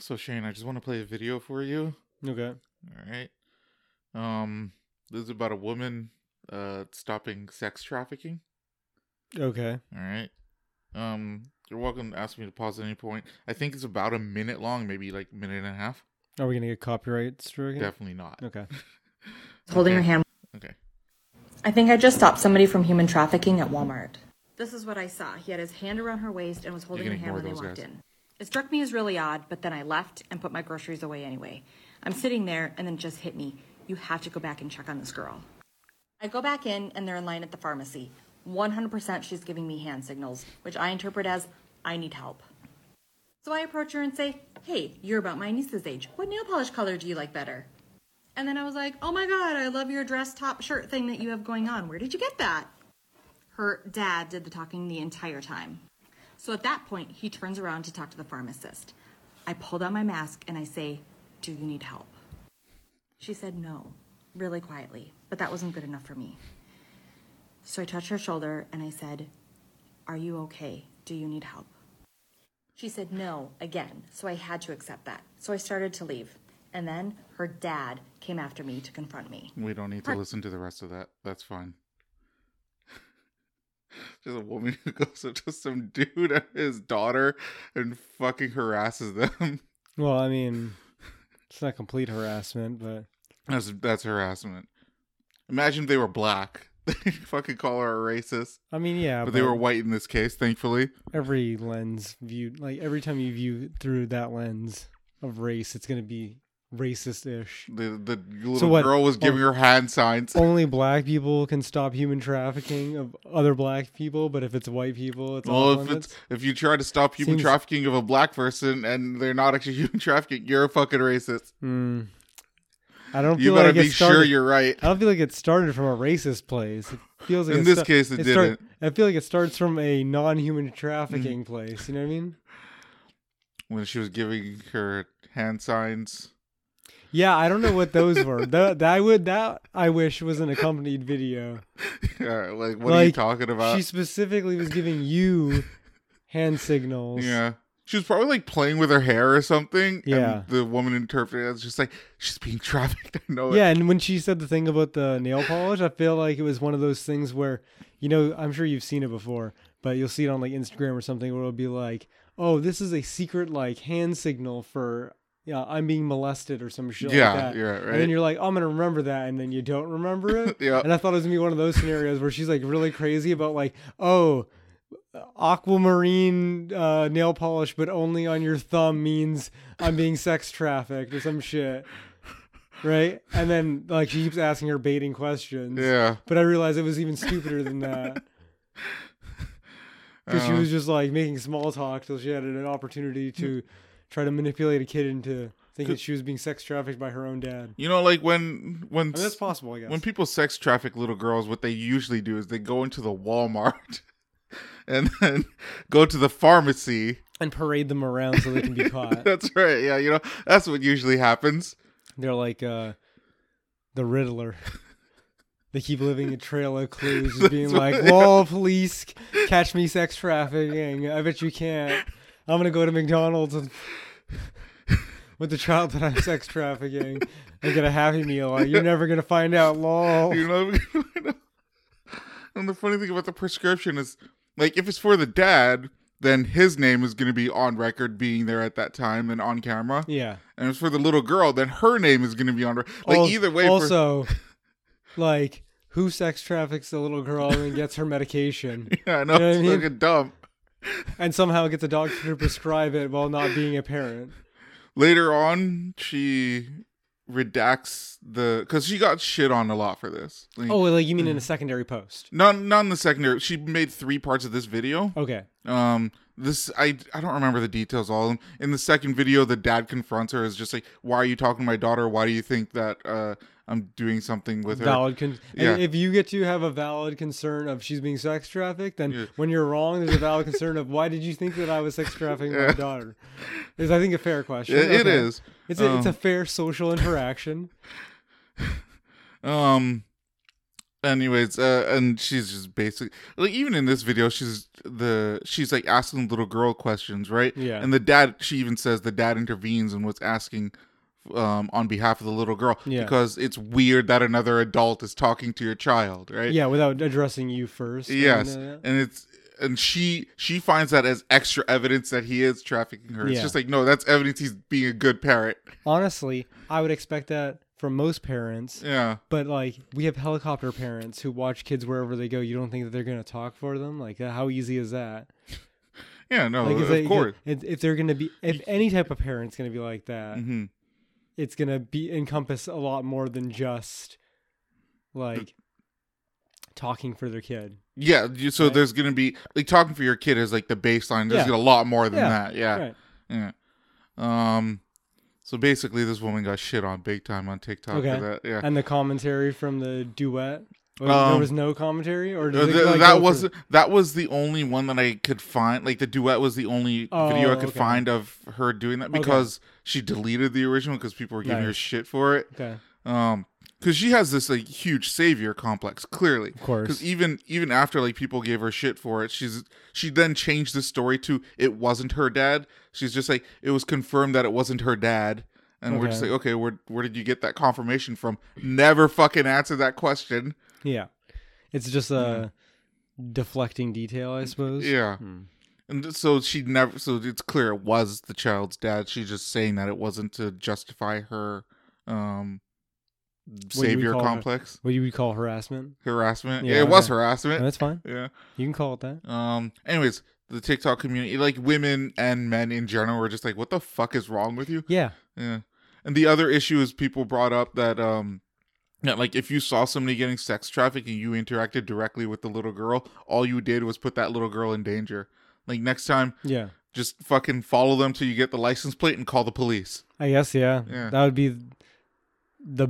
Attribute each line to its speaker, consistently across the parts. Speaker 1: So Shane, I just want to play a video for you.
Speaker 2: Okay.
Speaker 1: All right. Um, this is about a woman uh stopping sex trafficking.
Speaker 2: Okay.
Speaker 1: All right. Um, you're welcome to ask me to pause at any point. I think it's about a minute long, maybe like minute and a half.
Speaker 2: Are we gonna get copyright struck?
Speaker 1: Definitely not.
Speaker 2: Okay.
Speaker 3: holding her
Speaker 1: Okay.
Speaker 3: hand.
Speaker 1: Okay.
Speaker 3: I think I just stopped somebody from human trafficking at Walmart. This is what I saw. He had his hand around her waist and was holding
Speaker 1: can
Speaker 3: her hand
Speaker 1: ignore
Speaker 3: when they
Speaker 1: those
Speaker 3: walked
Speaker 1: guys.
Speaker 3: in. It struck me as really odd, but then I left and put my groceries away anyway. I'm sitting there and then it just hit me. You have to go back and check on this girl. I go back in and they're in line at the pharmacy. 100% she's giving me hand signals, which I interpret as I need help. So I approach her and say, Hey, you're about my niece's age. What nail polish color do you like better? And then I was like, Oh my God, I love your dress top shirt thing that you have going on. Where did you get that? Her dad did the talking the entire time. So at that point, he turns around to talk to the pharmacist. I pull down my mask and I say, Do you need help? She said no, really quietly, but that wasn't good enough for me. So I touched her shoulder and I said, Are you okay? Do you need help? She said no again, so I had to accept that. So I started to leave. And then her dad came after me to confront me.
Speaker 1: We don't need to listen to the rest of that. That's fine. Just a woman who goes up to some dude and his daughter and fucking harasses them.
Speaker 2: Well, I mean, it's not complete harassment, but
Speaker 1: That's that's harassment. Imagine if they were black. They fucking call her a racist.
Speaker 2: I mean, yeah.
Speaker 1: But they were white in this case, thankfully.
Speaker 2: every lens viewed, like every time you view through that lens of race, it's gonna be racist-ish.
Speaker 1: The the little
Speaker 2: what-
Speaker 1: girl was giving her hand signs.
Speaker 2: Only black people can stop human trafficking of other black people, but if it's white people, it's all
Speaker 1: Well, if it's, if you try to stop human
Speaker 2: Seems-
Speaker 1: trafficking of a black person and they're not actually human trafficking, you're a fucking racist.
Speaker 2: Hmm. I don't feel
Speaker 1: You
Speaker 2: like
Speaker 1: better
Speaker 2: it
Speaker 1: be
Speaker 2: started.
Speaker 1: sure you're right.
Speaker 2: I don't feel like it started from a racist place. It feels like
Speaker 1: In
Speaker 2: it
Speaker 1: this
Speaker 2: sta-
Speaker 1: case, it
Speaker 2: start-
Speaker 1: didn't. Mm.
Speaker 2: I feel like it starts from a non-human trafficking place. You know what I mean?
Speaker 1: When she was giving her hand signs,
Speaker 2: Yeah, I don't know what those were. that, that I would that I wish was an accompanied video.
Speaker 1: Yeah, uh, like what are you
Speaker 2: Like,
Speaker 1: talking about?
Speaker 2: She specifically was giving you hand signals.
Speaker 1: Yeah. She was probably like playing with her hair or something.
Speaker 2: Yeah.
Speaker 1: And the woman interpreted it as just like, she's being trafficked. I know
Speaker 2: Yeah, and when she said the thing about the nail polish, I feel like it was one of those things where, you know, I'm sure you've seen it before, but you'll see it on like Instagram or something where it'll be like, "Oh, this is a secret like hand signal for yeah, I'm being molested or some shit
Speaker 1: Yeah,
Speaker 2: like that."
Speaker 1: yeah,
Speaker 2: And
Speaker 1: right.
Speaker 2: then you're like, "Oh, "I'm gonna remember that," and then you don't remember it.
Speaker 1: Yeah.
Speaker 2: And I thought it was gonna be one of those scenarios where she's like really crazy about like, "Oh." Aquamarine uh, nail polish, but only on your thumb means I'm being sex trafficked or some shit right? And then like she keeps asking her baiting questions.
Speaker 1: it. Yeah.
Speaker 2: But I realized it was even stupider than that. Because
Speaker 1: Uh.
Speaker 2: she was just like making small talk till she had an opportunity to try to manipulate a kid into thinking she was being sex trafficked by her own dad.
Speaker 1: You know, like when when
Speaker 2: I mean, that's possible, I guess.
Speaker 1: when people sex traffic little girls, what they usually do is they go into the Walmart and then go to the pharmacy.
Speaker 2: and parade them around so they can be caught.
Speaker 1: That's right. Yeah, you know, that's what usually happens.
Speaker 2: They're like uh, the Riddler. They keep living a trail of clues, just being like, "Wall, police, c- catch me sex trafficking." I bet you can't. I'm gonna go to McDonald's with, with the child that I'm sex trafficking and get a Happy Meal. Like, You're never gonna find out, lol.
Speaker 1: You know, and the funny thing about the prescription is, like, if it's for the dad, then his name is going to be on record being there at that time and on camera.
Speaker 2: Yeah.
Speaker 1: And it's for the little girl, then her name is going to be on. Like
Speaker 2: Al-
Speaker 1: either way, for-
Speaker 2: Also, like, who sex traffics the little girl and then gets her medication?
Speaker 1: yeah, I know,
Speaker 2: you know what
Speaker 1: it's
Speaker 2: I mean?
Speaker 1: fucking dumb.
Speaker 2: and somehow gets a doctor to prescribe it while not being a parent.
Speaker 1: Later on, she redacts the because she got shit on a lot for this. Like,
Speaker 2: Oh, like you mean
Speaker 1: Mm.
Speaker 2: in a secondary post?
Speaker 1: not not in the secondary. She made three parts of this video.
Speaker 2: Okay.
Speaker 1: Um, this I I don't remember the details all of them. In the second video, the dad confronts her is just like, "Why are you talking to my daughter? Why do you think that uh I'm doing something with her?"
Speaker 2: Valid con-
Speaker 1: Yeah.
Speaker 2: If you get to have a valid concern of she's being sex trafficked, then
Speaker 1: Yeah.
Speaker 2: when you're wrong, there's a valid concern of why did you think that I was sex trafficking my daughter? Is I think a fair question.
Speaker 1: It- it
Speaker 2: Okay.
Speaker 1: is. Um,
Speaker 2: It's a, it's a fair social interaction.
Speaker 1: Um, Anyways, uh, and she's just basic. Like even in this video, she's the she's like asking little girl questions, right?
Speaker 2: Yeah.
Speaker 1: And the dad, she even says the dad intervenes and was asking, um, on behalf of the little girl,
Speaker 2: Yeah.
Speaker 1: because it's weird that another adult is talking to your child, right?
Speaker 2: Yeah, without addressing you first. and,
Speaker 1: Yes,
Speaker 2: uh,
Speaker 1: and it's and she she finds that as extra evidence that he is trafficking her. It's
Speaker 2: Yeah.
Speaker 1: just like no, that's evidence he's being a good parent.
Speaker 2: honestly, I would expect that from most parents.
Speaker 1: Yeah,
Speaker 2: But like, we have helicopter parents who watch kids wherever they go. You don't think that they're gonna talk for them? Like, how easy is that?
Speaker 1: yeah, no,
Speaker 2: Like,
Speaker 1: Oh, of
Speaker 2: it's like,
Speaker 1: course.
Speaker 2: if, if they're gonna be, if any type of parent's gonna be like that,
Speaker 1: Mhm.
Speaker 2: it's gonna be encompass a lot more than just
Speaker 1: Mm.
Speaker 2: like talking for their kid.
Speaker 1: Yeah, you, so
Speaker 2: Right.
Speaker 1: there's gonna be like talking for your kid is like the baseline. There's a
Speaker 2: Yeah.
Speaker 1: lot more than
Speaker 2: Yeah,
Speaker 1: that. Yeah,
Speaker 2: Right.
Speaker 1: yeah. Um, so basically, this woman got shit on big time on TikTok.
Speaker 2: Okay.
Speaker 1: For that. Yeah,
Speaker 2: And the commentary from the duet. Like, there
Speaker 1: Um,
Speaker 2: was no commentary, or
Speaker 1: Uh,
Speaker 2: does it,
Speaker 1: th-
Speaker 2: like, go
Speaker 1: that
Speaker 2: for-
Speaker 1: was that was the only one that I could find. Like the duet was the only
Speaker 2: Oh,
Speaker 1: video I could
Speaker 2: okay.
Speaker 1: find of her doing that
Speaker 2: Okay.
Speaker 1: because she deleted the original because people were giving her
Speaker 2: Nice.
Speaker 1: shit for it.
Speaker 2: okay.
Speaker 1: Um, because she has this like huge savior complex, clearly.
Speaker 2: Of course.
Speaker 1: Because even even after like people gave her shit for it, she's she then changed the story to it wasn't her dad. She's just like it was confirmed that it wasn't her dad, and we're just
Speaker 2: Okay.
Speaker 1: like, okay, where where did you get that confirmation from? Never fucking answer that question.
Speaker 2: Yeah. It's just a deflecting detail, I suppose.
Speaker 1: Mm-hmm. Yeah.
Speaker 2: Hmm.
Speaker 1: And so she never. So it's clear it was the child's dad. She's just saying that it wasn't to justify her um
Speaker 2: we
Speaker 1: savior
Speaker 2: call her-
Speaker 1: complex
Speaker 2: What you would call harassment?
Speaker 1: harassment.
Speaker 2: Yeah,
Speaker 1: Yeah, it was
Speaker 2: okay. No,
Speaker 1: harassment.
Speaker 2: that's fine.
Speaker 1: Yeah.
Speaker 2: You can call it that.
Speaker 1: Um. Anyways, the TikTok community, like women and men in general, were just like, "What the fuck is wrong with you?"
Speaker 2: Yeah.
Speaker 1: Yeah. And the other issue is people brought up that um. that like if you saw somebody getting sex trafficked and you interacted directly with the little girl, all you did was put that little girl in danger. Like next time,
Speaker 2: Yeah.
Speaker 1: just fucking follow them till you get the license plate and call the police.
Speaker 2: I guess, yeah.
Speaker 1: Yeah.
Speaker 2: That would be the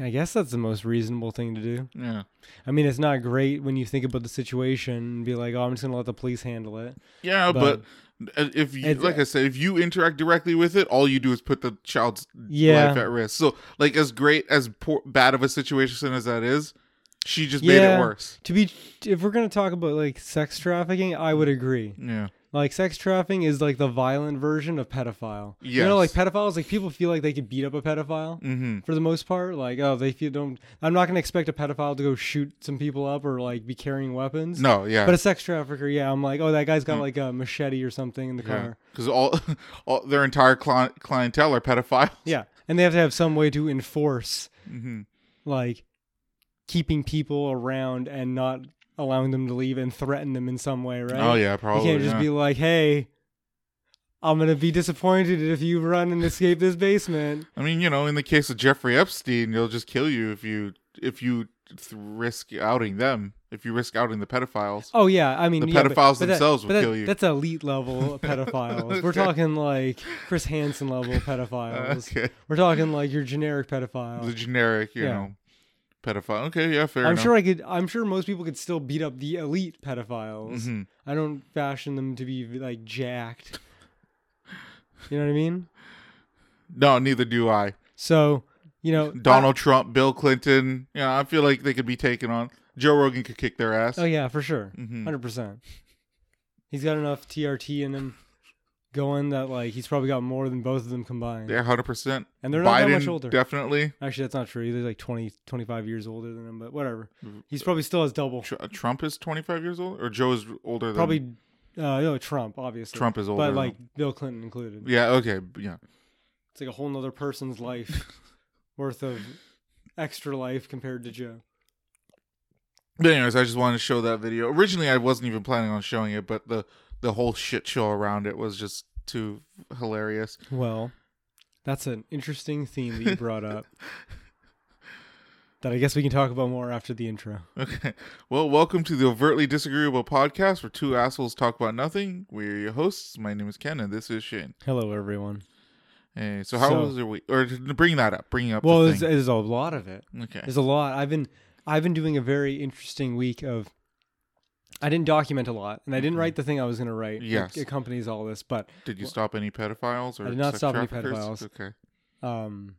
Speaker 2: I guess that's the most reasonable thing to do.
Speaker 1: Yeah.
Speaker 2: I mean, it's not great when you think about the situation and be like, "Oh, I'm just going to let the police handle it."
Speaker 1: Yeah,
Speaker 2: But-
Speaker 1: but, uh, if you,
Speaker 2: It's-
Speaker 1: like I said, if you interact directly with it, all you do is put the child's
Speaker 2: Yeah.
Speaker 1: life at risk. So, like as great as poor, bad of a situation as that is, she just made
Speaker 2: Yeah.
Speaker 1: it worse.
Speaker 2: To be if we're going to talk about like sex trafficking, I would agree.
Speaker 1: Yeah.
Speaker 2: Like sex trafficking is like the violent version of pedophile. You know, like
Speaker 1: Yes.
Speaker 2: pedophiles, like people feel like they could beat up a pedophile
Speaker 1: Mm-hmm.
Speaker 2: for the most part. Like, oh, they feel don't. I'm not gonna expect a pedophile to go shoot some people up or like be carrying weapons.
Speaker 1: No,
Speaker 2: But
Speaker 1: yeah.
Speaker 2: a sex trafficker, yeah, I'm like, oh, that guy's
Speaker 1: Mm.
Speaker 2: got like a machete or something in the car.
Speaker 1: Because all, all their entire cli- clientele are pedophiles.
Speaker 2: Yeah, and they have to have some way to enforce
Speaker 1: Mm-hmm.
Speaker 2: like keeping people around and not allowing them to leave and threaten them in some way, right?
Speaker 1: Oh yeah, probably.
Speaker 2: you can't just
Speaker 1: yeah.
Speaker 2: be like, hey, I'm gonna be disappointed if you run and escape this basement.
Speaker 1: I mean, you know, in the case of Jeffrey Epstein, they'll just kill you if you if you th- risk outing them. If you risk outing the pedophiles.
Speaker 2: Oh yeah, I mean
Speaker 1: The
Speaker 2: yeah, but-
Speaker 1: pedophiles
Speaker 2: but that-
Speaker 1: themselves will
Speaker 2: but that-
Speaker 1: kill you.
Speaker 2: That's elite level pedophiles. We're talking like Chris Hansen level pedophiles.
Speaker 1: Okay.
Speaker 2: We're talking like your generic
Speaker 1: the
Speaker 2: pedophile.
Speaker 1: generic, you
Speaker 2: Oh. Yeah.
Speaker 1: know, pedophile. Okay, yeah, fair
Speaker 2: I'm
Speaker 1: enough.
Speaker 2: sure I could. I'm sure most people could still beat up the elite pedophiles.
Speaker 1: Mm-hmm.
Speaker 2: I don't fashion them to be like jacked. You know what I mean?
Speaker 1: No, neither do I.
Speaker 2: So you know
Speaker 1: Donald Trump, Bill Clinton. Yeah, I feel like they could be taken on. Joe Rogan could kick their ass.
Speaker 2: I- oh yeah, for sure, 100
Speaker 1: Mhm.
Speaker 2: percent. He's got enough TRT in him going that like he's probably got more than both of them combined.
Speaker 1: yeah, hundred percent.
Speaker 2: And they're not that
Speaker 1: Biden,
Speaker 2: much older.
Speaker 1: Definitely.
Speaker 2: Actually, that's not true. He's like 20, 25 years older than him, but whatever.
Speaker 1: Mm-hmm.
Speaker 2: He's probably still has double.
Speaker 1: Tr- Trump is twenty five years old, or Joe is older. Than,
Speaker 2: Probably, uh, no, Trump, obviously.
Speaker 1: Trump is older
Speaker 2: But
Speaker 1: than
Speaker 2: like Bill Clinton included.
Speaker 1: Yeah. Okay. Yeah.
Speaker 2: It's like a whole nother person's life worth of extra life compared to Joe.
Speaker 1: But anyways, I just wanted to show that video. Originally, I wasn't even planning on showing it, but the the whole shit show around it was just too hilarious.
Speaker 2: Well, that's an interesting theme that you brought up that I guess we can talk about more after the intro.
Speaker 1: Okay. Well, welcome to the overtly disagreeable podcast where two assholes talk about nothing. We're your hosts. My name is Ken, and this is Shane.
Speaker 2: Hello, everyone.
Speaker 1: Hey, so how
Speaker 2: So-
Speaker 1: was your week? Or bring that up. Bring up.
Speaker 2: Well, uh,
Speaker 1: the
Speaker 2: there's,
Speaker 1: thing.
Speaker 2: there's a lot of it.
Speaker 1: okay.
Speaker 2: There's a lot. I've been I've been doing a very interesting week of I didn't document a lot and I didn't write the thing I was going to write. that
Speaker 1: Yes.
Speaker 2: accompanies all this, but
Speaker 1: Did you stop any pedophiles or
Speaker 2: I did not
Speaker 1: sex
Speaker 2: stop any
Speaker 1: traffickers?
Speaker 2: pedophiles.
Speaker 1: Okay.
Speaker 2: um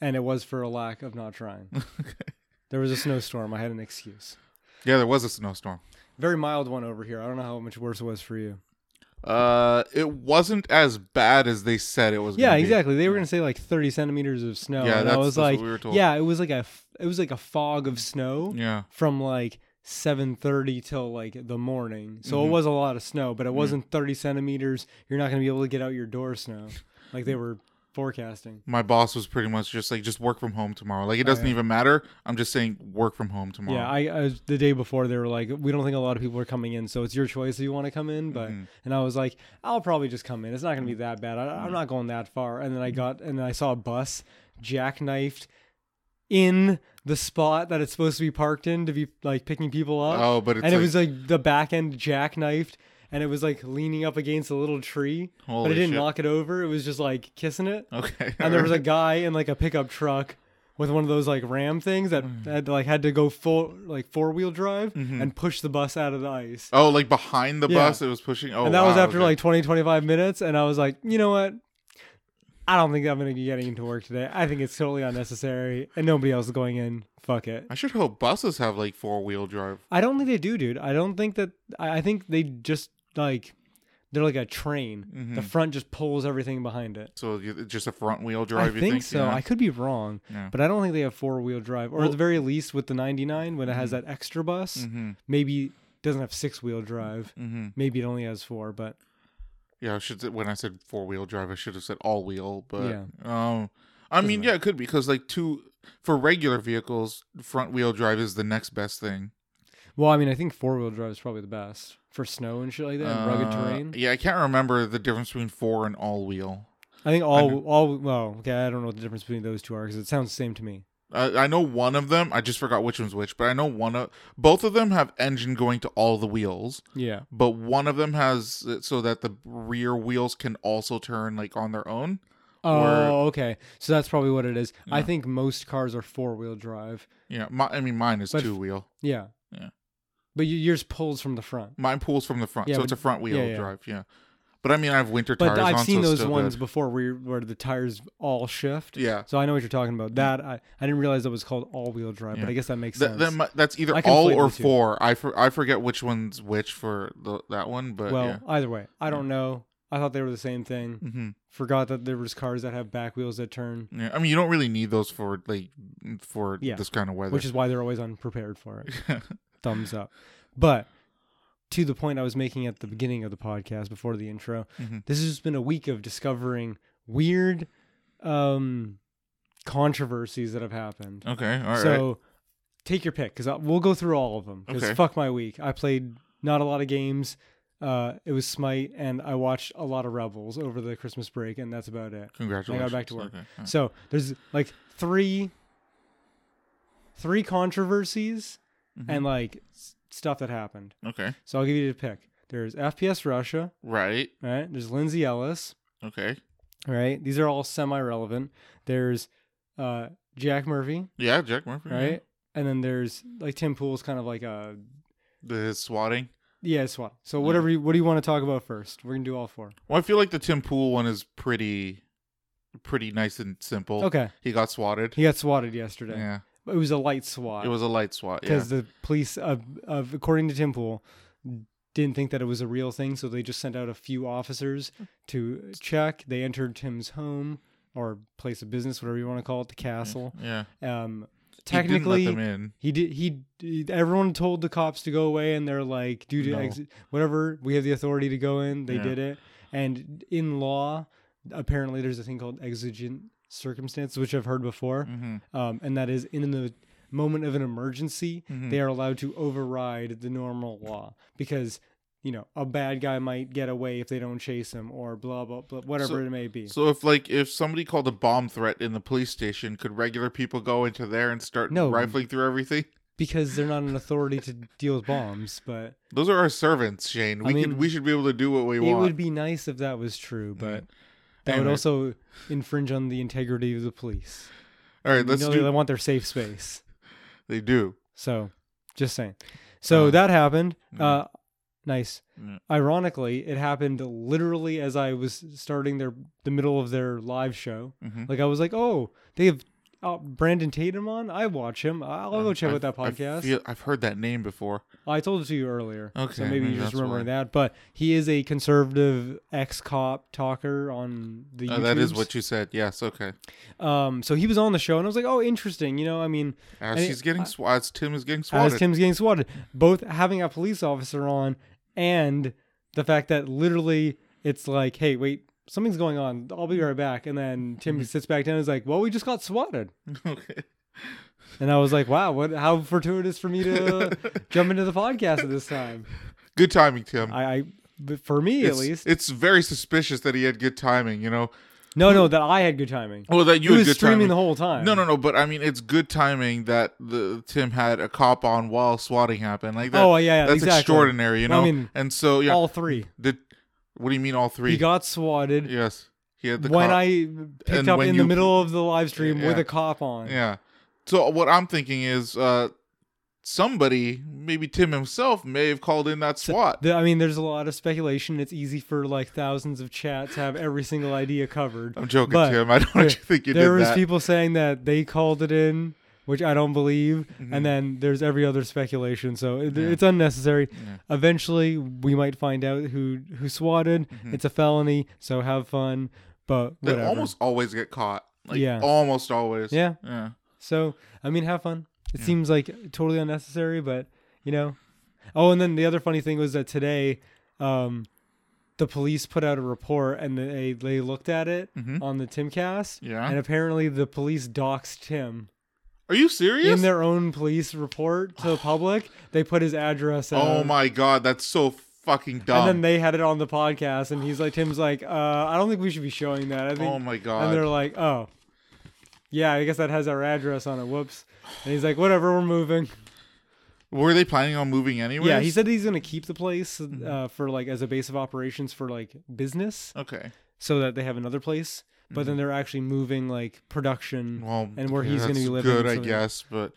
Speaker 2: and it was for a lack of not trying.
Speaker 1: okay.
Speaker 2: There was a snowstorm. I had an excuse.
Speaker 1: Yeah, there was a snowstorm.
Speaker 2: Very mild one over here. I don't know how much worse it was for you.
Speaker 1: Uh, it wasn't as bad as they said it was.
Speaker 2: Yeah,
Speaker 1: gonna be.
Speaker 2: exactly. They were gonna say like 30 centimeters of snow.
Speaker 1: Yeah,
Speaker 2: and I
Speaker 1: that's-
Speaker 2: was
Speaker 1: that's what
Speaker 2: like,
Speaker 1: we were told.
Speaker 2: yeah, it was like a f- it was like a fog of snow
Speaker 1: Yeah,
Speaker 2: from like 7:30 till like the morning. So
Speaker 1: Mm-hmm.
Speaker 2: it was a lot of snow,
Speaker 1: Mm.
Speaker 2: but it wasn't 30 centimeters. You're not gonna be able to get out your door snow, like they were forecasting.
Speaker 1: my boss was pretty much just like, just work from home tomorrow. Like it doesn't
Speaker 2: yeah.
Speaker 1: even matter. I'm just saying, work from home tomorrow.
Speaker 2: Yeah, I, I was- the day before they were like, we don't think a lot of people are coming in, so it's your choice if you want to come
Speaker 1: Mm-hmm.
Speaker 2: in. But and I was like, I'll probably just come in. It's not gonna be that bad. I, I'm not going that far. And
Speaker 1: Mm-hmm.
Speaker 2: then I got and I saw a bus jackknifed in the spot that it's supposed to be parked in to be like picking people up.
Speaker 1: Oh, but it's
Speaker 2: and it
Speaker 1: like-
Speaker 2: was like the back end jackknifed. And it was like leaning up against a little tree, but
Speaker 1: Holy
Speaker 2: it didn't
Speaker 1: shit.
Speaker 2: knock it over. It was just like kissing it
Speaker 1: okay.
Speaker 2: and there was a guy in like a pickup truck with one of those like ram things that
Speaker 1: Hmm.
Speaker 2: had like had to go full like four wheel drive and push the bus out of the ice.
Speaker 1: Mm-hmm. oh, like behind the
Speaker 2: Yeah.
Speaker 1: bus, it was pushing. Oh,
Speaker 2: and that was
Speaker 1: wow,
Speaker 2: after
Speaker 1: okay.
Speaker 2: like 20 25 minutes and I was like, "You know what? I don't think I'm going to be getting into work today. I think it's totally unnecessary and nobody else is going in. Fuck it."
Speaker 1: I should hope buses have like four wheel drive.
Speaker 2: I don't think they do, dude. I don't think that I I think they just like they're like a train.
Speaker 1: Mm-hmm.
Speaker 2: The front just pulls everything behind it.
Speaker 1: So you- just a front wheel
Speaker 2: I
Speaker 1: drive.
Speaker 2: think,
Speaker 1: you think
Speaker 2: so.
Speaker 1: Yeah.
Speaker 2: I could be wrong,
Speaker 1: Yeah.
Speaker 2: but I don't think they have four wheel drive, or at the very least, with the 99, when it has
Speaker 1: Mm-hmm.
Speaker 2: that extra bus, maybe it doesn't have six wheel drive.
Speaker 1: Mm-hmm.
Speaker 2: Maybe it only has four, but
Speaker 1: Yeah, I should when I said four wheel drive, I should have said all wheel. But
Speaker 2: Yeah.
Speaker 1: um, I mean, yeah, it could be because like two for regular vehicles, front wheel drive is the next best thing.
Speaker 2: well, I mean, I think four wheel drive is probably the best for snow and shit like that, and rugged
Speaker 1: Uh,
Speaker 2: terrain.
Speaker 1: Yeah, I can't remember the difference between four and all wheel.
Speaker 2: I think all all well, okay, I don't know what the difference between those two are because it sounds the same to me.
Speaker 1: Uh, I know one of them. I just forgot which one's which, but I know one of both of them have engine going to all the wheels,
Speaker 2: Yeah,
Speaker 1: but one of them has it so that the rear wheels can also turn like on their own.
Speaker 2: Oh, okay. So that's probably what it is. I think most cars are four wheel drive.
Speaker 1: Yeah, my, I mean mine is
Speaker 2: But-
Speaker 1: two wheel.
Speaker 2: Yeah.
Speaker 1: Yeah.
Speaker 2: But y- yours pulls from the front.
Speaker 1: Mine pulls from the front,
Speaker 2: Yeah,
Speaker 1: so
Speaker 2: but-
Speaker 1: it's a front wheel
Speaker 2: yeah, yeah.
Speaker 1: drive. Yeah, but I mean, I have winter
Speaker 2: But
Speaker 1: tires.
Speaker 2: I've
Speaker 1: on,
Speaker 2: seen
Speaker 1: so
Speaker 2: those
Speaker 1: still
Speaker 2: ones
Speaker 1: good.
Speaker 2: before where, where the tires all shift.
Speaker 1: Yeah.
Speaker 2: So I know what you're talking about. That I, I didn't realize that was called all wheel drive, but I guess that makes
Speaker 1: Th-
Speaker 2: sense.
Speaker 1: then my- that's either
Speaker 2: I
Speaker 1: all
Speaker 2: conflate
Speaker 1: or
Speaker 2: the two.
Speaker 1: four. I for, I forget which one's which for the, that one, but
Speaker 2: well,
Speaker 1: yeah.
Speaker 2: either way, I don't know. I thought they were the same thing. Mm-hmm. Forgot that there was cars that have back wheels that turn,
Speaker 1: yeah. I mean, you don't really need those for like for
Speaker 2: Yeah.
Speaker 1: this kind of weather.
Speaker 2: which is why they're always unprepared for it. Thumbs up. But to the point I was making at the beginning of the podcast before the intro, this has just been a week of discovering weird um, controversies that have happened.
Speaker 1: okay. All right.
Speaker 2: so take your pick because we'll go through all of them. Because
Speaker 1: Okay.
Speaker 2: fuck my week. I played not a lot of games. Uh, it was Smite, and I watched a lot of Rebels over the Christmas break, and that's about it.
Speaker 1: Congratulations.
Speaker 2: I got back to work.
Speaker 1: Okay, all right.
Speaker 2: So there's like three, three controversies,
Speaker 1: Mm-hmm.
Speaker 2: and like s- stuff that happened.
Speaker 1: Okay.
Speaker 2: So I'll give you the pick. There's FPS Russia,
Speaker 1: Right.
Speaker 2: right? There's Lindsay Ellis,
Speaker 1: Okay.
Speaker 2: right? These are all semi-relevant. There's uh, Jack Murphy,
Speaker 1: Yeah, Jack Murphy. yeah.
Speaker 2: right? And then there's like Tim Pool's kind of like a
Speaker 1: The his swatting.
Speaker 2: yeah SWAT. So whatever, you, what do you want to talk about first? We're gonna do all four.
Speaker 1: Well, I feel like the Tim Pool one is pretty, pretty nice and simple.
Speaker 2: Okay.
Speaker 1: He got swatted.
Speaker 2: He got swatted yesterday.
Speaker 1: yeah.
Speaker 2: It was a light SWAT.
Speaker 1: It was a light swat. Yeah.
Speaker 2: because the police, of, of according to Tim Pool, didn't think that it was a real thing, so they just sent out a few officers to check. They entered Tim's home or place of business, whatever you want to call it, the castle.
Speaker 1: Yeah.
Speaker 2: Um,
Speaker 1: Mm-hmm. he
Speaker 2: technically,
Speaker 1: didn't let them in.
Speaker 2: He did. He, he- Everyone told the cops to go away, and they're like, "Due to
Speaker 1: No.
Speaker 2: exit, whatever, we have the authority to go in." They
Speaker 1: Yeah.
Speaker 2: did it, and in law, apparently, there's a thing called exigent circumstances, which I've heard before,
Speaker 1: Mm-hmm.
Speaker 2: um, and that is in the moment of an emergency,
Speaker 1: Mm-hmm.
Speaker 2: they are allowed to override the normal law because. You know, a bad guy might get away if they don't chase him, or blah blah blah, whatever it may be.
Speaker 1: So if like if somebody called a bomb threat in the police station, could regular people go into there and start
Speaker 2: No.
Speaker 1: rifling through everything?
Speaker 2: because they're not an authority to deal with bombs, but
Speaker 1: Those are our servants, Shane. We
Speaker 2: mean,
Speaker 1: could we should be able to do what we
Speaker 2: It
Speaker 1: want.
Speaker 2: would be nice if that was true, but that would
Speaker 1: Anyway.
Speaker 2: also infringe on the integrity of the police.
Speaker 1: All right,
Speaker 2: You
Speaker 1: let's
Speaker 2: know,
Speaker 1: do.
Speaker 2: they want their safe space.
Speaker 1: They do.
Speaker 2: So, just saying. So that happened.
Speaker 1: mm.
Speaker 2: Uh, nice.
Speaker 1: Yeah.
Speaker 2: Ironically, it happened literally
Speaker 1: Mm-hmm.
Speaker 2: as I was starting their the middle of their live show. Like I was like, oh, they have uh, Brandon Tatum on? I watch him. I'll go check out that podcast.
Speaker 1: Mm, I
Speaker 2: I,
Speaker 1: have heard that name before.
Speaker 2: told it to you earlier.
Speaker 1: Okay,
Speaker 2: So maybe
Speaker 1: maybe
Speaker 2: you just
Speaker 1: that's
Speaker 2: remember
Speaker 1: why.
Speaker 2: that. But he is a conservative ex cop talker on the
Speaker 1: Uh, that is
Speaker 2: YouTubes.
Speaker 1: what you said. Yes. Okay.
Speaker 2: um so he was on the show and I was like, Oh, interesting, you know, I mean
Speaker 1: As
Speaker 2: And
Speaker 1: he's
Speaker 2: it-
Speaker 1: getting swat, as Tim is getting
Speaker 2: as
Speaker 1: swatted.
Speaker 2: Tim's getting swatted. Both having a police officer on and the fact that literally it's like, hey, wait, something's going on. I'll be right back. And then
Speaker 1: Mm-hmm.
Speaker 2: Tim sits back down and is like, well, we just got swatted.
Speaker 1: okay.
Speaker 2: And I was like, wow, what? How fortuitous for me to jump into the podcast at this time.
Speaker 1: Good timing, Tim.
Speaker 2: I, I but for me
Speaker 1: it's,
Speaker 2: at least,
Speaker 1: it's very suspicious that he had good timing. You know,
Speaker 2: no, no, that I had good timing.
Speaker 1: well that you
Speaker 2: he
Speaker 1: had
Speaker 2: was
Speaker 1: good
Speaker 2: streaming
Speaker 1: timing.
Speaker 2: the whole time.
Speaker 1: no, no, no. But I mean, it's good timing that the Tim had a cop on while swatting happened. Like that.
Speaker 2: Oh, yeah, yeah,
Speaker 1: that's
Speaker 2: exactly.
Speaker 1: extraordinary. You know.
Speaker 2: Well, I mean,
Speaker 1: and so yeah.
Speaker 2: all three.
Speaker 1: the, what do you mean all three?
Speaker 2: He got swatted
Speaker 1: yes. He had the
Speaker 2: when
Speaker 1: cop.
Speaker 2: I picked
Speaker 1: and
Speaker 2: up
Speaker 1: when
Speaker 2: in the
Speaker 1: you-
Speaker 2: middle of the live stream with
Speaker 1: Yeah.
Speaker 2: a cop on.
Speaker 1: Yeah. So what I'm thinking is uh somebody, maybe Tim himself, may have called in that SWAT.
Speaker 2: The- I mean, there's a lot of speculation. It's easy for like thousands of chats to have every single idea covered.
Speaker 1: I'm joking,
Speaker 2: but
Speaker 1: Tim. I don't
Speaker 2: there-
Speaker 1: actually think you did
Speaker 2: there was
Speaker 1: that.
Speaker 2: people saying that they called it in, which I don't believe.
Speaker 1: Mm-hmm.
Speaker 2: And then there's every other speculation, so it, it's unnecessary. Eventually, we might find out who who swatted. It's a felony, so have fun. But
Speaker 1: they
Speaker 2: whatever.
Speaker 1: Mm-hmm. almost always get caught. Like
Speaker 2: Yeah.
Speaker 1: almost always.
Speaker 2: Yeah.
Speaker 1: Yeah.
Speaker 2: So I mean, have fun. It seems like totally unnecessary, but you know. Oh, and then the other funny thing was that today, um, the police put out a report and they they looked at it on the Timcast.
Speaker 1: Mm-hmm. Yeah.
Speaker 2: And apparently, the police doxed Tim
Speaker 1: Are you serious?
Speaker 2: in their own police report to the public. They put his address. Out.
Speaker 1: oh my god, that's so fucking dumb.
Speaker 2: And then they had it on the podcast, and he's like, Tim's like, uh, I don't think we should be showing that. I think.
Speaker 1: Oh my
Speaker 2: And they're
Speaker 1: god.
Speaker 2: like, oh, yeah, I guess that has our address on it. Whoops. And he's like, whatever, we're moving.
Speaker 1: Were they planning on moving anyway?
Speaker 2: Yeah, he said he's gonna keep the place uh, for like as a base of operations for like business,
Speaker 1: Okay.
Speaker 2: so that they have another place. But then they're actually moving like production
Speaker 1: Well
Speaker 2: and where
Speaker 1: yeah,
Speaker 2: he's gonna be
Speaker 1: that's
Speaker 2: living.
Speaker 1: Good,
Speaker 2: so
Speaker 1: I
Speaker 2: they-
Speaker 1: guess, but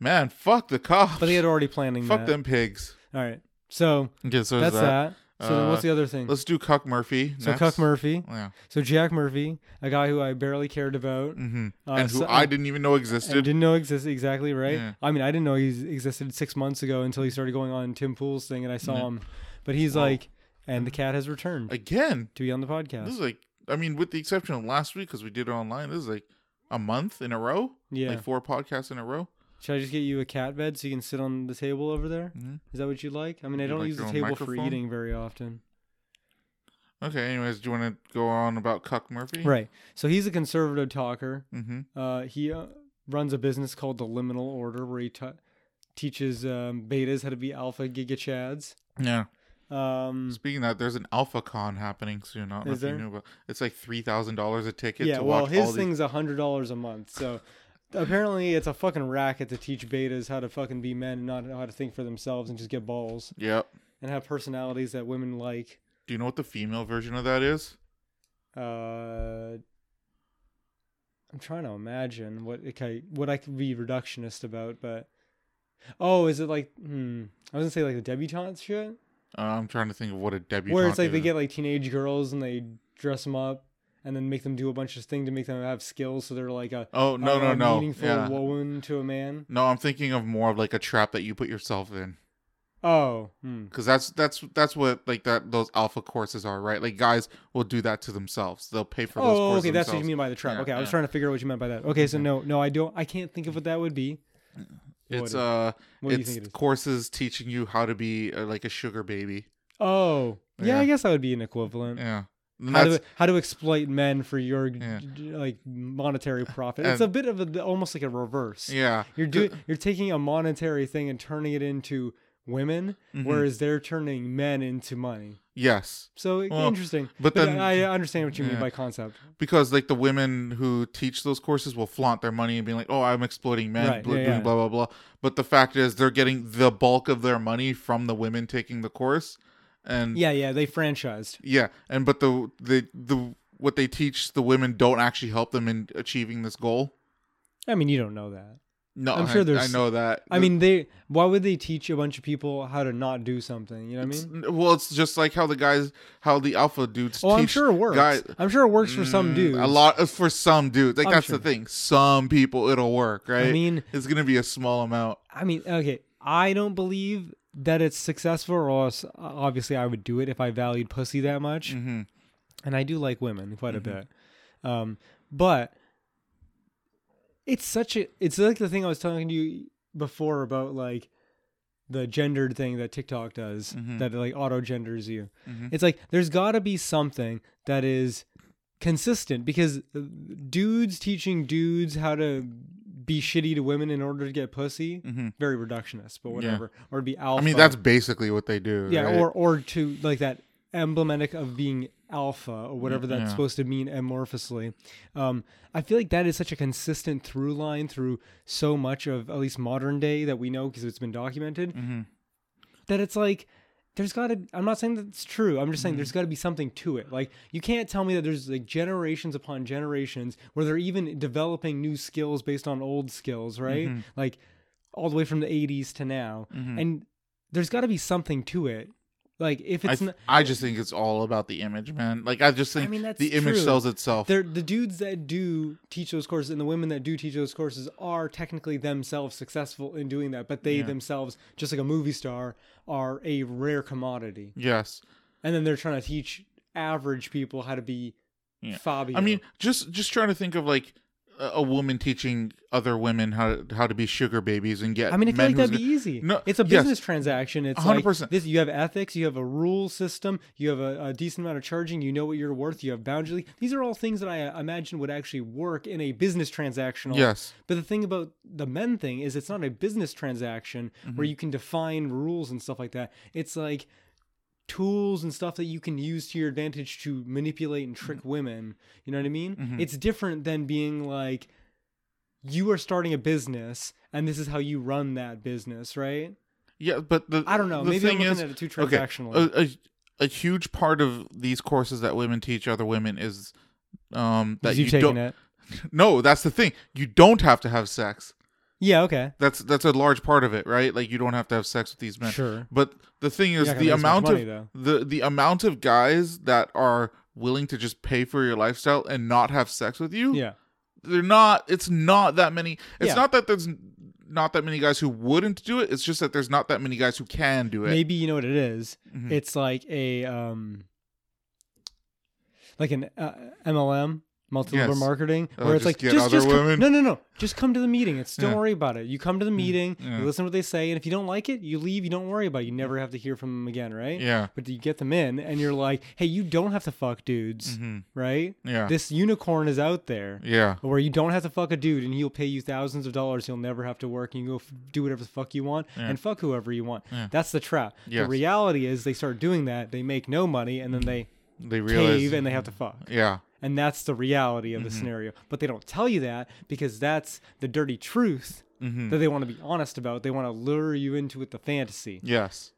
Speaker 1: man, fuck the cops.
Speaker 2: But they had already planning
Speaker 1: fuck
Speaker 2: that.
Speaker 1: them pigs.
Speaker 2: All right, so
Speaker 1: Okay, so
Speaker 2: that's
Speaker 1: is that.
Speaker 2: that. So then what's
Speaker 1: Uh,
Speaker 2: the other thing?
Speaker 1: Let's do Cuck Murphy.
Speaker 2: So
Speaker 1: next.
Speaker 2: Cuck Murphy.
Speaker 1: Yeah.
Speaker 2: So Jack Murphy, a guy who I barely cared about,
Speaker 1: Mhm.
Speaker 2: uh,
Speaker 1: and who
Speaker 2: so-
Speaker 1: I didn't even know
Speaker 2: and
Speaker 1: existed.
Speaker 2: didn't know existed exactly right.
Speaker 1: Yeah.
Speaker 2: I mean, I didn't know he existed six months ago until he started going on Tim Pool's thing, and I saw him. But he's like, and the cat has returned
Speaker 1: Again,
Speaker 2: to be on the podcast.
Speaker 1: this is like, I mean, with the exception of last week because we did it online, this is like a month in a row.
Speaker 2: Yeah.
Speaker 1: Like four podcasts in a row.
Speaker 2: Should I just get you a cat bed so you can sit on the table over there? Is that what you'd like? I mean, I don't
Speaker 1: Mm-hmm. like
Speaker 2: use the
Speaker 1: your own
Speaker 2: table for
Speaker 1: microphone?
Speaker 2: eating very often.
Speaker 1: Okay, anyways, do you want to go on about Cuck Murphy?
Speaker 2: Right. So he's a conservative talker.
Speaker 1: Mhm.
Speaker 2: Uh, he uh, runs a business called the Liminal Order, where he t- teaches um, betas how to be alpha gigachads.
Speaker 1: Yeah.
Speaker 2: Um,
Speaker 1: Speaking of that, there's an AlphaCon happening soon. I don't know
Speaker 2: Is
Speaker 1: if you
Speaker 2: there?
Speaker 1: knew about It's like $3,000 a ticket
Speaker 2: yeah.
Speaker 1: to watch
Speaker 2: Well,
Speaker 1: all
Speaker 2: his
Speaker 1: these.
Speaker 2: thing's a hundred dollars a month. So apparently, it's a fucking racket to teach betas how to fucking be men and not know how to think for themselves and just get balls
Speaker 1: Yep.
Speaker 2: and have personalities that women like.
Speaker 1: Do you know what the female version of that is?
Speaker 2: Uh, I'm trying to imagine what it ki what I could be reductionist about, but oh, is it like hmm? I was gonna say like the debutante shit,
Speaker 1: Uh, I'm trying to think of what a debutante
Speaker 2: where it's like they
Speaker 1: is.
Speaker 2: get like teenage girls and they dress them up and then make them do a bunch of things to make them have skills, so they're like a
Speaker 1: Oh, no,
Speaker 2: a-
Speaker 1: no,
Speaker 2: a
Speaker 1: no.
Speaker 2: meaningful
Speaker 1: Yeah.
Speaker 2: woman to a man.
Speaker 1: No, I'm thinking of more of like a trap that you put yourself in.
Speaker 2: Oh, hmm.
Speaker 1: because that's that's that's what like that those alpha courses are right like guys will do that to themselves they'll pay for those
Speaker 2: oh,
Speaker 1: courses
Speaker 2: okay, that's what you
Speaker 1: themselves.
Speaker 2: mean by the trap.
Speaker 1: Yeah,
Speaker 2: okay, I was
Speaker 1: yeah. Mm-hmm.
Speaker 2: trying to figure out what you meant by that. Okay, so no, no, I don't, I can't think of what that would be.
Speaker 1: it's
Speaker 2: What
Speaker 1: uh
Speaker 2: what do you
Speaker 1: it's
Speaker 2: think it is?
Speaker 1: courses teaching you how to be uh, like a sugar baby
Speaker 2: Oh, yeah, I
Speaker 1: Yeah.
Speaker 2: guess that would be an equivalent.
Speaker 1: yeah And
Speaker 2: how
Speaker 1: that's-
Speaker 2: to how to exploit men for your
Speaker 1: Yeah.
Speaker 2: d- d- like monetary profit.
Speaker 1: And-
Speaker 2: it's a bit of a, almost like a reverse.
Speaker 1: yeah
Speaker 2: You're doing you're taking a monetary thing and turning it into women,
Speaker 1: Mm-hmm.
Speaker 2: whereas they're turning men into money.
Speaker 1: yes
Speaker 2: So it-
Speaker 1: Well,
Speaker 2: interesting.
Speaker 1: but
Speaker 2: But,
Speaker 1: then-
Speaker 2: I I understand what you
Speaker 1: yeah.
Speaker 2: mean by concept.
Speaker 1: because like the women who teach those courses will flaunt their money and be like oh i'm exploiting men
Speaker 2: Right,
Speaker 1: blah,
Speaker 2: yeah,
Speaker 1: doing
Speaker 2: yeah.
Speaker 1: blah blah blah but the fact is they're getting the bulk of their money from the women taking the course and
Speaker 2: Yeah, yeah, they franchised.
Speaker 1: Yeah, and but the the the what they teach the women don't actually help them in achieving this goal.
Speaker 2: I mean, you don't know that.
Speaker 1: No,
Speaker 2: I'm sure
Speaker 1: I,
Speaker 2: there's-
Speaker 1: I know that.
Speaker 2: I mean, they why would they teach a bunch of people how to not do something? You know what I mean?
Speaker 1: well, it's just like how the guys, how the alpha dudes.
Speaker 2: Oh, I'm
Speaker 1: teach
Speaker 2: sure it works.
Speaker 1: guy- Mm,
Speaker 2: I'm sure it works for some dudes.
Speaker 1: a lot for some dudes. Like
Speaker 2: I'm
Speaker 1: that's
Speaker 2: sure.
Speaker 1: the thing. Some people it'll work, right?
Speaker 2: mean-
Speaker 1: it's gonna be a small amount.
Speaker 2: I mean, okay, I don't believe that it's successful, or else uh, obviously I would do it if I valued pussy that much. And I do like women quite
Speaker 1: Mm-hmm.
Speaker 2: a bit, um, but it's such a it's like the thing I was telling you before about like the gendered thing that TikTok does
Speaker 1: Mm-hmm.
Speaker 2: that like auto genders you. It's like there's got to be something that is consistent because uh, dudes teaching dudes how to be shitty to women in order to get pussy very reductionist but whatever or to be alpha
Speaker 1: Mm-hmm. I mean, that's basically what they do.
Speaker 2: yeah
Speaker 1: right?
Speaker 2: or or to like that emblematic of being alpha or whatever that's
Speaker 1: yeah.
Speaker 2: supposed to mean amorphously um i feel like that is such a consistent through line through so much of at least modern day that we know because it's been documented
Speaker 1: Mm-hmm.
Speaker 2: that it's like there's got to i'm not saying that it's true i'm just
Speaker 1: Mm-hmm.
Speaker 2: saying there's got to be something to it like you can't tell me that there's like generations upon generations where they're even developing new skills based on old skills right
Speaker 1: Mm-hmm.
Speaker 2: like all the way from the 80s to now and there's got to be something to it like if
Speaker 1: I,
Speaker 2: it's
Speaker 1: th-
Speaker 2: not
Speaker 1: I just think it's all about the image, man. Like I just think
Speaker 2: mean, that's
Speaker 1: the image
Speaker 2: true.
Speaker 1: sells itself.
Speaker 2: they're, the dudes that do teach those courses and the women that do teach those courses are technically themselves successful in doing that but they themselves just like a movie star are a rare commodity
Speaker 1: yes.
Speaker 2: and then they're trying to teach average people how to be
Speaker 1: Yeah.
Speaker 2: Fabio.
Speaker 1: I mean, just just trying to think of like a a woman teaching other women how how to be sugar babies and get.
Speaker 2: I mean, I feel
Speaker 1: men
Speaker 2: like
Speaker 1: who's
Speaker 2: that'd be
Speaker 1: gonna-
Speaker 2: easy.
Speaker 1: No,
Speaker 2: it's a
Speaker 1: yes.
Speaker 2: business transaction. It's like
Speaker 1: 100%.
Speaker 2: this: you have ethics, you have a rule system, you have a, a decent amount of charging, you know what you're worth, you have boundaries. These are all things that I uh, imagine would actually work in a business transactional.
Speaker 1: Yes.
Speaker 2: But the thing about the men thing is, it's not a business transaction where you can define rules and stuff like that. It's like tools and stuff that you can use to your advantage to manipulate and trick women. You know what I mean? It's different than being like you are starting a business and this is how you run that business, right?
Speaker 1: Yeah, but the
Speaker 2: I don't know.
Speaker 1: the
Speaker 2: Maybe I'm
Speaker 1: thing
Speaker 2: looking
Speaker 1: is-
Speaker 2: at it too
Speaker 1: okay,
Speaker 2: transactionally.
Speaker 1: a, a, a huge part of these courses that women teach other women is um that
Speaker 2: you
Speaker 1: you
Speaker 2: taking
Speaker 1: don't.
Speaker 2: it?
Speaker 1: No, that's the thing. You don't have to have sex.
Speaker 2: Yeah. Okay.
Speaker 1: That's that's a large part of it, right? Like you don't have to have sex with these men.
Speaker 2: Sure.
Speaker 1: But the thing is,
Speaker 2: not gonna
Speaker 1: the
Speaker 2: make as much
Speaker 1: amount
Speaker 2: money,
Speaker 1: of
Speaker 2: though.
Speaker 1: the the amount of guys that are willing to just pay for your lifestyle and not have sex with you,
Speaker 2: Yeah.
Speaker 1: they're not. It's not that many. It's
Speaker 2: Yeah.
Speaker 1: not that there's not that many guys who wouldn't do it. It's just that there's not that many guys who can do it. Mm-hmm.
Speaker 2: Maybe you know what it is. It's like a um, like an uh, MLM, multi level
Speaker 1: Yes.
Speaker 2: marketing,
Speaker 1: Oh,
Speaker 2: where it's
Speaker 1: just
Speaker 2: like
Speaker 1: get
Speaker 2: just
Speaker 1: other
Speaker 2: just come-
Speaker 1: women?
Speaker 2: no no no, just come to the meeting. It's don't
Speaker 1: Yeah. Mm.
Speaker 2: worry about it. You come to the meeting,
Speaker 1: yeah.
Speaker 2: you listen to what they say, and if you don't like it, you leave. You don't worry about it. You never have to hear from them again, right?
Speaker 1: Yeah.
Speaker 2: But you get them in, and you're like, hey, you don't have to fuck dudes, right?
Speaker 1: Mm-hmm. Yeah.
Speaker 2: This unicorn is out there
Speaker 1: Yeah.
Speaker 2: where you don't have to fuck a dude and he'll pay you thousands of dollars. You'll never have to work. You can go f- do whatever the fuck you want and fuck whoever you want. That's the trap.
Speaker 1: Yes.
Speaker 2: The reality is they start doing that, they make no money, and then they
Speaker 1: They realize.
Speaker 2: cave and they have to fuck.
Speaker 1: yeah. Mm-hmm.
Speaker 2: And that's the reality of the scenario. But they don't tell you that because that's the dirty truth
Speaker 1: Mm-hmm.
Speaker 2: that they want to be honest about. They want to lure you into it, the fantasy.
Speaker 1: Yes.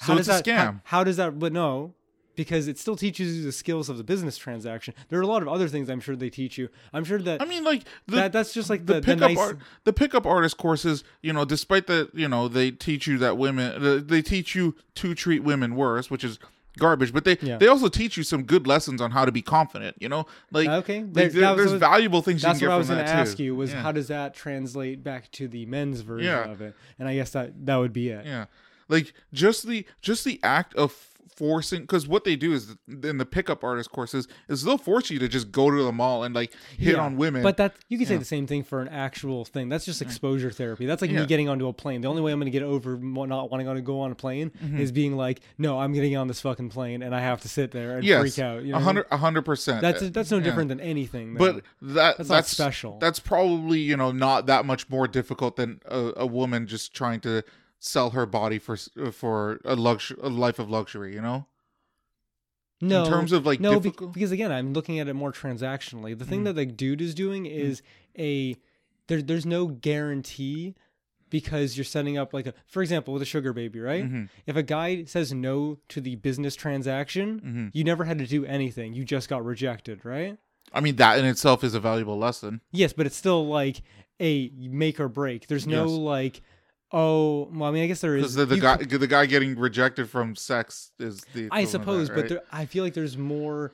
Speaker 1: So it's
Speaker 2: does
Speaker 1: a
Speaker 2: that- how-
Speaker 1: scam.
Speaker 2: How, does that? But no, because it still teaches you the skills of the business transaction. There are a lot of other things I'm sure they teach you. I'm sure that
Speaker 1: I mean, like the,
Speaker 2: that that's just like the,
Speaker 1: the
Speaker 2: the,
Speaker 1: pickup
Speaker 2: nice.
Speaker 1: art, the pickup artist courses. You know, despite that, you know, they teach you that women, th- they teach you to treat women worse, which is garbage. But they
Speaker 2: Yeah.
Speaker 1: they also teach you some good lessons on how to be confident. You know, like
Speaker 2: Okay,
Speaker 1: like,
Speaker 2: there-
Speaker 1: there-
Speaker 2: that was
Speaker 1: there's
Speaker 2: what-
Speaker 1: valuable things you can
Speaker 2: That's
Speaker 1: get
Speaker 2: what I
Speaker 1: from
Speaker 2: was going
Speaker 1: that
Speaker 2: to ask
Speaker 1: too.
Speaker 2: you was
Speaker 1: yeah.
Speaker 2: how does that translate back to the men's version
Speaker 1: Yeah.
Speaker 2: of it? And I guess that that would be it.
Speaker 1: Yeah, like just the just the act of forcing because what they do is in the pickup artist courses is they'll force you to just go to the mall and like hit
Speaker 2: Yeah.
Speaker 1: on women.
Speaker 2: But that you can say the same thing for an actual thing. That's just exposure therapy. That's like
Speaker 1: Yeah.
Speaker 2: me getting onto a plane. The only way I'm going to get over mo- not wanting to go on a plane
Speaker 1: Mm-hmm.
Speaker 2: is being like, no, I'm getting on this fucking plane and I have to sit there and
Speaker 1: yes,
Speaker 2: freak out. You know,
Speaker 1: a
Speaker 2: what I mean?
Speaker 1: hundred a hundred percent. Uh,
Speaker 2: That's that's no
Speaker 1: yeah.
Speaker 2: different than anything. though.
Speaker 1: But that that's,
Speaker 2: not special.
Speaker 1: That's probably you know not that much more difficult than a, a woman just trying to sell her body for s- uh, for a luxury a life of luxury. You know.
Speaker 2: no,
Speaker 1: terms of, like,
Speaker 2: no, be-
Speaker 1: difficult- Mm.
Speaker 2: because again, I'm looking at it more transactionally. The thing that the dude is doing is a there. There's no guarantee because you're setting up like a for example with a sugar baby right
Speaker 1: Mm-hmm.
Speaker 2: if a guy says
Speaker 1: Mm-hmm.
Speaker 2: no to the business transaction you never had to do anything you just got rejected right
Speaker 1: I mean, that in itself is a valuable lesson.
Speaker 2: Yes, but it's still like a make or break. There's no
Speaker 1: Yes.
Speaker 2: like, oh, well, I mean, I guess there
Speaker 1: Because
Speaker 2: is.
Speaker 1: the, the
Speaker 2: you
Speaker 1: guy, the guy getting rejected from sex is the.
Speaker 2: I
Speaker 1: equivalent of
Speaker 2: suppose,
Speaker 1: that,
Speaker 2: but
Speaker 1: right?
Speaker 2: there, I feel like there's more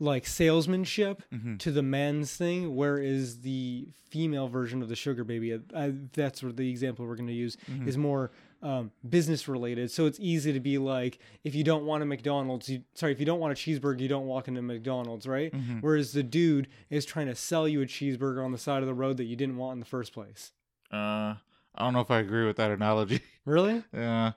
Speaker 2: like salesmanship
Speaker 1: Mm-hmm.
Speaker 2: to the men's thing, whereas the female version of the sugar baby, I, I, that's what the example we're going to use,
Speaker 1: Mm-hmm.
Speaker 2: is more um, business related. So it's easy to be like, if you don't want a McDonald's, you, sorry, if you don't want a cheeseburger, you don't walk into McDonald's, right?
Speaker 1: Mm-hmm.
Speaker 2: Whereas the dude is trying to sell you a cheeseburger on the side of the road that you didn't want in the first place.
Speaker 1: uh, I don't know if I agree with that analogy.
Speaker 2: Really?
Speaker 1: yeah,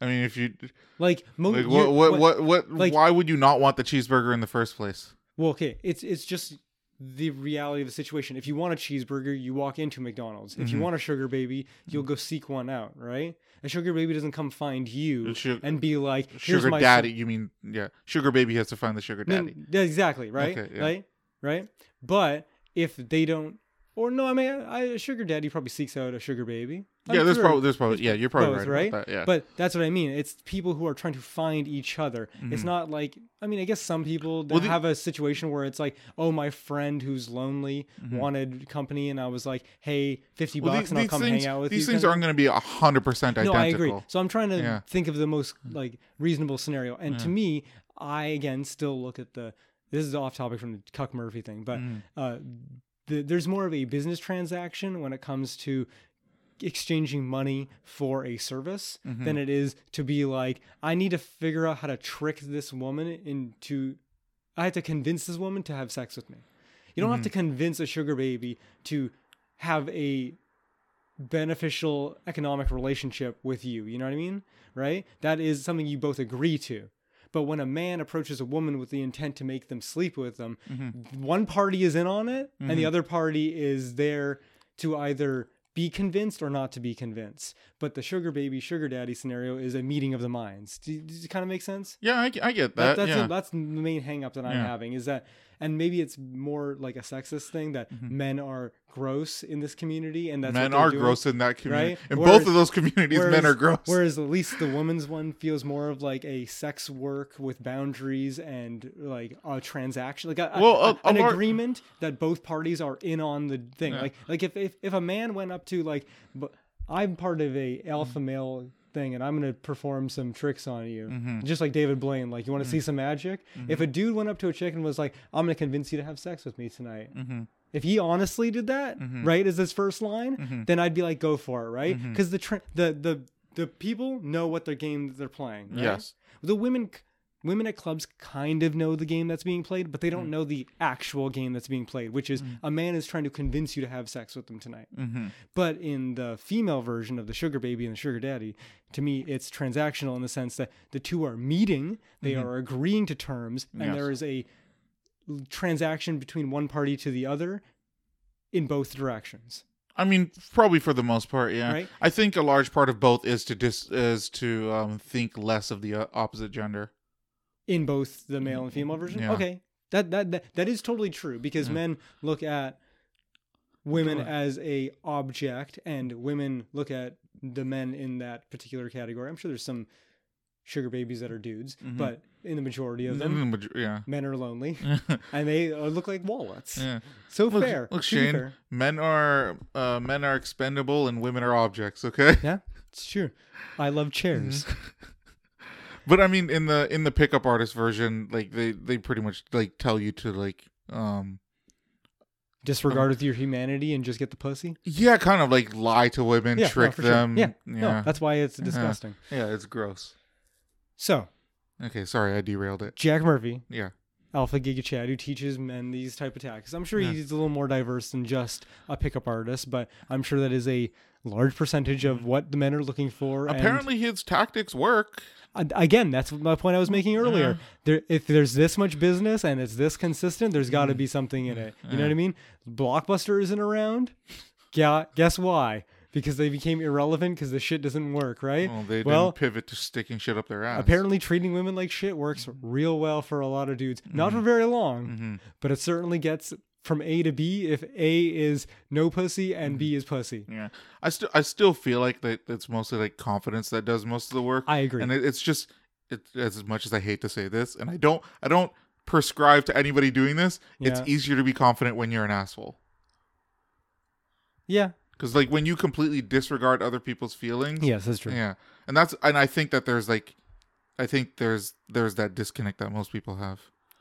Speaker 1: I mean, if you
Speaker 2: Like, mo-
Speaker 1: like,
Speaker 2: you-
Speaker 1: what, what, what, what,
Speaker 2: like-
Speaker 1: why would you not want the cheeseburger in the first place?
Speaker 2: Well, okay, it's it's just the reality of the situation. If you want a cheeseburger, you walk into McDonald's. If
Speaker 1: Mm-hmm.
Speaker 2: you want a sugar baby, you'll go seek one out, right? A sugar baby doesn't come find you
Speaker 1: It's su-
Speaker 2: and be like, "Here's
Speaker 1: Sugar
Speaker 2: my
Speaker 1: daddy, you mean? Yeah, sugar baby has to find the sugar
Speaker 2: No,
Speaker 1: daddy.
Speaker 2: yeah, exactly, right?
Speaker 1: Okay, yeah.
Speaker 2: Right? Right? But if they don't or no, I mean, I, a sugar daddy probably seeks out a sugar baby. I'm
Speaker 1: yeah, there's
Speaker 2: sure.
Speaker 1: probably, there's probably, yeah, you're probably
Speaker 2: both,
Speaker 1: right,
Speaker 2: right?
Speaker 1: about that. Yeah,
Speaker 2: But that's what I mean. It's people who are trying to find each other. It's not like I mean, I guess some people that
Speaker 1: Mm-hmm. Well, the-
Speaker 2: have a situation where it's like, oh, my friend who's lonely wanted company, and I was like, hey, fifty
Speaker 1: Mm-hmm. Well,
Speaker 2: bucks, and I'll come
Speaker 1: things,
Speaker 2: hang out with you.
Speaker 1: these
Speaker 2: kind
Speaker 1: things
Speaker 2: of-
Speaker 1: aren't going to be hundred percent
Speaker 2: no,
Speaker 1: identical.
Speaker 2: I agree. So I'm trying to
Speaker 1: Yeah. Hmm.
Speaker 2: think of the most like reasonable scenario. And to me, I again still look at the this is off topic from the Cuck Murphy thing, but
Speaker 1: Hmm.
Speaker 2: uh, the, there's more of a business transaction when it comes to exchanging money for a service
Speaker 1: Mm-hmm.
Speaker 2: than it is to be like I need to figure out how to trick this woman into I have to convince this woman to have sex with me. You
Speaker 1: Mm-hmm.
Speaker 2: don't have to convince a sugar baby to have a beneficial economic relationship with you. You know what I mean? Right? That is something you both agree to. But when a man approaches a woman with the intent to make them sleep with them,
Speaker 1: Mm-hmm.
Speaker 2: one party is in on it and the other party is there to either be convinced or not to be convinced. But the sugar baby, sugar daddy scenario is a meeting of the minds. Do- Does it kind of make sense?
Speaker 1: Yeah, I, I get that.
Speaker 2: That, that's
Speaker 1: yeah.
Speaker 2: the, that's the main hang up that I'm
Speaker 1: Yeah.
Speaker 2: having is that, and maybe it's more like a sexist thing that men are gross in this community, and that's what
Speaker 1: Mm-hmm. men
Speaker 2: they're
Speaker 1: are
Speaker 2: doing.
Speaker 1: gross in that community.
Speaker 2: right?
Speaker 1: In
Speaker 2: Whereas-
Speaker 1: both of those communities, men are gross.
Speaker 2: Whereas at least the woman's one feels more of like a sex work with boundaries and like a transaction, like a, a-
Speaker 1: Well, a-
Speaker 2: a- an
Speaker 1: a lar-
Speaker 2: agreement that both parties are in on the thing. Like like if, if if a man went up to like, but I'm part of a alpha male thing and I'm gonna perform some tricks on you, just like David Blaine. Like you want to see some magic? If a dude went up to a chick and was like, I'm gonna convince you to have sex with me tonight. If he honestly did that, right, as his first line, then I'd be like, go for it, right? Because the tr the the the people know what their game that they're playing. right?
Speaker 1: Yes.
Speaker 2: the women c- women at clubs kind of know the game that's being played, but they don't know the actual game that's being played, which is a man is trying to convince you to have sex with them tonight. But in the female version of the sugar baby and the sugar daddy, to me, it's transactional in the sense that the two are meeting, they are agreeing to terms, and
Speaker 1: Yes.
Speaker 2: there is a l- transaction between one party to the other in both directions.
Speaker 1: I mean, probably for the most part, yeah.
Speaker 2: Right?
Speaker 1: I think a large part of both is to dis- is to um, think less of the uh, opposite gender.
Speaker 2: in both the male and female version.
Speaker 1: Yeah.
Speaker 2: Okay, that, that that that is totally true because men look at women as a object, and women look at the men in that particular category. I'm sure there's some sugar babies that are dudes,
Speaker 1: Mm-hmm.
Speaker 2: but in the majority of
Speaker 1: Mm,
Speaker 2: them,
Speaker 1: but- Yeah.
Speaker 2: men are lonely, and they uh, look like walnuts.
Speaker 1: Yeah.
Speaker 2: So
Speaker 1: Look,
Speaker 2: fair.
Speaker 1: look,
Speaker 2: to be
Speaker 1: Shane.
Speaker 2: fair.
Speaker 1: Men are uh, men are expendable and women are objects. Okay,
Speaker 2: Yeah, it's true. I love chairs.
Speaker 1: Mm-hmm. but I mean, in the in the pickup artist version, like they they pretty much like tell you to like um
Speaker 2: Disregard with your humanity and just get the pussy.
Speaker 1: yeah, kind of like lie to women,
Speaker 2: Yeah, no,
Speaker 1: trick
Speaker 2: for sure.
Speaker 1: them.
Speaker 2: Yeah,
Speaker 1: yeah,
Speaker 2: No, that's why it's disgusting.
Speaker 1: yeah. It's gross.
Speaker 2: So
Speaker 1: Okay, sorry, I derailed it.
Speaker 2: Jack Murphy,
Speaker 1: Yeah.
Speaker 2: Alpha Giga Chad who teaches men these type of tactics. I'm sure he's a little more diverse than just a pickup artist, but I'm sure that is a large percentage of
Speaker 1: Mm-hmm.
Speaker 2: what the men are looking for. and-
Speaker 1: Apparently, his tactics work.
Speaker 2: and again, that's my point I was making
Speaker 1: Mm-hmm.
Speaker 2: earlier. There, if there's this much business and it's this consistent, there's got to
Speaker 1: Mm-hmm.
Speaker 2: be something in it. You know what I mean? Blockbuster isn't around. Yeah, guess why? Because they became irrelevant because the shit doesn't work, right?
Speaker 1: Well, they
Speaker 2: well,
Speaker 1: didn't pivot to sticking shit up their ass.
Speaker 2: apparently treating women like shit works real well for a lot of dudes not for very long but it certainly gets from a to b if a is no pussy and b is pussy
Speaker 1: yeah, I still I still feel like that it's mostly like confidence that does most of the work.
Speaker 2: I agree.
Speaker 1: and it, it's just it, as much as I hate to say this, and I don't I don't prescribe to anybody doing this,
Speaker 2: Yeah.
Speaker 1: it's easier to be confident when you're an asshole.
Speaker 2: Yeah.
Speaker 1: Because like when you completely disregard other people's feelings,
Speaker 2: Yes, that's true.
Speaker 1: yeah, and that's and I think that there's like, I think there's there's that disconnect that most people have.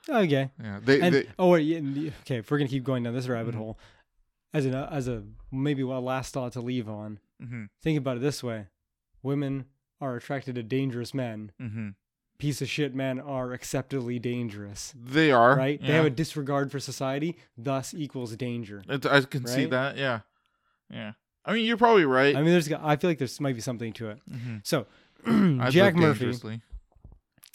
Speaker 2: Okay.
Speaker 1: Yeah, they,
Speaker 2: And
Speaker 1: they
Speaker 2: oh, wait, yeah, and the- okay. If we're gonna keep going down this rabbit hole, as a as a maybe a last thought to leave on.
Speaker 1: Mhm.
Speaker 2: Think about it this way: women are attracted to dangerous men.
Speaker 1: hmm
Speaker 2: Piece of shit men are acceptably dangerous.
Speaker 1: they are
Speaker 2: Right? They
Speaker 1: yeah.
Speaker 2: have a disregard for society, thus equals danger.
Speaker 1: It- I can see
Speaker 2: right?
Speaker 1: that. Yeah, yeah. I mean, you're probably right.
Speaker 2: I mean, there's. I feel like there's might be something to it.
Speaker 1: Mhm.
Speaker 2: So,
Speaker 1: I'd
Speaker 2: Jack
Speaker 1: live
Speaker 2: Murphy
Speaker 1: dangerously.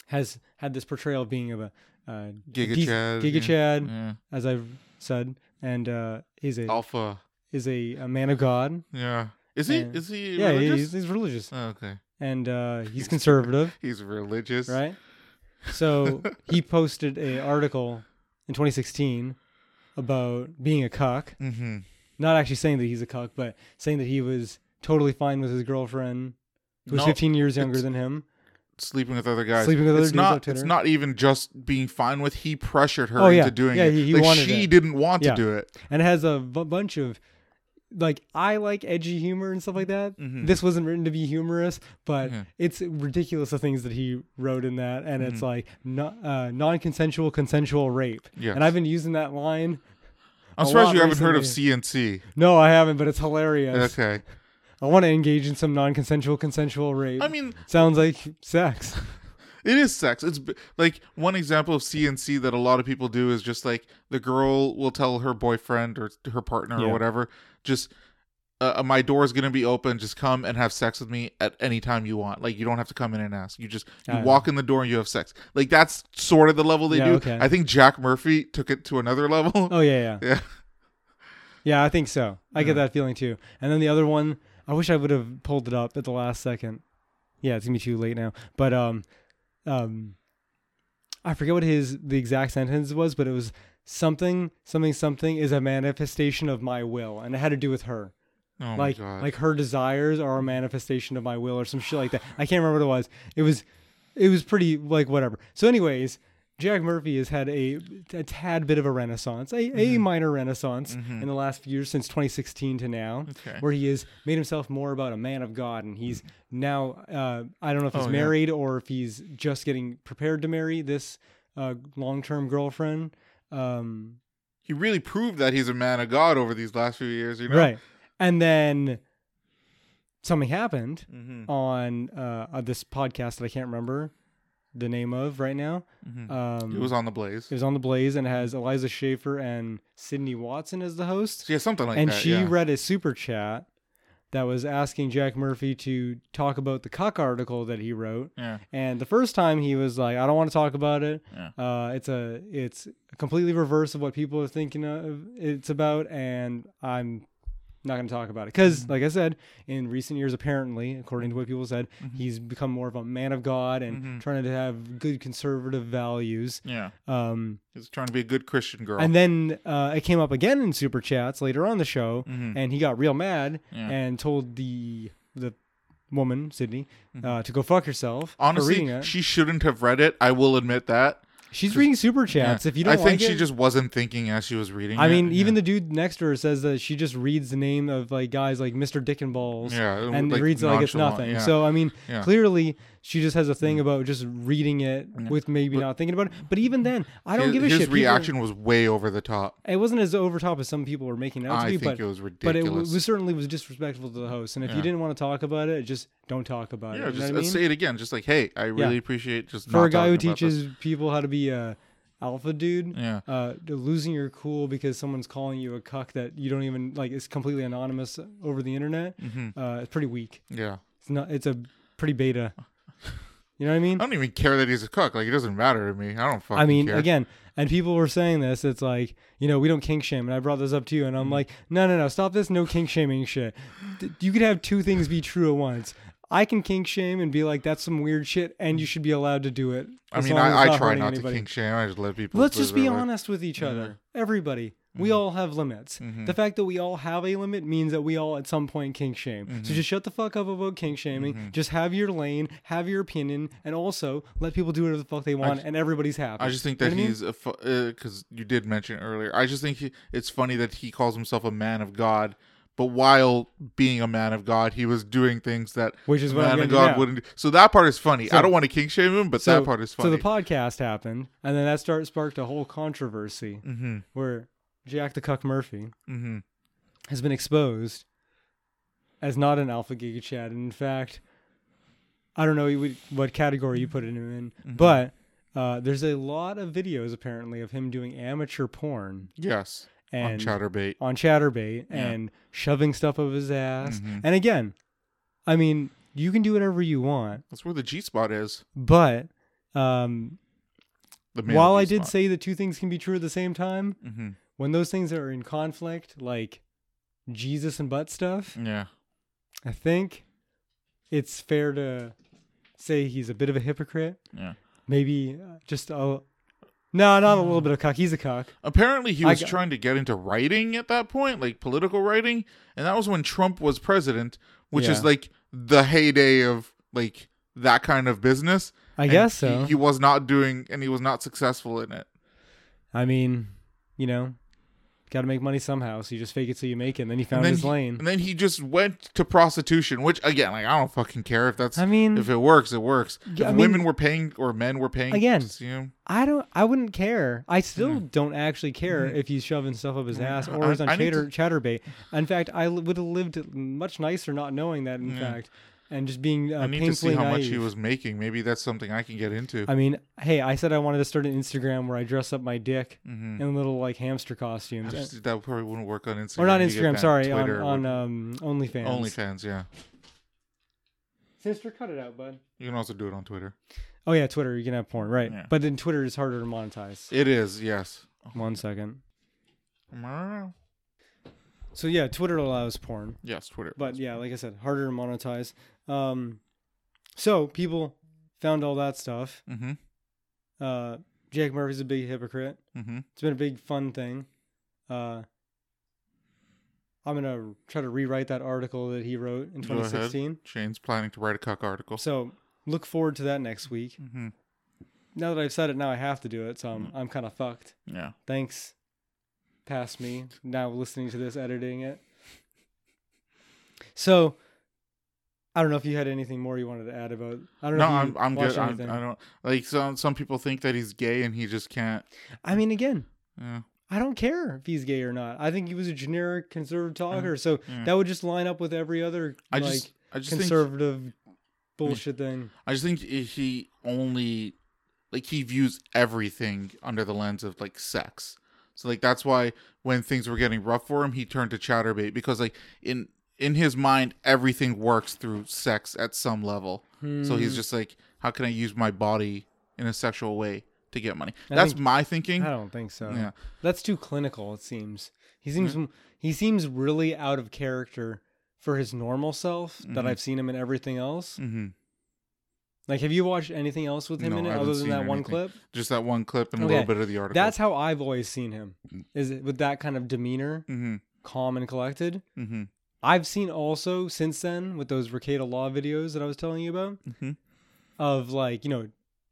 Speaker 2: has had this portrayal of being of a uh,
Speaker 1: Giga
Speaker 2: dec-
Speaker 1: Chad,
Speaker 2: Giga
Speaker 1: yeah.
Speaker 2: Chad,
Speaker 1: Yeah.
Speaker 2: as I've said, and uh, is a
Speaker 1: Alpha.
Speaker 2: is a, a man of God.
Speaker 1: Yeah. Is he?
Speaker 2: And-
Speaker 1: Is he?
Speaker 2: Yeah,
Speaker 1: religious?
Speaker 2: he's, he's religious
Speaker 1: Oh, okay.
Speaker 2: and uh, he's conservative,
Speaker 1: He's religious.
Speaker 2: right? So he posted an article in 2016 about being a cuck.
Speaker 1: Mm-hmm.
Speaker 2: Not actually saying that he's a cuck, but saying that he was totally fine with his girlfriend, who was
Speaker 1: No,
Speaker 2: 15 years younger
Speaker 1: it's-
Speaker 2: than him.
Speaker 1: Sleeping with other guys.
Speaker 2: Sleeping with other
Speaker 1: it's
Speaker 2: dudes on
Speaker 1: Not,
Speaker 2: Tinder.
Speaker 1: it's not even just being fine with. He pressured her
Speaker 2: Oh, yeah.
Speaker 1: into doing
Speaker 2: Yeah,
Speaker 1: it.
Speaker 2: he- he
Speaker 1: like
Speaker 2: wanted
Speaker 1: she
Speaker 2: it.
Speaker 1: didn't want
Speaker 2: Yeah.
Speaker 1: to do it.
Speaker 2: and it has a b- bunch of like I like edgy humor and stuff like that.
Speaker 1: Mhm.
Speaker 2: This wasn't written to be humorous, but
Speaker 1: Yeah. Mm-hmm.
Speaker 2: it's ridiculous the things that he wrote in that, and it's like no, uh, non-consensual consensual rape.
Speaker 1: Yes.
Speaker 2: And I've been using that line.
Speaker 1: I'm
Speaker 2: a
Speaker 1: surprised
Speaker 2: lot
Speaker 1: you haven't heard of CNC.
Speaker 2: recently. No, I haven't, but it's hilarious.
Speaker 1: Okay.
Speaker 2: I want to engage in some non-consensual consensual rape.
Speaker 1: I mean,
Speaker 2: sounds like sex.
Speaker 1: It is sex. It's b- like one example of CNC that a lot of people do is just like the girl will tell her boyfriend or her partner
Speaker 2: Yeah.
Speaker 1: or whatever, just uh, my door is going to be open. Just come and have sex with me at any time you want. Like you don't have to come in and ask. You just you
Speaker 2: Uh.
Speaker 1: walk in the door and you have sex. Like that's sort of the level they
Speaker 2: Yeah,
Speaker 1: do.
Speaker 2: okay.
Speaker 1: I think Jack Murphy took it to another level.
Speaker 2: Oh yeah, yeah,
Speaker 1: Yeah.
Speaker 2: yeah. I think so. I get that feeling too. And then the other one, I wish I would have pulled it up at the last second. Yeah, it's gonna be too late now. But um, um, I forget what his the exact sentence was, but it was something, something, something is a manifestation of my will, and it had to do with her.
Speaker 1: Oh
Speaker 2: like,
Speaker 1: my god.
Speaker 2: like her desires are a manifestation of my will, or some shit like that. I can't remember what it was. It was, it was pretty like whatever. So, anyways. Jack Murphy has had a, a tad bit of a renaissance, a, a
Speaker 1: Mm-hmm.
Speaker 2: minor renaissance in the last few years since 2016 to now,
Speaker 1: Okay.
Speaker 2: where he has made himself more about a man of God. And he's now, uh, I don't know if he's
Speaker 1: Oh, yeah.
Speaker 2: married or if he's just getting prepared to marry this uh, long term girlfriend. Um,
Speaker 1: he really proved that he's a man of God over these last few years. You know.
Speaker 2: Right. And then something happened
Speaker 1: Mhm.
Speaker 2: on uh, on this podcast that I can't remember the name of right now. Um,
Speaker 1: It was on the blaze.
Speaker 2: it was on the Blaze and has Eliza Schaefer and Sydney Watson as the hosts.
Speaker 1: yeah, something like
Speaker 2: and
Speaker 1: that.
Speaker 2: she
Speaker 1: yeah.
Speaker 2: read a super chat that was asking Jack Murphy to talk about the cuck article that he wrote.
Speaker 1: yeah.
Speaker 2: And the first time he was like, "I don't want to talk about it.
Speaker 1: Yeah.
Speaker 2: Uh, it's a it's completely reverse of what people are thinking of it's about, and I'm not going to talk about it." Because,
Speaker 1: Mm-hmm.
Speaker 2: like I said, in recent years, apparently, according to what people said,
Speaker 1: Mm-hmm.
Speaker 2: he's become more of a man of God and trying to have good conservative values.
Speaker 1: Yeah.
Speaker 2: Um,
Speaker 1: He's trying to be a good Christian girl.
Speaker 2: and then uh, it came up again in super chats later on the show, and he got real mad
Speaker 1: Mm-hmm. Yeah.
Speaker 2: and told the the woman Sydney uh, to go fuck herself. for reading
Speaker 1: Mm-hmm. Honestly,
Speaker 2: it.
Speaker 1: she shouldn't have read it. I will admit that.
Speaker 2: She's reading super chats.
Speaker 1: Yeah.
Speaker 2: If you don't,
Speaker 1: I think
Speaker 2: like
Speaker 1: she
Speaker 2: it-
Speaker 1: just wasn't thinking as she was reading.
Speaker 2: I
Speaker 1: it.
Speaker 2: mean,
Speaker 1: Yeah.
Speaker 2: even the dude next to her says that she just reads the name of like guys like Mr. Dick and Balls,
Speaker 1: Yeah, it
Speaker 2: and
Speaker 1: would, like,
Speaker 2: reads it like it's
Speaker 1: nonchalant,
Speaker 2: nothing.
Speaker 1: yeah.
Speaker 2: So I mean,
Speaker 1: Yeah. Mm.
Speaker 2: clearly she just has a thing about just reading it with maybe not thinking about it. But even then, I don't
Speaker 1: his,
Speaker 2: give a
Speaker 1: his
Speaker 2: shit. People-
Speaker 1: reaction was way over the top.
Speaker 2: it wasn't as over top as some people were making it out to
Speaker 1: I
Speaker 2: be,
Speaker 1: think
Speaker 2: but
Speaker 1: it was
Speaker 2: but it w-
Speaker 1: ridiculous.
Speaker 2: was certainly was disrespectful to the host. And if you
Speaker 1: Yeah.
Speaker 2: didn't want to talk about it, just don't talk
Speaker 1: Yeah,
Speaker 2: about it. you know
Speaker 1: just
Speaker 2: what I
Speaker 1: uh,
Speaker 2: mean?
Speaker 1: say it again. Just like, hey, I really appreciate just
Speaker 2: for
Speaker 1: not
Speaker 2: a guy who
Speaker 1: talking about this.
Speaker 2: teaches people how to be a alpha dude
Speaker 1: Yeah.
Speaker 2: uh to losing your cool because someone's calling you a cuck that you don't even like is completely anonymous over the internet
Speaker 1: Mm-hmm.
Speaker 2: uh it's pretty weak
Speaker 1: Yeah,
Speaker 2: it's not it's a pretty beta you know what i mean
Speaker 1: I don't even care that he's a cook. Like it doesn't matter to me. I don't fucking.
Speaker 2: I mean,
Speaker 1: care.
Speaker 2: again, and people were saying this. It's like, you know, we don't kink shame. And I brought this up to you, and I'm
Speaker 1: Mm-hmm.
Speaker 2: like, no, no, no, stop this no kink shaming shit. D- You could have two things be true at once. I can kink shame and be like, that's some weird shit, and you should be allowed to do it.
Speaker 1: I
Speaker 2: as
Speaker 1: mean,
Speaker 2: long as it's
Speaker 1: I, I
Speaker 2: not
Speaker 1: try
Speaker 2: hurting
Speaker 1: not
Speaker 2: anybody.
Speaker 1: to kink shame. I just let people.
Speaker 2: Let's
Speaker 1: live
Speaker 2: just be
Speaker 1: their life.
Speaker 2: honest with each other. Everybody. We
Speaker 1: Mm-hmm.
Speaker 2: all have limits. The fact that we all have a limit means that we all at some point kink shame.
Speaker 1: Mm-hmm.
Speaker 2: So just shut the fuck up about kink shaming. Just have your lane, have your opinion, and also let people do whatever the fuck they want, and everybody's happy.
Speaker 1: I just think
Speaker 2: You know
Speaker 1: that
Speaker 2: what I mean?
Speaker 1: he's a because you did mention earlier. I just think he, it's funny that he calls himself a man of God, but while being a man of God, he was doing things that
Speaker 2: Which is
Speaker 1: a
Speaker 2: what I'm
Speaker 1: man
Speaker 2: gonna
Speaker 1: of
Speaker 2: do
Speaker 1: God
Speaker 2: now.
Speaker 1: wouldn't. do. So that part is funny. I don't want to king shame him, but that part is funny.
Speaker 2: So the podcast happened, and then that start sparked a whole controversy
Speaker 1: Mm-hmm.
Speaker 2: where Jack the Cuck Murphy
Speaker 1: Mhm.
Speaker 2: has been exposed as not an alpha giga chat. In fact, I don't know you would- what category you put him in,
Speaker 1: Mm-hmm.
Speaker 2: but uh, there's a lot of videos apparently of him doing amateur porn
Speaker 1: yes, on
Speaker 2: and
Speaker 1: chatterbait.
Speaker 2: on chatterbait and shoving stuff up his ass.
Speaker 1: Mm-hmm.
Speaker 2: And again, I mean, you can do whatever you want,
Speaker 1: That's where the G spot is.
Speaker 2: but. Um,
Speaker 1: The male
Speaker 2: while I
Speaker 1: G
Speaker 2: did
Speaker 1: spot.
Speaker 2: say that two things can be true at the same time,
Speaker 1: Mhm.
Speaker 2: when those things are in conflict, like Jesus and butt stuff,
Speaker 1: yeah,
Speaker 2: I think it's fair to say he's a bit of a hypocrite.
Speaker 1: yeah.
Speaker 2: Maybe uh, just a no, not a little bit of cock. He's a cock.
Speaker 1: Apparently, he
Speaker 2: I
Speaker 1: was
Speaker 2: got-
Speaker 1: trying to get into writing at that point, like political writing, and that was when Trump was president, which is
Speaker 2: Yeah.
Speaker 1: like the heyday of like that kind of business.
Speaker 2: I
Speaker 1: and
Speaker 2: guess
Speaker 1: he-
Speaker 2: so.
Speaker 1: He, was not doing, and he was not successful in it.
Speaker 2: I mean, you know, got to make money somehow. So you just fake it till you make it. And then he
Speaker 1: And
Speaker 2: found
Speaker 1: then,
Speaker 2: his
Speaker 1: he,
Speaker 2: lane.
Speaker 1: and then he just went to prostitution, which again, like I don't fucking care if that's.
Speaker 2: I mean-
Speaker 1: if it works, it works.
Speaker 2: Yeah,
Speaker 1: if
Speaker 2: I mean-
Speaker 1: women were paying or men were paying,
Speaker 2: Again.
Speaker 1: just, you know,
Speaker 2: I don't. I wouldn't care. I still don't actually care if he's shoving stuff up his ass or
Speaker 1: Mm-hmm. I-
Speaker 2: he's on
Speaker 1: I need
Speaker 2: chatter chatterbait. In fact, I l- would have lived much nicer not knowing that. In fact, and just being uh,
Speaker 1: I need
Speaker 2: painfully
Speaker 1: to see how much
Speaker 2: naive.
Speaker 1: he was making. Maybe that's something I can get into.
Speaker 2: I mean, hey, I said I wanted to start an Instagram where I dress up my dick
Speaker 1: Mm-hmm.
Speaker 2: in little like hamster costumes, And-
Speaker 1: Just- that probably wouldn't work on Instagram.
Speaker 2: or not
Speaker 1: You get
Speaker 2: Instagram.
Speaker 1: banned.
Speaker 2: Sorry, on,
Speaker 1: Twitter
Speaker 2: on
Speaker 1: would-
Speaker 2: um, OnlyFans.
Speaker 1: OnlyFans, yeah.
Speaker 2: Sister, cut it out, bud.
Speaker 1: You can also do it on Twitter.
Speaker 2: Oh yeah, Twitter. You can have porn, right?
Speaker 1: Yeah.
Speaker 2: But then Twitter is harder to monetize.
Speaker 1: It is, yes.
Speaker 2: One second.
Speaker 1: Mm,
Speaker 2: So yeah, Twitter allows porn.
Speaker 1: Yes, Twitter.
Speaker 2: but yeah, like I said, harder to monetize. Um, so people found all that stuff.
Speaker 1: Mm-hmm.
Speaker 2: Uh, Jack Murphy's a big hypocrite.
Speaker 1: Mm-hmm.
Speaker 2: It's been a big fun thing. Uh, I'm gonna try to rewrite that article that he wrote in
Speaker 1: Go ahead.
Speaker 2: 2016.
Speaker 1: Shane's planning to write a cuck article.
Speaker 2: So look forward to that next week.
Speaker 1: mm-hmm.
Speaker 2: Now that I've said it, now I have to do it. So
Speaker 1: Mm.
Speaker 2: I'm I'm kind of fucked.
Speaker 1: Yeah.
Speaker 2: Thanks, past me. Now listening to this, editing it. So, I don't know if you had anything more you wanted to add about. I don't
Speaker 1: No,
Speaker 2: know.
Speaker 1: I'm
Speaker 2: if you
Speaker 1: I'm
Speaker 2: watched
Speaker 1: good. I'm,
Speaker 2: anything.
Speaker 1: I don't like some some people think that he's gay and he just can't.
Speaker 2: I mean, again,
Speaker 1: Yeah.
Speaker 2: I don't care if he's gay or not. I think he was a generic conservative talker, so that would just line up with every other
Speaker 1: Mm-hmm. Mm. I
Speaker 2: like
Speaker 1: just I just think Mm.
Speaker 2: conservative bullshit thing.
Speaker 1: I just think he only like he views everything under the lens of like sex. So like that's why when things were getting rough for him, he turned to chatterbait because like in in his mind everything works through sex at some level. So
Speaker 2: Hmm.
Speaker 1: he's just like, how can I use my body in a sexual way to get money? that's
Speaker 2: think-
Speaker 1: my thinking.
Speaker 2: I don't think so.
Speaker 1: Yeah. Mm-hmm.
Speaker 2: That's too clinical. It seems he seems he seems really out of character for his normal self that I've seen him in everything else.
Speaker 1: Mm-hmm.
Speaker 2: Like, have you watched anything else with him
Speaker 1: No,
Speaker 2: in
Speaker 1: I
Speaker 2: it
Speaker 1: haven't
Speaker 2: other than
Speaker 1: seen
Speaker 2: that one
Speaker 1: anything.
Speaker 2: clip?
Speaker 1: Just that one clip and a
Speaker 2: Okay.
Speaker 1: little bit of the article. Mm.
Speaker 2: That's how I've always seen him. Is it with that kind of demeanor,
Speaker 1: mm-hmm.
Speaker 2: calm and collected.
Speaker 1: Mm-hmm.
Speaker 2: I've seen also since then with those Ricada Law videos that I was telling you about,
Speaker 1: Mhm.
Speaker 2: of like you know,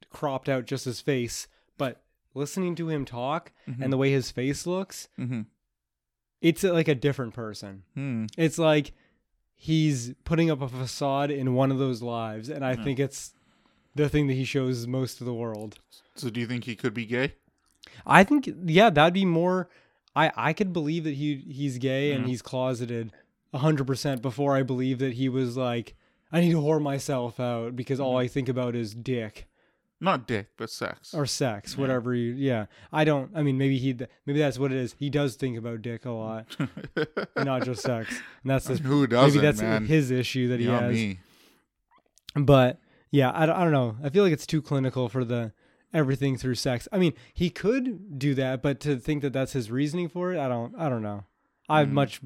Speaker 2: cropped out just his face, but listening to him talk and the way his face looks,
Speaker 1: Mm-hmm.
Speaker 2: it's uh, like a different person.
Speaker 1: Mm-hmm.
Speaker 2: It's like he's putting up a facade in one of those lives, and I think it's the thing that he shows most to the world.
Speaker 1: So do you think he could be gay?
Speaker 2: I think yeah, that'd be more. I I could believe that he he's gay
Speaker 1: Mm-hmm.
Speaker 2: and he's closeted hundred percent before I believe that he was like I need to whore myself out because
Speaker 1: Mm-hmm.
Speaker 2: all I think about is dick
Speaker 1: Not dick, but sex.
Speaker 2: or sex, whatever you. Yeah, I don't. I mean, maybe he maybe that's what it is. He does think about dick a lot, and not just sex. And that's his,
Speaker 1: Who doesn't,
Speaker 2: maybe that's
Speaker 1: man?
Speaker 2: his issue that he
Speaker 1: Not
Speaker 2: has.
Speaker 1: me.
Speaker 2: But yeah, I, don't- I don't know. I feel like it's too clinical for the everything through sex. I mean, he could do that, but to think that that's his reasoning for it, I don't. I don't know. I
Speaker 1: Mm.
Speaker 2: much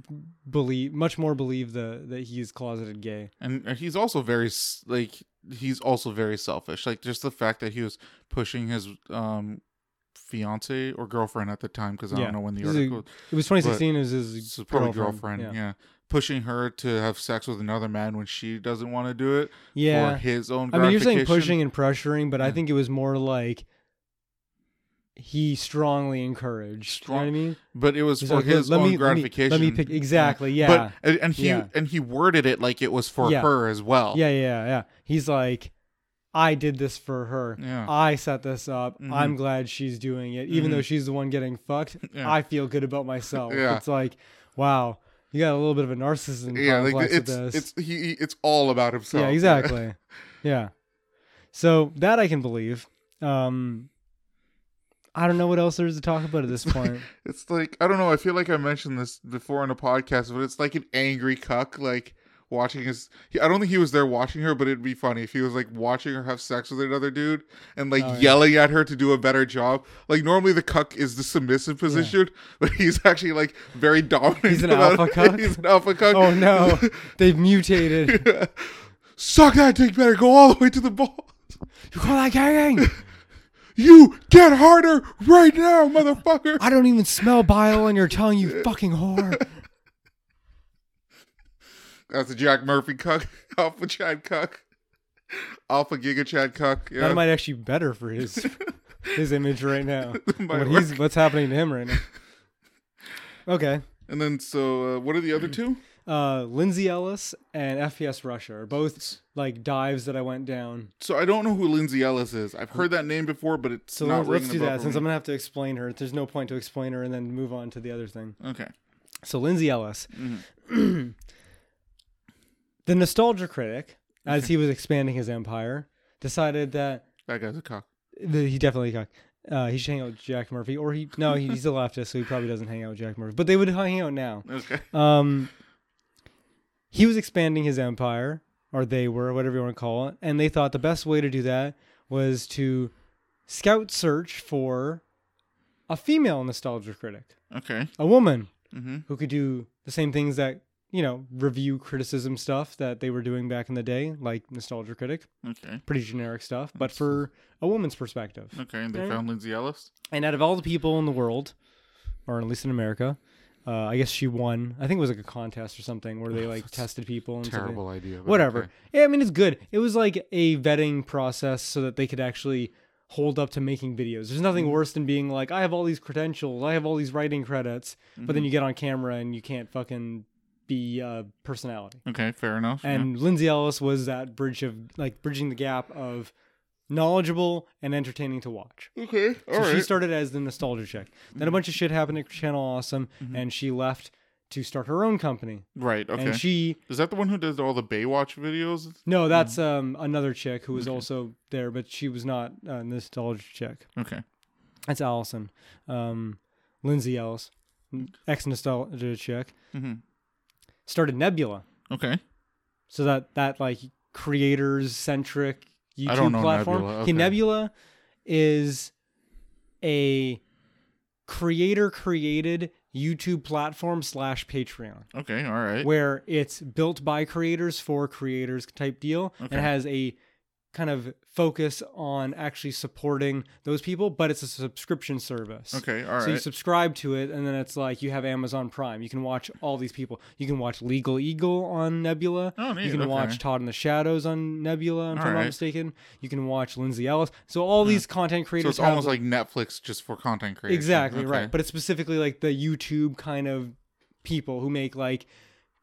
Speaker 2: believe, much more believe the that he is closeted gay.
Speaker 1: and and he's also very s- like he's also very selfish like just the fact that he was pushing his um fiance or girlfriend at the time because I
Speaker 2: Yeah.
Speaker 1: don't know when the
Speaker 2: This is a-
Speaker 1: article.
Speaker 2: It was 2016. It was
Speaker 1: It's
Speaker 2: his
Speaker 1: probably girlfriend,
Speaker 2: girlfriend.
Speaker 1: yeah.
Speaker 2: Yeah.
Speaker 1: pushing her to have sex with another man when she doesn't want to do it
Speaker 2: Yeah.
Speaker 1: for his own.
Speaker 2: I mean, you're saying
Speaker 1: gratification.
Speaker 2: pushing and pressuring, but I think it was more like he strongly encouraged. You know what I mean?
Speaker 1: but it was
Speaker 2: He's
Speaker 1: for
Speaker 2: like,
Speaker 1: his
Speaker 2: let
Speaker 1: own
Speaker 2: me- let me- let me
Speaker 1: gratification.
Speaker 2: pick- exactly, yeah.
Speaker 1: But and, and he
Speaker 2: Yeah.
Speaker 1: and he worded it like it was for
Speaker 2: Yeah.
Speaker 1: her as well.
Speaker 2: Yeah, yeah, yeah. He's like, I did this for her.
Speaker 1: Yeah. Mm-hmm.
Speaker 2: I set this up. I'm glad she's doing it. Even though she's the one getting fucked,
Speaker 1: Yeah.
Speaker 2: I feel good about myself.
Speaker 1: Yeah.
Speaker 2: It's like, wow, you got a little bit of a narcissism
Speaker 1: yeah.
Speaker 2: complex
Speaker 1: Like
Speaker 2: with
Speaker 1: it's
Speaker 2: this.
Speaker 1: it's he, he- it's all about himself.
Speaker 2: yeah, exactly. yeah. So that I can believe. Um I don't know what else there is to talk about at this point.
Speaker 1: It's like I don't know. I feel like I mentioned this before in a podcast, but it's like an angry cuck, like watching his. He, I don't think he was there watching her, but it'd be funny if he was like watching her have sex with another dude and like
Speaker 2: Oh, yeah.
Speaker 1: yelling at her to do a better job. Like normally the cuck is the submissive position, but he's actually like very dominant.
Speaker 2: He's an
Speaker 1: about
Speaker 2: alpha cuck?
Speaker 1: he's an alpha cuck.
Speaker 2: Oh no. They've mutated.
Speaker 1: Suck that dick better. Go all the way to the ball.
Speaker 2: You call that gang?
Speaker 1: You get harder right now, motherfucker.
Speaker 2: I don't even smell bile on your tongue, you fucking whore.
Speaker 1: That's a Jack Murphy cuck, Alpha Chad cuck, Alpha Giga Chad cuck. Yeah.
Speaker 2: That might actually be better for his his image right now.
Speaker 1: Might
Speaker 2: What he's what's happening to him right now. Okay.
Speaker 1: and then, so uh, what are the other two?
Speaker 2: Uh Lindsay Ellis and FPS Russia are both like dives that I went down.
Speaker 1: So I don't know who Lindsay Ellis is. I've heard that name before, but it's
Speaker 2: So
Speaker 1: not
Speaker 2: let's, let's
Speaker 1: ringing
Speaker 2: do
Speaker 1: a bell
Speaker 2: that
Speaker 1: for
Speaker 2: since
Speaker 1: me.
Speaker 2: I'm gonna have to explain her. There's no point to explain her and then move on to the other thing.
Speaker 1: Okay.
Speaker 2: So Lindsay Ellis,
Speaker 1: Mm-hmm.
Speaker 2: the nostalgia critic, as he was expanding his empire, decided that,
Speaker 1: That guy's a cuck.
Speaker 2: that he definitely got- uh, he should hang out with Jack Murphy, or he no he, he's a leftist, so he probably doesn't hang out with Jack Murphy. But they would hang out now.
Speaker 1: Okay.
Speaker 2: Um, he was expanding his empire, or they were, whatever you want to call it, and they thought the best way to do that was to scout search for a female nostalgia critic,
Speaker 1: Okay.
Speaker 2: a woman
Speaker 1: Mm-hmm.
Speaker 2: who could do the same things that you know review criticism stuff that they were doing back in the day, like nostalgia critic,
Speaker 1: Okay.
Speaker 2: pretty generic stuff, but for a woman's perspective.
Speaker 1: Okay. And they
Speaker 2: Okay.
Speaker 1: found Lindsay Ellis.
Speaker 2: And out of all the people in the world, or at least in America. Uh, I guess she won. I think it was like a contest or something where they like tested people. And something.
Speaker 1: Oh, Terrible idea. but
Speaker 2: whatever.
Speaker 1: okay.
Speaker 2: Yeah, I mean, it's good. It was like a vetting process so that they could actually hold up to making videos. There's
Speaker 1: Mm-hmm.
Speaker 2: nothing worse than being like, I have all these credentials, I have all these writing credits, but
Speaker 1: Mm-hmm.
Speaker 2: then you get on camera and you can't fucking be a personality.
Speaker 1: Okay. Fair enough. yeah.
Speaker 2: And Lindsay Ellis was that bridge of like bridging the gap of knowledgeable and entertaining to watch.
Speaker 1: Okay. All
Speaker 2: So
Speaker 1: right.
Speaker 2: she started as the nostalgia chick. Then a bunch of shit happened at Channel Awesome, and she left to start her own company.
Speaker 1: right. Okay.
Speaker 2: And she
Speaker 1: is that the one who does all the Baywatch videos?
Speaker 2: No, that's um another chick who was also there, but she was not a uh, nostalgia chick.
Speaker 1: Okay.
Speaker 2: That's Allison, um, Lindsay Ellis, ex nostalgia chick.
Speaker 1: Mhm.
Speaker 2: Started Nebula,
Speaker 1: Okay.
Speaker 2: so that that like creators centric YouTube
Speaker 1: don't know
Speaker 2: platform.
Speaker 1: Nebula,
Speaker 2: Okay,
Speaker 1: okay.
Speaker 2: Nebula is a creator created YouTube platform slash Patreon
Speaker 1: Okay. All right.
Speaker 2: where it's built by creators for creators type deal and
Speaker 1: Okay.
Speaker 2: has a kind of focus on actually supporting those people, but it's a subscription service.
Speaker 1: Okay. All
Speaker 2: So you
Speaker 1: right.
Speaker 2: subscribe to it, and then it's like you have Amazon Prime. You can watch all these people. You can watch Legal Eagle on Nebula.
Speaker 1: Oh, neat,
Speaker 2: You can
Speaker 1: okay.
Speaker 2: watch Todd in the Shadows on Nebula, if
Speaker 1: All
Speaker 2: I'm not
Speaker 1: right.
Speaker 2: mistaken. You can watch Lindsay Ellis. So all these content
Speaker 1: So
Speaker 2: creators.
Speaker 1: it's
Speaker 2: have-
Speaker 1: almost like Netflix just for content creation.
Speaker 2: Exactly
Speaker 1: Okay.
Speaker 2: right, but it's specifically like the YouTube kind of people who make like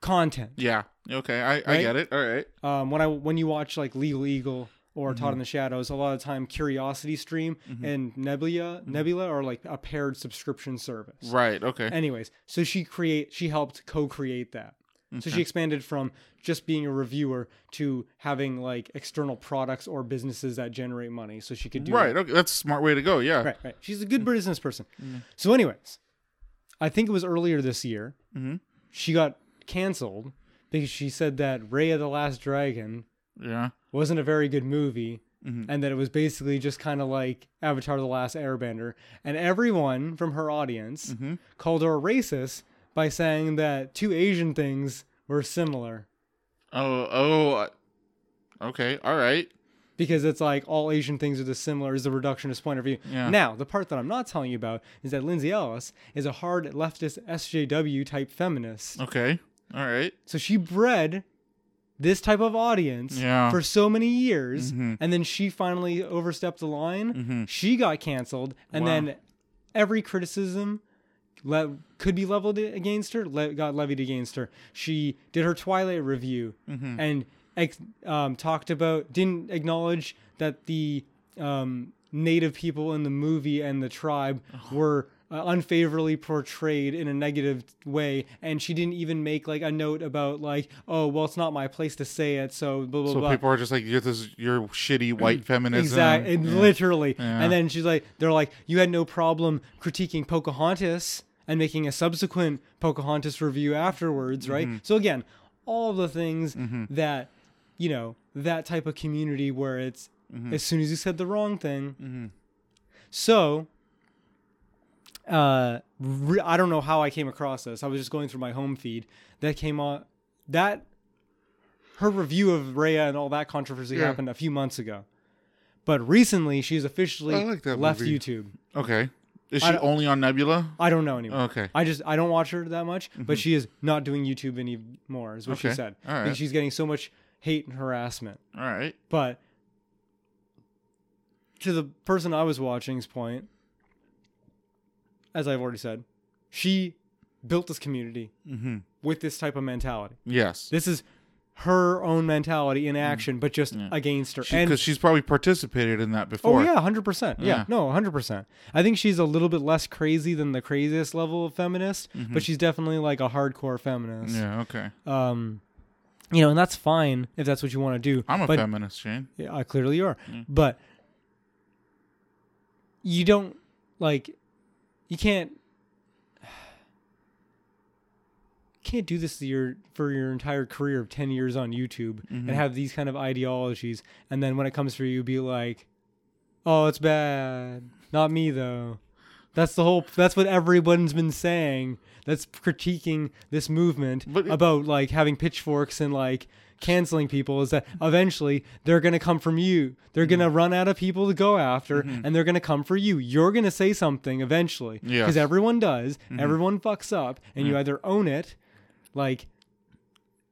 Speaker 2: content.
Speaker 1: Yeah. Okay. I, I
Speaker 2: Right?
Speaker 1: get it. All right.
Speaker 2: um, when I when you watch like Legal Eagle or
Speaker 1: Mm-hmm.
Speaker 2: Todd in the Shadows, a lot of time Curiosity Stream and Nebula
Speaker 1: Mm-hmm.
Speaker 2: Nebula are like a paired subscription service.
Speaker 1: Right. Okay.
Speaker 2: Anyways, so she create she helped co-create that. So she expanded from just being a reviewer to having like external products or businesses that generate money. So she could do
Speaker 1: right. Okay. That's a smart way to go. Yeah.
Speaker 2: Right, right. She's a good business person. So, anyways, I think it was earlier this year. She got canceled because she said that Ray of the Last Dragon
Speaker 1: Yeah.
Speaker 2: wasn't a very good movie and that it was basically just kind of like Avatar the Last Airbender. And everyone from her audience called her a racist by saying that two Asian things were similar
Speaker 1: uh, Oh. Oh. I- Okay. All right.
Speaker 2: because it's like all Asian things are this similar is the reductionist point of view.
Speaker 1: Yeah.
Speaker 2: Now, the part that I'm not telling you about is that Lindsay Ellis is a hard leftist SJW type feminist.
Speaker 1: Okay. All right.
Speaker 2: So she bred this type of audience
Speaker 1: Yeah. Mm-hmm.
Speaker 2: for so many years, and then she finally overstepped the line. She got canceled, and
Speaker 1: Wow.
Speaker 2: then every criticism le- could be leveled against her le- got levied against her. She did her Twilight review
Speaker 1: Mm-hmm.
Speaker 2: and ex- um, talked about didn't acknowledge that the um, native people in the movie and the tribe were uh, unfavorably portrayed in a negative way and she didn't even make like a note about like oh well it's not my place to say it so blah blah
Speaker 1: So
Speaker 2: blah Mm,
Speaker 1: people are just like, you're this, you're shitty white feminism.
Speaker 2: Exactly,
Speaker 1: Yeah.
Speaker 2: literally.
Speaker 1: Yeah.
Speaker 2: And then she's like, they're like, you had no problem critiquing Pocahontas and making a subsequent Pocahontas review afterwards, right?
Speaker 1: Mm-hmm.
Speaker 2: So again, all the things that you know that type of community where it's
Speaker 1: Mm-hmm.
Speaker 2: as soon as you said the wrong thing. So, uh, re- I don't know how I came across this. I was just going through my home feed that came on that. Her review of Rhea and all that controversy
Speaker 1: Yeah.
Speaker 2: happened a few months ago but recently she's officially
Speaker 1: I like that
Speaker 2: left
Speaker 1: movie.
Speaker 2: YouTube.
Speaker 1: Okay. Is
Speaker 2: I
Speaker 1: she
Speaker 2: don't-
Speaker 1: only on Nebula?
Speaker 2: I don't know anymore.
Speaker 1: Okay.
Speaker 2: I just I don't watch her that much, but she is not doing YouTube anymore, is what she
Speaker 1: Mm-hmm. Okay.
Speaker 2: said.
Speaker 1: All right.
Speaker 2: Because she's getting so much hate and harassment.
Speaker 1: All right.
Speaker 2: But to the person I was watching's point, as I've already said, she built this community
Speaker 1: Mm-hmm.
Speaker 2: with this type of mentality.
Speaker 1: Yes.
Speaker 2: This is her own mentality
Speaker 1: Mm.
Speaker 2: in action, but just against her. and
Speaker 1: Because she's probably participated in that
Speaker 2: Oh
Speaker 1: before.
Speaker 2: yeah, hundred percent. Yeah,
Speaker 1: Yeah.
Speaker 2: no, hundred percent. I think she's a little bit less crazy than the craziest level of feminist, but she's definitely like a hardcore feminist.
Speaker 1: Mm-hmm. Yeah. Okay.
Speaker 2: Um, you know, and that's fine if that's what you want to do.
Speaker 1: I'm a
Speaker 2: but,
Speaker 1: feminist, Shane.
Speaker 2: Yeah, I clearly you are, but you don't like, you can't can't do this to your for your entire career of 10 years on YouTube
Speaker 1: Mm-hmm.
Speaker 2: and have these kind of ideologies and then when it comes for you be like oh it's bad not me though that's the whole that's what everyone's been saying that's critiquing this movement
Speaker 1: But it-
Speaker 2: about like having pitchforks and like canceling people is that eventually they're going to come from you they're going
Speaker 1: Mm-hmm.
Speaker 2: to run out of people to go after and they're going to come for you you're going to say something eventually
Speaker 1: Yes. Mm-hmm.
Speaker 2: because everyone does everyone fucks up and you either own it like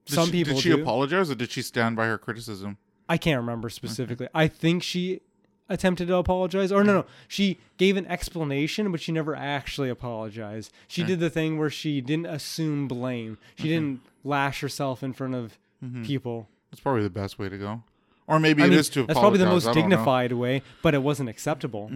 Speaker 1: Did
Speaker 2: some
Speaker 1: she,
Speaker 2: people
Speaker 1: Did she
Speaker 2: do.
Speaker 1: apologize or did she stand by her criticism?
Speaker 2: I can't remember specifically. I think she attempted to apologize, or no, no, she gave an explanation, but she never actually apologized. She did the thing where she didn't assume blame. She didn't lash herself in front of people.
Speaker 1: That's probably the best way to go. Or maybe it is
Speaker 2: I
Speaker 1: Mm-hmm. to
Speaker 2: mean,
Speaker 1: apologize.
Speaker 2: that's probably the
Speaker 1: I
Speaker 2: most
Speaker 1: don't know. Mm-hmm.
Speaker 2: dignified way, but it wasn't acceptable.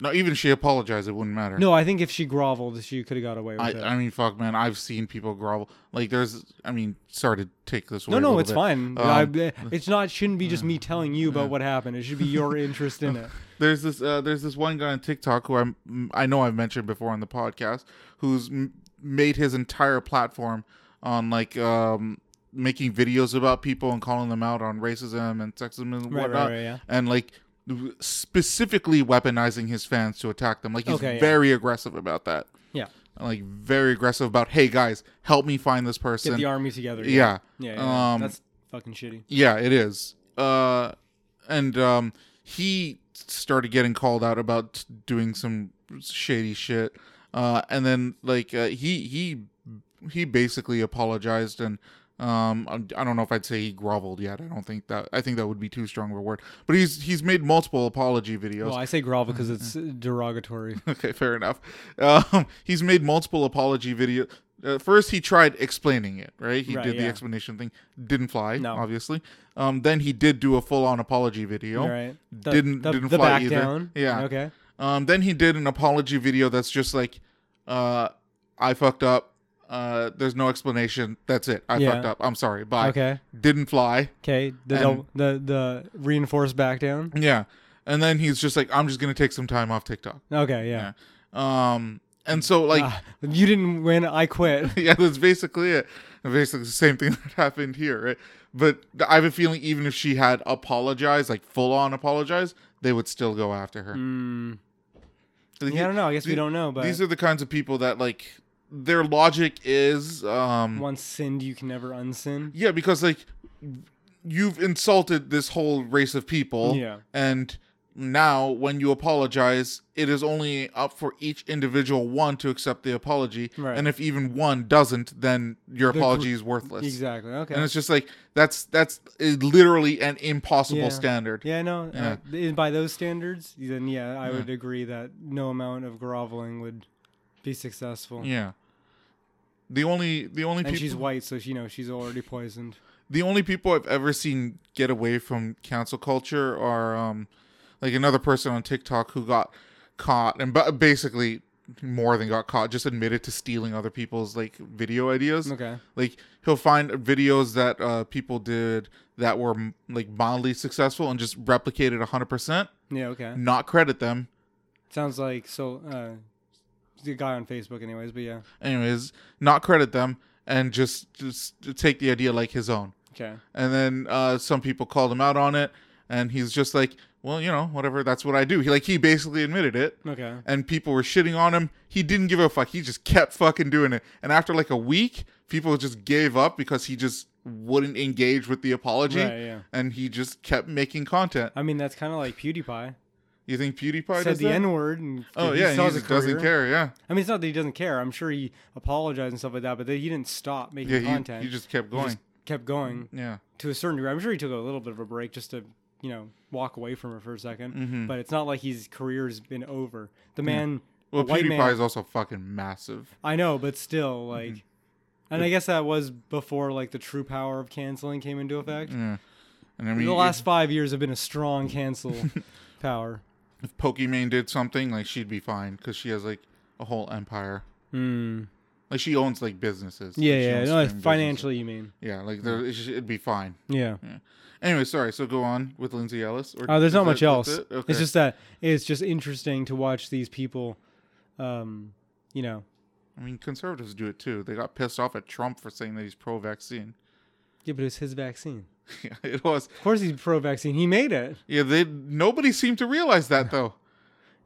Speaker 1: No, even if she apologized, it wouldn't matter.
Speaker 2: No, I think if she groveled, she could have got away with
Speaker 1: I,
Speaker 2: it.
Speaker 1: I mean, fuck, man. I've seen people grovel. Like, there's, I mean, sorry to take this.
Speaker 2: no,
Speaker 1: away a
Speaker 2: no,
Speaker 1: little
Speaker 2: it's
Speaker 1: bit.
Speaker 2: fine.
Speaker 1: Um,
Speaker 2: I, eh, it's not. Shouldn't be just me telling you about what happened. It should be your interest in it.
Speaker 1: There's this uh, there's this one guy on TikTok who I'm mm, I know I've mentioned before on the podcast who's m- made his entire platform on like um making videos about people and calling them out on racism and sexism and
Speaker 2: Right, right,
Speaker 1: whatnot
Speaker 2: right, yeah.
Speaker 1: and like w- specifically weaponizing his fans to attack them like he's
Speaker 2: Okay, yeah.
Speaker 1: very aggressive about that
Speaker 2: Yeah,
Speaker 1: like very aggressive about hey guys help me find this person
Speaker 2: get the army together.
Speaker 1: yeah
Speaker 2: yeah, yeah.
Speaker 1: um
Speaker 2: that's fucking shitty.
Speaker 1: yeah, it is. Uh, and um, he started getting called out about doing some shady shit. Uh, and then like uh, he he he basically apologized and um I- I don't know if I'd say he groveled yet. I don't think that I think that would be too strong of a word. But he's he's made multiple apology videos.
Speaker 2: Well, I say grovel because it's
Speaker 1: Mm-hmm.
Speaker 2: derogatory.
Speaker 1: okay, fair enough. Um, he's made multiple apology video. Uh, first, he tried explaining it, right? He
Speaker 2: Right,
Speaker 1: did the
Speaker 2: yeah.
Speaker 1: explanation thing. Didn't fly,
Speaker 2: No.
Speaker 1: obviously. Um, then he did do a full-on apology video.
Speaker 2: Right. The-
Speaker 1: didn't
Speaker 2: the-
Speaker 1: didn't
Speaker 2: the
Speaker 1: fly
Speaker 2: back
Speaker 1: either.
Speaker 2: down?
Speaker 1: Yeah.
Speaker 2: Okay.
Speaker 1: Um, then he did an apology video that's just like, uh, I fucked up. Uh, there's no explanation. That's it. I
Speaker 2: Yeah.
Speaker 1: fucked up. I'm sorry. Bye.
Speaker 2: Okay.
Speaker 1: Didn't fly.
Speaker 2: Okay. The
Speaker 1: And-
Speaker 2: the the reinforced back down.
Speaker 1: Yeah. And then he's just like, I'm just gonna take some time off TikTok.
Speaker 2: Okay. Yeah.
Speaker 1: Um, and so like.
Speaker 2: Ah, you didn't win. I quit.
Speaker 1: yeah, that's basically it. Basically, the same thing that happened here, right? But I have a feeling even if she had apologized, like full on apologized, they would still go after her. Like,
Speaker 2: Yeah, Hmm. I don't know. I guess we
Speaker 1: the-
Speaker 2: don't know, but
Speaker 1: these are the kinds of people that like their logic is um
Speaker 2: once sinned, you can never unsin.
Speaker 1: yeah because like you've insulted this whole race of people.
Speaker 2: Yeah.
Speaker 1: And now, when you apologize, it is only up for each individual one to accept the apology.
Speaker 2: Right.
Speaker 1: And if even one doesn't, then your
Speaker 2: gr-
Speaker 1: apology is worthless.
Speaker 2: Exactly. Okay.
Speaker 1: And it's just like that's that's is literally an impossible
Speaker 2: Yeah.
Speaker 1: standard.
Speaker 2: Yeah, no.
Speaker 1: Yeah.
Speaker 2: Uh, th- by those standards, then yeah, I would agree that no amount of groveling would be successful.
Speaker 1: Yeah. The only the only
Speaker 2: And
Speaker 1: people
Speaker 2: she's white, so she, you know she's already poisoned.
Speaker 1: the only people I've ever seen get away from cancel culture are um like another person on TikTok who got caught and but basically more than got caught just admitted to stealing other people's like video ideas.
Speaker 2: Okay.
Speaker 1: Like he'll find videos that uh people did that were m- like mildly successful and just replicated 100%,
Speaker 2: Yeah. Okay.
Speaker 1: not credit them.
Speaker 2: Sounds like so. Uh, the guy on Facebook, anyways. But yeah.
Speaker 1: Anyways, not credit them and just just take the idea like his own.
Speaker 2: Okay.
Speaker 1: and then uh, some people called him out on it and he's just like well you know whatever that's what i do he like he basically admitted it
Speaker 2: Okay.
Speaker 1: and people were shitting on him he didn't give a fuck he just kept fucking doing it and after like a week people just gave up because he just wouldn't engage with the apology
Speaker 2: Right, yeah.
Speaker 1: and he just kept making content
Speaker 2: I mean, that's kind of like PewDiePie.
Speaker 1: you think pewdiepie
Speaker 2: Said
Speaker 1: does
Speaker 2: the
Speaker 1: that?
Speaker 2: N word, and
Speaker 1: oh
Speaker 2: he
Speaker 1: yeah
Speaker 2: still
Speaker 1: and
Speaker 2: has
Speaker 1: he
Speaker 2: a
Speaker 1: just doesn't
Speaker 2: career.
Speaker 1: care yeah
Speaker 2: I mean, it's not that he doesn't care. I'm sure he apologized and stuff like that, but then he didn't stop making
Speaker 1: yeah he,
Speaker 2: content.
Speaker 1: he just kept
Speaker 2: He
Speaker 1: going Mm-hmm.
Speaker 2: just kept going.
Speaker 1: yeah
Speaker 2: to a certain degree. I'm sure he took a little bit of a break just to, you know, walk away from her for a 2nd
Speaker 1: Mm-hmm.
Speaker 2: But it's not like his career's been over. The man,
Speaker 1: well
Speaker 2: the white
Speaker 1: pewdiepie
Speaker 2: man,
Speaker 1: is also fucking massive
Speaker 2: I know, but still, like,
Speaker 1: Mm-hmm.
Speaker 2: and I guess that was before like the true power of canceling came into effect.
Speaker 1: yeah and i mean
Speaker 2: The
Speaker 1: it-
Speaker 2: last five years have been a strong cancel power.
Speaker 1: if Pokimane did something, like she'd be fine because she has like a whole empire. Like she owns like businesses.
Speaker 2: Hmm. Yeah,
Speaker 1: She
Speaker 2: yeah,
Speaker 1: owns
Speaker 2: no, like,
Speaker 1: streaming
Speaker 2: financially, you mean?
Speaker 1: businesses. Yeah, like there, it sh- it'd be fine.
Speaker 2: Yeah.
Speaker 1: Yeah. Anyway, sorry. So go on with Lindsay Ellis. Or
Speaker 2: Uh, there's
Speaker 1: is
Speaker 2: not
Speaker 1: that-
Speaker 2: much
Speaker 1: that's
Speaker 2: else.
Speaker 1: it? Okay.
Speaker 2: It's just that it's just interesting to watch these people, um, you know,
Speaker 1: I mean, conservatives do it too. They got pissed off at Trump for saying that he's pro-vaccine.
Speaker 2: yeah, but it's his vaccine.
Speaker 1: yeah, it was.
Speaker 2: Of course, he's pro-vaccine. He made it.
Speaker 1: Yeah, they nobody seemed to realize that though.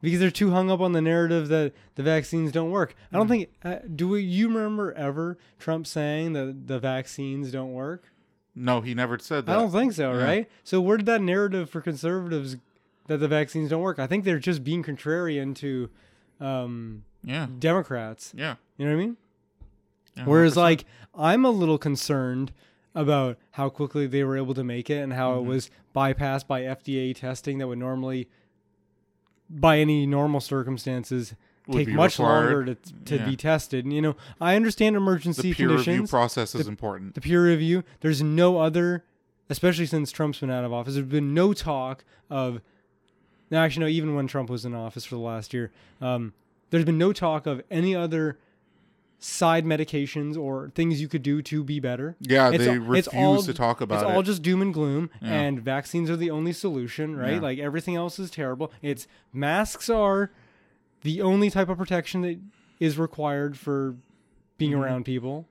Speaker 2: because they're too hung up on the narrative that the vaccines don't work. I
Speaker 1: Mm.
Speaker 2: don't think. Uh, do we- you remember ever Trump saying that the vaccines don't work?
Speaker 1: No, he never said that.
Speaker 2: I don't think so,
Speaker 1: yeah.
Speaker 2: right? So where did that narrative for conservatives that the vaccines don't work? I think they're just being contrarian to um,
Speaker 1: yeah,
Speaker 2: Democrats.
Speaker 1: yeah.
Speaker 2: You know what I mean?
Speaker 1: yeah,
Speaker 2: Whereas, like, I'm a little concerned about how quickly they were able to make it and how
Speaker 1: Mm-hmm.
Speaker 2: it was bypassed by FDA testing that would normally, by any normal circumstances,
Speaker 1: Would
Speaker 2: take
Speaker 1: be
Speaker 2: much
Speaker 1: required.
Speaker 2: longer to, to
Speaker 1: Yeah.
Speaker 2: be tested. And, you know, I understand
Speaker 1: the
Speaker 2: emergency
Speaker 1: peer
Speaker 2: conditions,
Speaker 1: review process is important.
Speaker 2: the peer review. There's no other, especially since Trump's been out of office, there's been no talk of. Now, actually, no, even when Trump was in office for the last year, um, there's been no talk of any other side medications or things you could do to be better.
Speaker 1: Yeah,
Speaker 2: It's
Speaker 1: they
Speaker 2: all- it's
Speaker 1: refuse
Speaker 2: all-
Speaker 1: to talk about
Speaker 2: It's
Speaker 1: it.
Speaker 2: all just doom and gloom, and vaccines are the only solution, right?
Speaker 1: Yeah.
Speaker 2: Like everything else is terrible. It's masks are the only type of protection that is required for being around people.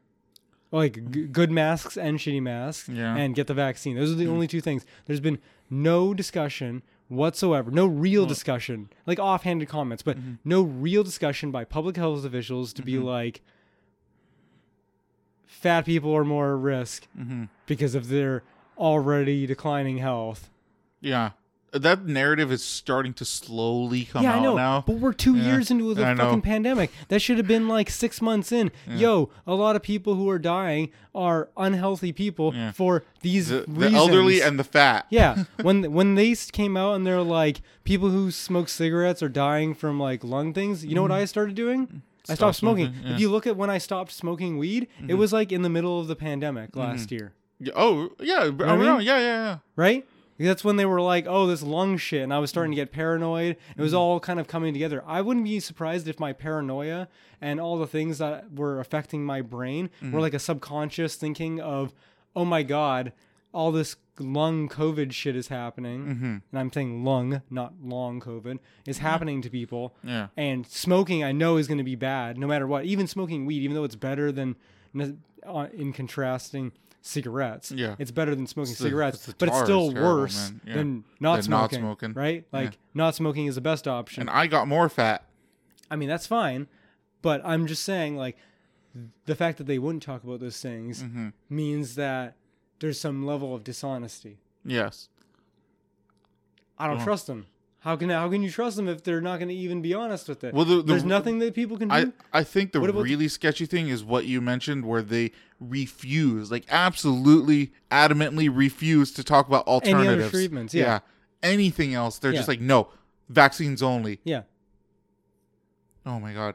Speaker 2: Like g- good masks and shitty masks,
Speaker 1: Yeah.
Speaker 2: and get the vaccine. Those are the only two things. There's been no discussion whatsoever, no real discussion, like offhanded comments, but no real discussion by public health officials to be like, fat people are more at risk because of their already declining health.
Speaker 1: Yeah. That narrative is starting to slowly come
Speaker 2: yeah,
Speaker 1: out
Speaker 2: I know.
Speaker 1: now.
Speaker 2: But we're two
Speaker 1: Yeah,
Speaker 2: years into the
Speaker 1: I know.
Speaker 2: fucking pandemic. That should have been like six months in. Yo, a lot of people who are dying are unhealthy people
Speaker 1: Yeah.
Speaker 2: for these
Speaker 1: The, the
Speaker 2: reasons.
Speaker 1: elderly and the fat.
Speaker 2: yeah, when when they s- came out and they're like, people who smoke cigarettes are dying from like lung things. You know what I started doing? I
Speaker 1: Mm-hmm. Stop
Speaker 2: stopped smoking.
Speaker 1: smoking, yeah. Mm-hmm.
Speaker 2: If you look at when I stopped smoking weed, it was like in the middle of the pandemic last year.
Speaker 1: Yeah, Oh, yeah. around-
Speaker 2: I mean?
Speaker 1: Yeah, yeah, yeah.
Speaker 2: right? That's when they were like, "Oh, this lung shit," and I was starting to get paranoid. It
Speaker 1: Mm-hmm.
Speaker 2: was all kind of coming together. I wouldn't be surprised if my paranoia and all the things that were affecting my brain
Speaker 1: Mm-hmm.
Speaker 2: were like a subconscious thinking of, "Oh my god, all this lung COVID shit is happening,"
Speaker 1: Mm-hmm.
Speaker 2: and I'm saying lung, not long COVID, is happening to people.
Speaker 1: Yeah.
Speaker 2: And smoking, I know, is going to be bad no matter what. Even smoking weed, even though it's better than, uh, in contrasting cigarettes,
Speaker 1: Yeah.
Speaker 2: it's better than smoking
Speaker 1: the-
Speaker 2: cigarettes,
Speaker 1: it's the
Speaker 2: but it's
Speaker 1: tar is
Speaker 2: still
Speaker 1: terrible,
Speaker 2: worse
Speaker 1: man. Yeah.
Speaker 2: than not
Speaker 1: Than not
Speaker 2: smoking.
Speaker 1: smoking.
Speaker 2: Right? Like not smoking is the best option.
Speaker 1: And I got more fat.
Speaker 2: I mean, that's fine, but
Speaker 1: Mm-hmm.
Speaker 2: I'm just saying like the fact that they wouldn't talk about those things means that there's some level of dishonesty.
Speaker 1: Yes.
Speaker 2: I don't
Speaker 1: Uh-huh.
Speaker 2: trust them. How can how can you trust them if they're not going to even be honest with it?
Speaker 1: Well, the- the-
Speaker 2: there's nothing that people can do.
Speaker 1: I, I think the
Speaker 2: Mm-hmm. What about the-
Speaker 1: really sketchy thing is what you mentioned where they refuse, like absolutely adamantly refuse to talk about
Speaker 2: other
Speaker 1: alternatives.
Speaker 2: treatments, yeah.
Speaker 1: Anything else. They're just
Speaker 2: Yeah.
Speaker 1: like, no, vaccines only.
Speaker 2: yeah.
Speaker 1: Oh my god.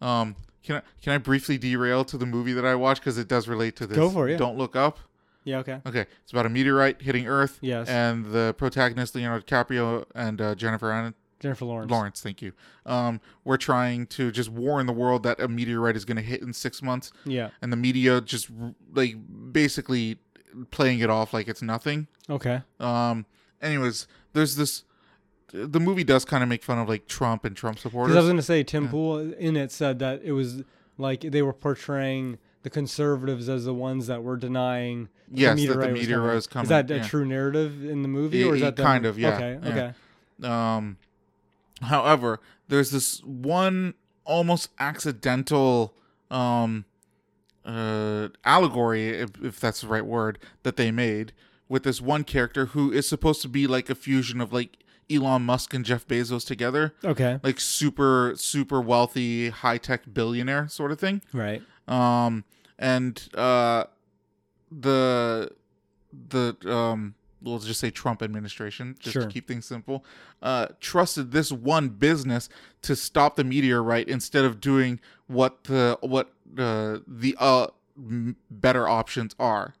Speaker 1: Um can I can I briefly derail to the movie that I watched because it does relate to this?
Speaker 2: Go for it, yeah.
Speaker 1: Don't look up.
Speaker 2: Yeah. Okay.
Speaker 1: Okay, it's about a meteorite hitting Earth.
Speaker 2: Yes.
Speaker 1: And the protagonist Leonardo DiCaprio and uh, Jennifer Aniston
Speaker 2: Jennifer Lawrence.
Speaker 1: Lawrence, thank you. Um, we're trying to just warn the world that a meteorite is going to hit in six months,
Speaker 2: Yeah.
Speaker 1: and the media just r- like basically playing it off like it's nothing.
Speaker 2: Okay.
Speaker 1: Um, anyways, there's this. The movie does kind of make fun of like Trump and Trump
Speaker 2: Because I was
Speaker 1: supporters.
Speaker 2: going to say Tim Pool in it said that it was like they were portraying the conservatives as the ones that were denying that
Speaker 1: Yes, that the meteorite
Speaker 2: coming.
Speaker 1: was coming,
Speaker 2: Is that a
Speaker 1: yeah.
Speaker 2: true narrative in the movie,
Speaker 1: It-
Speaker 2: or is
Speaker 1: it
Speaker 2: that them-
Speaker 1: kind of, yeah,
Speaker 2: Okay.
Speaker 1: yeah.
Speaker 2: Okay.
Speaker 1: Um, however, there's this one almost accidental um uh allegory if, if that's the right word that they made with this one character who is supposed to be like a fusion of like Elon Musk and Jeff Bezos together
Speaker 2: Okay.
Speaker 1: like super super wealthy high-tech billionaire sort of thing
Speaker 2: Right.
Speaker 1: um and uh the the um we'll just say Trump administration just
Speaker 2: Sure.
Speaker 1: to keep things simple uh trusted this one business to stop the meteorite instead of doing what the what uh, the uh m- better options are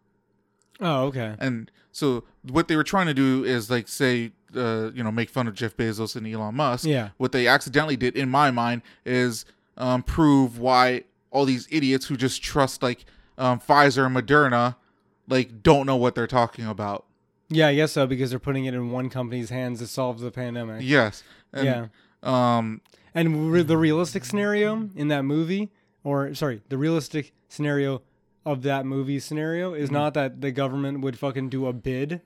Speaker 2: Oh. Okay.
Speaker 1: and so what they were trying to do is like say uh, you know make fun of Jeff Bezos and Elon Musk.
Speaker 2: Yeah.
Speaker 1: What they accidentally did, in my mind, is um, prove why all these idiots who just trust like um, Pfizer and Moderna like don't know what they're talking about.
Speaker 2: Yeah, I guess so because they're putting it in one company's hands to solve the pandemic.
Speaker 1: Yes.
Speaker 2: Yeah.
Speaker 1: And, yeah. Um.
Speaker 2: And re- the realistic scenario in that movie, or sorry, the realistic scenario of that movie scenario
Speaker 1: Mm-hmm.
Speaker 2: is not that the government would fucking do a bid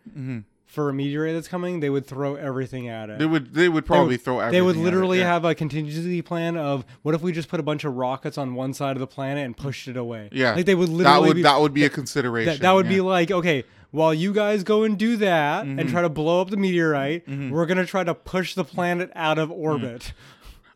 Speaker 2: for a meteorite that's coming. They would throw everything at it.
Speaker 1: They would. They would probably throw. Everything
Speaker 2: They would
Speaker 1: at it,
Speaker 2: literally
Speaker 1: yeah.
Speaker 2: have a contingency plan of what if we just put a bunch of rockets on one side of the planet and pushed it away.
Speaker 1: Yeah.
Speaker 2: like they would literally.
Speaker 1: That would.
Speaker 2: be,
Speaker 1: that would be a consideration.
Speaker 2: that, that would
Speaker 1: yeah. Mm-hmm.
Speaker 2: be like okay while you guys go and do that and try to blow up the meteorite we're gonna try to push the planet out of
Speaker 1: Mm-hmm.
Speaker 2: orbit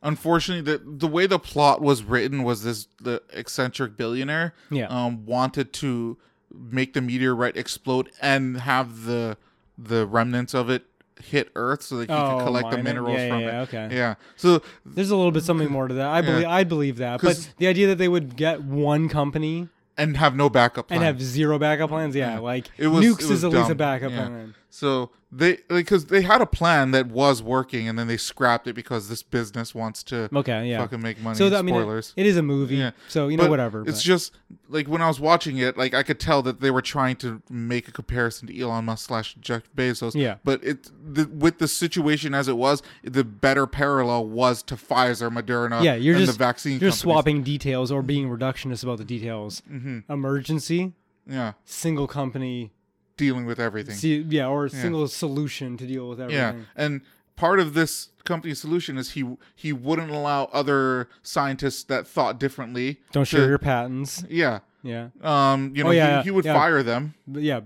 Speaker 1: unfortunately the the way the plot was written was this the eccentric billionaire
Speaker 2: Yeah.
Speaker 1: um wanted to make the meteorite explode and have the the remnants of it hit earth so that he
Speaker 2: Oh,
Speaker 1: could collect the
Speaker 2: mine it.
Speaker 1: minerals
Speaker 2: Yeah,
Speaker 1: from
Speaker 2: yeah,
Speaker 1: it
Speaker 2: okay.
Speaker 1: yeah so
Speaker 2: there's a little bit something more to that i believe i believe that
Speaker 1: 'Cause-
Speaker 2: but the idea that they would get one company
Speaker 1: and have no backup plan.
Speaker 2: and have zero backup plans yeah, like
Speaker 1: it was
Speaker 2: nukes
Speaker 1: it
Speaker 2: is
Speaker 1: was
Speaker 2: at least a
Speaker 1: dumb.
Speaker 2: backup
Speaker 1: Yeah.
Speaker 2: plan
Speaker 1: so they because they had a plan that was working and then they scrapped it because this business wants to
Speaker 2: okay yeah
Speaker 1: fucking make money
Speaker 2: so that, i mean it-
Speaker 1: spoilers
Speaker 2: it is a movie so you know
Speaker 1: But
Speaker 2: whatever
Speaker 1: It's
Speaker 2: but-
Speaker 1: just like when I was watching it, like I could tell that they were trying to make a comparison to Elon Musk slash Jeff Bezos.
Speaker 2: Yeah.
Speaker 1: But it the, with the situation as it was, the better parallel was to Pfizer, Moderna.
Speaker 2: yeah you're
Speaker 1: and
Speaker 2: just
Speaker 1: the vaccine.
Speaker 2: you're
Speaker 1: companies. Mm-hmm.
Speaker 2: swapping details or being reductionist about the details emergency
Speaker 1: Yeah,
Speaker 2: single company
Speaker 1: dealing with everything.
Speaker 2: See, yeah, or a single solution to deal with
Speaker 1: yeah,
Speaker 2: everything.
Speaker 1: and part of this company's solution is he he wouldn't allow other scientists that thought differently.
Speaker 2: Don't
Speaker 1: to-
Speaker 2: share your patents.
Speaker 1: Yeah.
Speaker 2: Yeah,
Speaker 1: Um. You know,
Speaker 2: Oh, yeah,
Speaker 1: he, he would
Speaker 2: yeah.
Speaker 1: fire them.
Speaker 2: But yeah.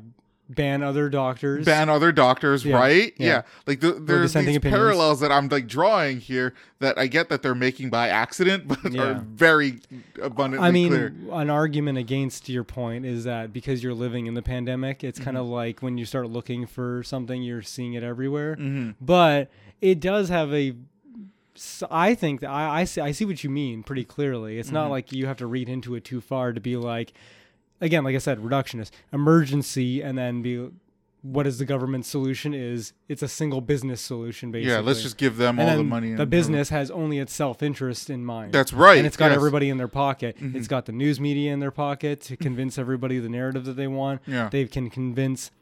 Speaker 2: Ban other doctors.
Speaker 1: ban other doctors,
Speaker 2: Yeah,
Speaker 1: right?
Speaker 2: yeah.
Speaker 1: Yeah. Like the, there's
Speaker 2: dissenting
Speaker 1: these
Speaker 2: opinions.
Speaker 1: parallels that I'm like drawing here that I get that they're making by accident, but are
Speaker 2: Yeah.
Speaker 1: very abundantly
Speaker 2: I mean,
Speaker 1: clear.
Speaker 2: an argument against your point is that because you're living in the pandemic, it's kind of
Speaker 1: Mm-hmm.
Speaker 2: like when you start looking for something, you're seeing it everywhere.
Speaker 1: Mm-hmm.
Speaker 2: But it does have a. s- I think that I, I see I see what you mean pretty clearly. It's
Speaker 1: Mm-hmm.
Speaker 2: not like you have to read into it too far to be like, again, like I said, reductionist emergency, and then be what is the government solution? Is it's a single business solution basically?
Speaker 1: Yeah, let's just give them
Speaker 2: and
Speaker 1: all
Speaker 2: then
Speaker 1: the money.
Speaker 2: The
Speaker 1: and-
Speaker 2: business has only its self interest in mind.
Speaker 1: That's right,
Speaker 2: And it's got
Speaker 1: yes. Mm-hmm.
Speaker 2: everybody in their pocket. It's got the news media in their pocket to convince everybody of the narrative that they want.
Speaker 1: Yeah.
Speaker 2: They can convince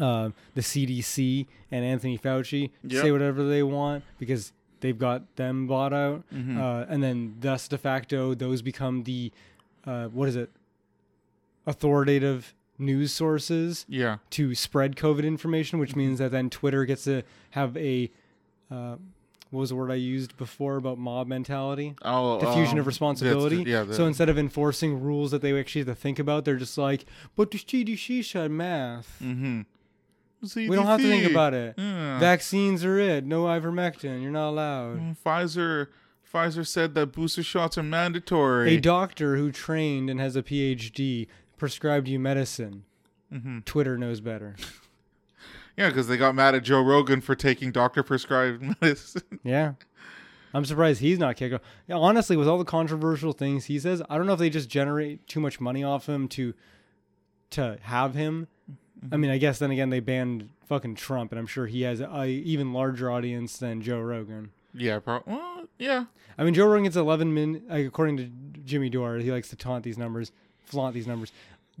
Speaker 2: uh, the CDC and Anthony Fauci to
Speaker 1: Yep.
Speaker 2: say whatever they want because they've got them bought out.
Speaker 1: Mm-hmm.
Speaker 2: Uh, and then, thus, de facto, those become the, uh, what is it, authoritative news sources
Speaker 1: Yeah. Mm-hmm.
Speaker 2: to spread COVID information, which means that then Twitter gets to have a uh, what was the word I used before about mob mentality?
Speaker 1: Oh,
Speaker 2: diffusion
Speaker 1: um,
Speaker 2: of responsibility.
Speaker 1: that's the- yeah. The,
Speaker 2: so instead of enforcing rules that they actually have to think about, they're just like, but the CDC said math.
Speaker 1: Mm-hmm.
Speaker 2: We don't have to think about it.
Speaker 1: Yeah.
Speaker 2: Vaccines are it. No ivermectin. You're not allowed.
Speaker 1: Pfizer. Pfizer said that booster shots are mandatory.
Speaker 2: A doctor who trained and has a PhD prescribed you medicine.
Speaker 1: Mm-hmm.
Speaker 2: Twitter knows better.
Speaker 1: yeah, because they got mad at Joe Rogan for taking doctor prescribed medicine.
Speaker 2: Yeah. I'm surprised he's not kicked off. Yeah, honestly, with all the controversial things he says, I don't know if they just generate too much money off him to to have him. I mean, I guess then again they banned fucking Trump, and I'm sure he has a even larger audience than Joe Rogan.
Speaker 1: yeah, pro- well, yeah.
Speaker 2: I mean, Joe Rogan gets 11 min. Like, according to Jimmy Dore, he likes to taunt these numbers, flaunt these numbers.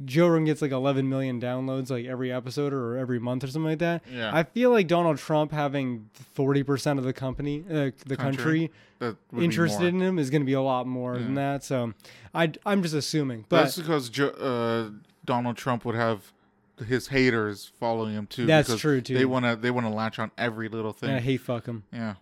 Speaker 2: Joe Rogan gets like 11 million downloads like every episode or every month or something like that.
Speaker 1: Yeah.
Speaker 2: I feel like Donald Trump having 40% of the company, uh, the country
Speaker 1: That would be
Speaker 2: interested
Speaker 1: more.
Speaker 2: in him is going to be a lot more than that. So I, I'm just assuming, but
Speaker 1: that's because jo- uh, Donald Trump would have his haters following him too.
Speaker 2: That's
Speaker 1: because
Speaker 2: true, too.
Speaker 1: They wanna they wanna latch on every little thing.
Speaker 2: I hate fuck him.
Speaker 1: yeah.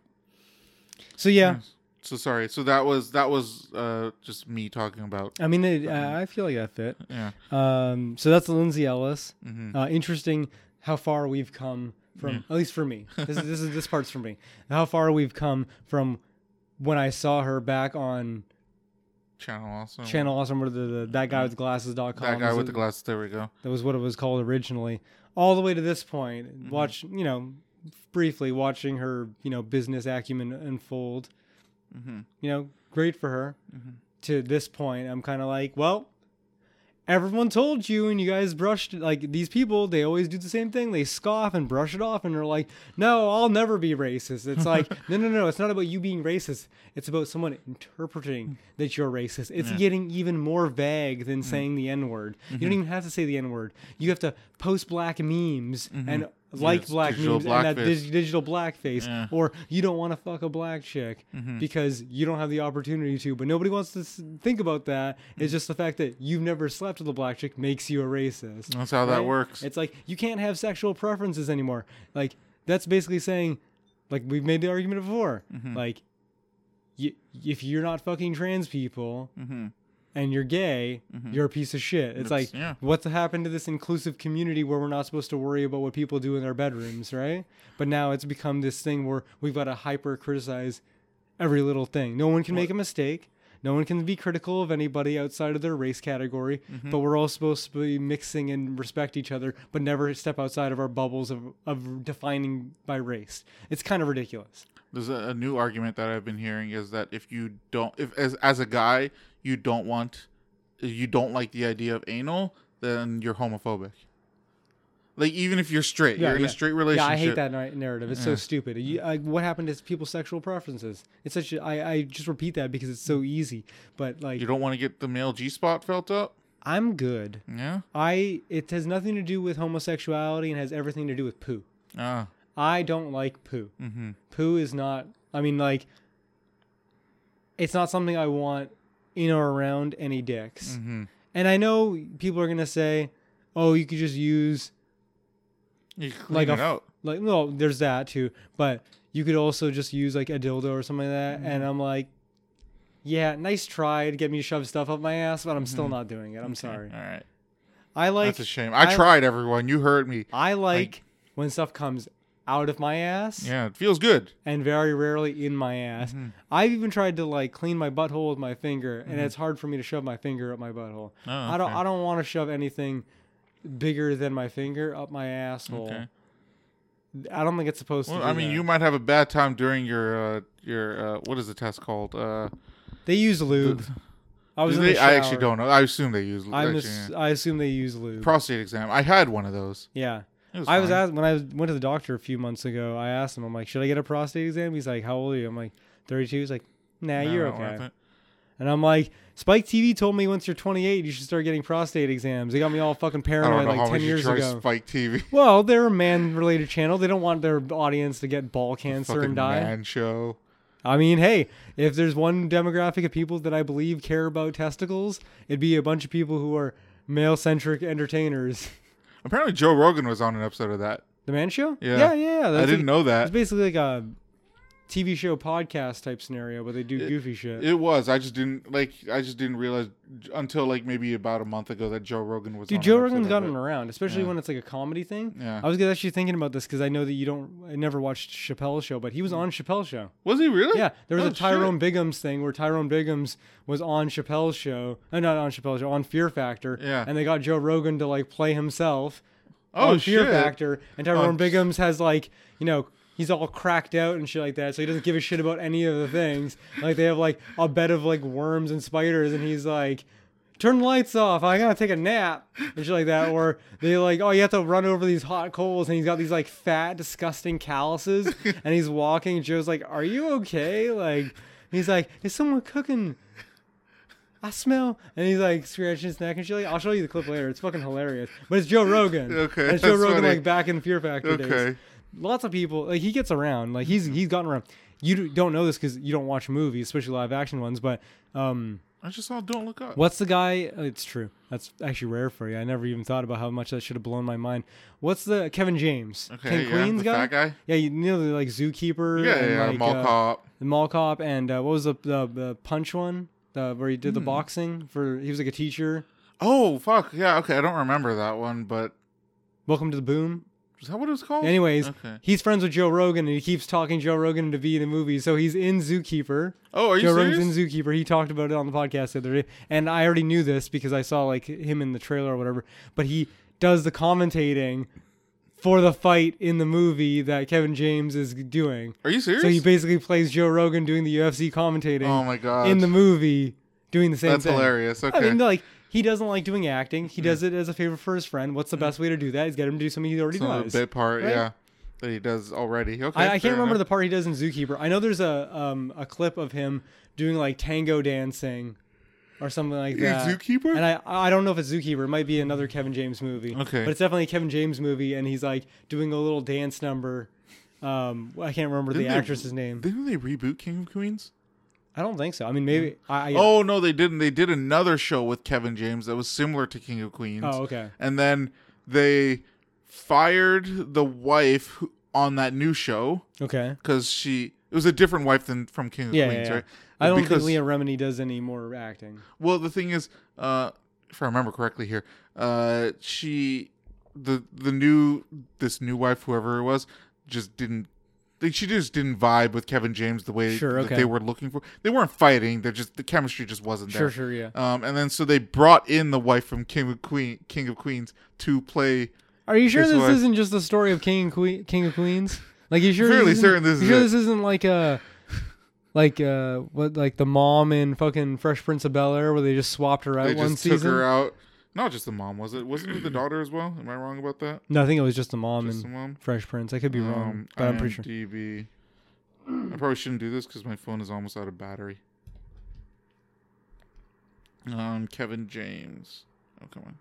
Speaker 2: So yeah,
Speaker 1: So sorry. So that was that was uh, just me talking about.
Speaker 2: I mean, it, uh, I feel like that fit.
Speaker 1: Yeah. Mm-hmm.
Speaker 2: Um, so that's Lindsay Ellis. Uh, interesting how far we've come from,
Speaker 1: Mm.
Speaker 2: at least for me. This is, this is this part's for me. How far we've come from when I saw her back on
Speaker 1: Channel also.
Speaker 2: Channel Awesome or the, the that guy with glasses.com.
Speaker 1: That guy with the glasses. There we go.
Speaker 2: That was what it was called originally. All the way to this point,
Speaker 1: Mm-hmm.
Speaker 2: watch you know, briefly watching her you know business acumen unfold.
Speaker 1: Mm-hmm.
Speaker 2: You know, great for her. To this point, I'm kind of like, well, everyone told you, and you guys brushed it. Like these people, they always do the same thing. They scoff and brush it off, and they're like, no, I'll never be racist. It's like, no, no, no, it's not about you being racist. It's about someone
Speaker 1: Hmm.
Speaker 2: interpreting that you're racist. It's getting even more vague than saying the N word. You
Speaker 1: Mm-hmm.
Speaker 2: don't even have to say the N word. You have to post black memes and like
Speaker 1: it's
Speaker 2: black
Speaker 1: Mm-hmm. digital
Speaker 2: memes and that
Speaker 1: blackface.
Speaker 2: dig- digital blackface, or you don't want to fuck a black chick
Speaker 1: Mm-hmm.
Speaker 2: because you don't have the opportunity to. But nobody wants to s- think about that.
Speaker 1: Mm-hmm.
Speaker 2: It's just the fact that you've never slept with a black chick makes you a racist.
Speaker 1: That's how that
Speaker 2: right?
Speaker 1: works.
Speaker 2: It's like you can't have sexual preferences anymore. Like that's basically saying, like we've made the argument before,
Speaker 1: Mm-hmm.
Speaker 2: like you, if you're not fucking trans people. And you're gay, you're a piece of shit. It's,
Speaker 1: It's-
Speaker 2: like,
Speaker 1: yeah.
Speaker 2: what's happened to this inclusive community where we're not supposed to worry about what people do in their bedrooms, right? But now it's become this thing where we've got to hyper criticize every little thing. No one can make a mistake. No one can be critical of anybody outside of their race category, but we're all supposed to be mixing and respect each other, but never step outside of our bubbles of, of defining by race. It's kind of ridiculous.
Speaker 1: There's a, a new argument that I've been hearing is that if you don't, if as as a guy you don't want, you don't like the idea of anal, then you're homophobic. Like even if you're straight, you're in a straight relationship.
Speaker 2: Yeah, I hate that nar- narrative. It's so stupid. You, I, what happened is people's sexual preferences. It's such. A, I I just repeat that because it's so easy. But like,
Speaker 1: You don't want to get the male G spot felt up.
Speaker 2: I'm good.
Speaker 1: Yeah.
Speaker 2: I it has nothing to do with homosexuality and has everything to do with poo.
Speaker 1: Ah.
Speaker 2: I don't like poo. Mm-hmm. Poo is not. I mean, like, it's not something I want in or around any dicks.
Speaker 1: Mm-hmm.
Speaker 2: And I know people are gonna say, "Oh, you could just use
Speaker 1: You can clean
Speaker 2: like
Speaker 1: it
Speaker 2: a f-
Speaker 1: out.
Speaker 2: like no, there's that too. But you could also just use like a dildo or something like that.
Speaker 1: Mm-hmm.
Speaker 2: And I'm like, yeah, nice try to get me to shove stuff up my ass, but I'm still not doing it. I'm sorry.
Speaker 1: All right.
Speaker 2: I
Speaker 1: That's
Speaker 2: like
Speaker 1: Mm-hmm. a shame. I, tried, everyone. You heard me.
Speaker 2: I like when stuff comes out of my ass
Speaker 1: Yeah, Mm-hmm. it feels good.
Speaker 2: and very rarely in my ass. I've even tried to like clean my butthole with my finger, and it's hard for me to shove my finger up my butthole. I
Speaker 1: Mm-hmm.
Speaker 2: don't.
Speaker 1: Oh, okay.
Speaker 2: I don't want to shove anything bigger than my finger up my asshole.
Speaker 1: Okay.
Speaker 2: I don't think it's supposed
Speaker 1: Well,
Speaker 2: to. Do
Speaker 1: I mean,
Speaker 2: that.
Speaker 1: you might have a bad time during your uh, your uh, what is the test called? Uh,
Speaker 2: They use lube. I was.
Speaker 1: do
Speaker 2: in the
Speaker 1: they- I actually
Speaker 2: shower.
Speaker 1: don't know. I assume they use
Speaker 2: I'm
Speaker 1: actually,
Speaker 2: ass-
Speaker 1: yeah.
Speaker 2: I assume they use lube.
Speaker 1: prostate exam. I had one of those.
Speaker 2: yeah.
Speaker 1: It was
Speaker 2: I was
Speaker 1: fine.
Speaker 2: asked when I was, went to the doctor a few months ago. I asked him, I'm like, should I get a prostate exam? He's like, how old are you? I'm like, 32. He's like, nah,
Speaker 1: No,
Speaker 2: you're
Speaker 1: not worth
Speaker 2: okay.
Speaker 1: it.
Speaker 2: And I'm like, Spike TV told me once you're 28, you should start getting prostate exams. They got me all fucking
Speaker 1: I don't
Speaker 2: paranoid
Speaker 1: know
Speaker 2: like
Speaker 1: how
Speaker 2: 10
Speaker 1: much you
Speaker 2: years
Speaker 1: try
Speaker 2: ago.
Speaker 1: Spike TV.
Speaker 2: Well, they're a man-related channel. They don't want their audience to get ball cancer
Speaker 1: Fucking
Speaker 2: and die.
Speaker 1: man show.
Speaker 2: I mean, hey, if there's one demographic of people that I believe care about testicles, it'd be a bunch of people who are male-centric entertainers.
Speaker 1: Apparently, Joe Rogan was on an episode of that.
Speaker 2: The Man Show?
Speaker 1: Yeah.
Speaker 2: yeah, yeah.
Speaker 1: I didn't know
Speaker 2: It's
Speaker 1: that.
Speaker 2: basically like a TV show podcast type scenario where they do goofy shit.
Speaker 1: It was. I just didn't like. I just didn't realize until like maybe about a month ago that Joe Rogan was.
Speaker 2: Dude,
Speaker 1: on
Speaker 2: Joe
Speaker 1: an episode
Speaker 2: Rogan's
Speaker 1: of
Speaker 2: gotten
Speaker 1: it.
Speaker 2: around, especially when it's like a comedy thing.
Speaker 1: Yeah.
Speaker 2: I was actually thinking about this because I know that you don't. I never watched Chappelle's show, but he
Speaker 1: Mm.
Speaker 2: was on Chappelle's show.
Speaker 1: Was he really?
Speaker 2: Yeah, there was
Speaker 1: Oh,
Speaker 2: a Tyrone Biggums thing where Tyrone Biggums was on Chappelle's show, uh, not on Chappelle's show, on Fear Factor.
Speaker 1: Yeah.
Speaker 2: and they got Joe Rogan to like play himself.
Speaker 1: Oh,
Speaker 2: on Fear
Speaker 1: shit.
Speaker 2: Factor, and Tyrone
Speaker 1: Oh,
Speaker 2: Biggums has like you know. He's all cracked out and shit like that, so he doesn't give a shit about any of the things. Like they have like a bed of like worms and spiders, and he's like, "Turn the lights off. I gotta take a nap," and shit like that. Or they like, "Oh, you have to run over these hot coals," and he's got these like fat, disgusting calluses, and he's walking. And Joe's like, "Are you okay?" Like he's like, "Is someone cooking?" I smell, and he's like scratching his neck and shit. Like, I'll show you the clip later. It's fucking hilarious. But it's Joe Rogan.
Speaker 1: Okay,
Speaker 2: and it's Joe
Speaker 1: that's
Speaker 2: Rogan
Speaker 1: funny.
Speaker 2: like back in Fear Factor days.
Speaker 1: Okay.
Speaker 2: Lots of people like he gets around. Like he's he's gotten around. You d- don't know this because you don't watch movies, especially live action ones. But um,
Speaker 1: I just saw. Don't look up.
Speaker 2: what's the guy? uh, It's true. That's actually rare for you. I never even thought about how much that should have blown my mind. What's the Kevin James?
Speaker 1: Okay,
Speaker 2: Ken
Speaker 1: yeah,
Speaker 2: Queen's
Speaker 1: the fat guy?
Speaker 2: Yeah, you know the like zookeeper.
Speaker 1: Yeah,
Speaker 2: and,
Speaker 1: yeah,
Speaker 2: like,
Speaker 1: mall
Speaker 2: uh,
Speaker 1: cop.
Speaker 2: the mall cop and uh, what was the, the the punch one the, where he did the
Speaker 1: Hmm.
Speaker 2: boxing for he was like a teacher
Speaker 1: Oh fuck. Yeah. Okay. I don't remember that one, but
Speaker 2: welcome to the boom
Speaker 1: is that what it was called?
Speaker 2: anyways
Speaker 1: Okay.
Speaker 2: he's friends with joe rogan and he keeps talking joe rogan into being in movies so he's in zookeeper
Speaker 1: Oh, are you
Speaker 2: joe
Speaker 1: serious?
Speaker 2: rogan's in zookeeper he talked about it on the podcast the other day and i already knew this because i saw like him in the trailer or whatever but he does the commentating for the fight in the movie that kevin james is doing
Speaker 1: Are you serious?
Speaker 2: So he basically plays Joe Rogan doing the UFC commentating.
Speaker 1: Oh my God.
Speaker 2: In the movie, doing the same
Speaker 1: That's
Speaker 2: thing.
Speaker 1: hilarious. Okay. Hmm.
Speaker 2: I mean, like he doesn't like doing acting. He does it as a favor for his friend. What's the best way to do that? Is get him to do something he already
Speaker 1: Some of
Speaker 2: does.
Speaker 1: the bit part.
Speaker 2: right?
Speaker 1: Yeah. That he does already. Okay.
Speaker 2: I, I can't
Speaker 1: fair
Speaker 2: remember the
Speaker 1: enough.
Speaker 2: part he does in Zookeeper. I know there's a um a clip of him doing like tango dancing. Or something like
Speaker 1: In
Speaker 2: that.
Speaker 1: Zookeeper?
Speaker 2: and I I don't know if it's Zookeeper. It might be another Kevin James movie.
Speaker 1: Okay.
Speaker 2: but it's definitely a Kevin James movie, and he's like doing a little dance number. Um, I can't remember
Speaker 1: Didn't
Speaker 2: the
Speaker 1: they-
Speaker 2: actress's name.
Speaker 1: Didn't they reboot King of Queens?
Speaker 2: I don't think so. I mean, maybe I. I
Speaker 1: Oh no, they didn't. They did another show with Kevin James that was similar to King of Queens.
Speaker 2: Oh, okay.
Speaker 1: And then they fired the wife who- on that new show
Speaker 2: Okay.
Speaker 1: because she it was a different wife than from King of
Speaker 2: Yeah, yeah,
Speaker 1: Queens,
Speaker 2: yeah.
Speaker 1: right?
Speaker 2: I don't
Speaker 1: because,
Speaker 2: think Leah Remini does any more acting.
Speaker 1: Well, the thing is, uh, if I remember correctly here, uh, she the the new this new wife, whoever it was, just didn't. Like she just didn't vibe with Kevin James the way
Speaker 2: Sure,
Speaker 1: that
Speaker 2: okay.
Speaker 1: they were looking for. They weren't fighting. They just the chemistry just wasn't there.
Speaker 2: Sure, sure, yeah.
Speaker 1: Um, and then so they brought in the wife from King of Queen, King of Queens, to play.
Speaker 2: Are you sure
Speaker 1: Here's
Speaker 2: this
Speaker 1: why.
Speaker 2: isn't just the story of King and Queen, King of Queens? Like, you sure?
Speaker 1: Fairly
Speaker 2: this isn't-
Speaker 1: certain this
Speaker 2: you
Speaker 1: is
Speaker 2: sure
Speaker 1: it.
Speaker 2: this isn't like a, like uh, what, like the mom in fucking Fresh Prince of Bel Air, where they just swapped her out
Speaker 1: They
Speaker 2: one
Speaker 1: just
Speaker 2: season.
Speaker 1: took her out. Not just the mom, was it? Wasn't it the daughter as well? Am I wrong about that?
Speaker 2: No, I think it was just the mom
Speaker 1: Just Um,
Speaker 2: in
Speaker 1: the mom?
Speaker 2: Fresh Prince. I could be wrong, but I'm pretty sure.
Speaker 1: IMDb. I probably shouldn't do this because my phone is almost out of battery. Um, Kevin James. Oh come on.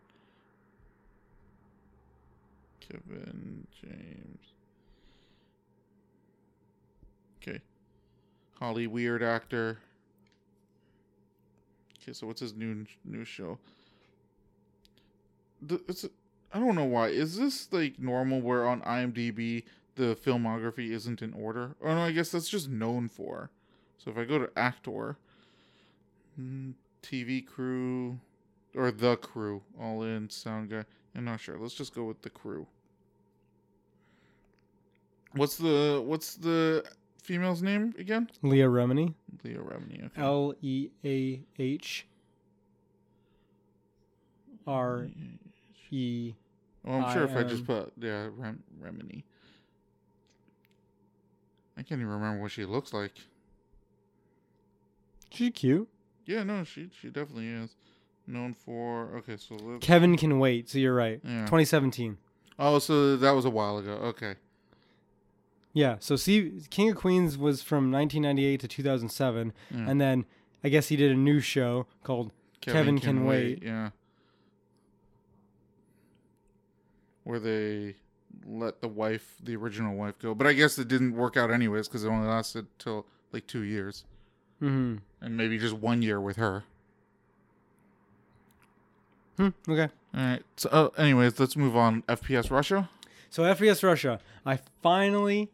Speaker 1: Kevin James. Okay. Holly Weird actor. Okay, so what's his new new show? The, it's I don't know why. Is this like normal where on IMDb the filmography isn't in order? Oh no, I guess that's just known for. So if I go to actor, mm, TV crew, or the crew, all in sound guy. I'm not sure. Let's just go with the crew. What's the what's the female's name again?
Speaker 2: Leah Remini,
Speaker 1: Leah Remini. Okay.
Speaker 2: L E A H R E.
Speaker 1: Well, I'm sure if I
Speaker 2: I,
Speaker 1: just put yeah Rem- Remini. I can't even remember what she looks like.
Speaker 2: She's cute.
Speaker 1: Yeah, no, she she definitely is known for. Okay, so let's,
Speaker 2: Kevin can wait. So you're right.
Speaker 1: Yeah.
Speaker 2: 2017.
Speaker 1: oh, so that was a while ago. Okay,
Speaker 2: Yeah. So see, King of Queens was from 1998 to 2007, and then I guess he did a new show called Kevin, Can, Wait.
Speaker 1: Yeah, where they let the wife, the original wife, go, but I guess it didn't work out anyways because it only lasted till like two years
Speaker 2: hmm
Speaker 1: and maybe just one year with her.
Speaker 2: Hmm, okay.
Speaker 1: All right. So, oh, anyways, let's move on. FPS Russia.
Speaker 2: So FPS Russia, I finally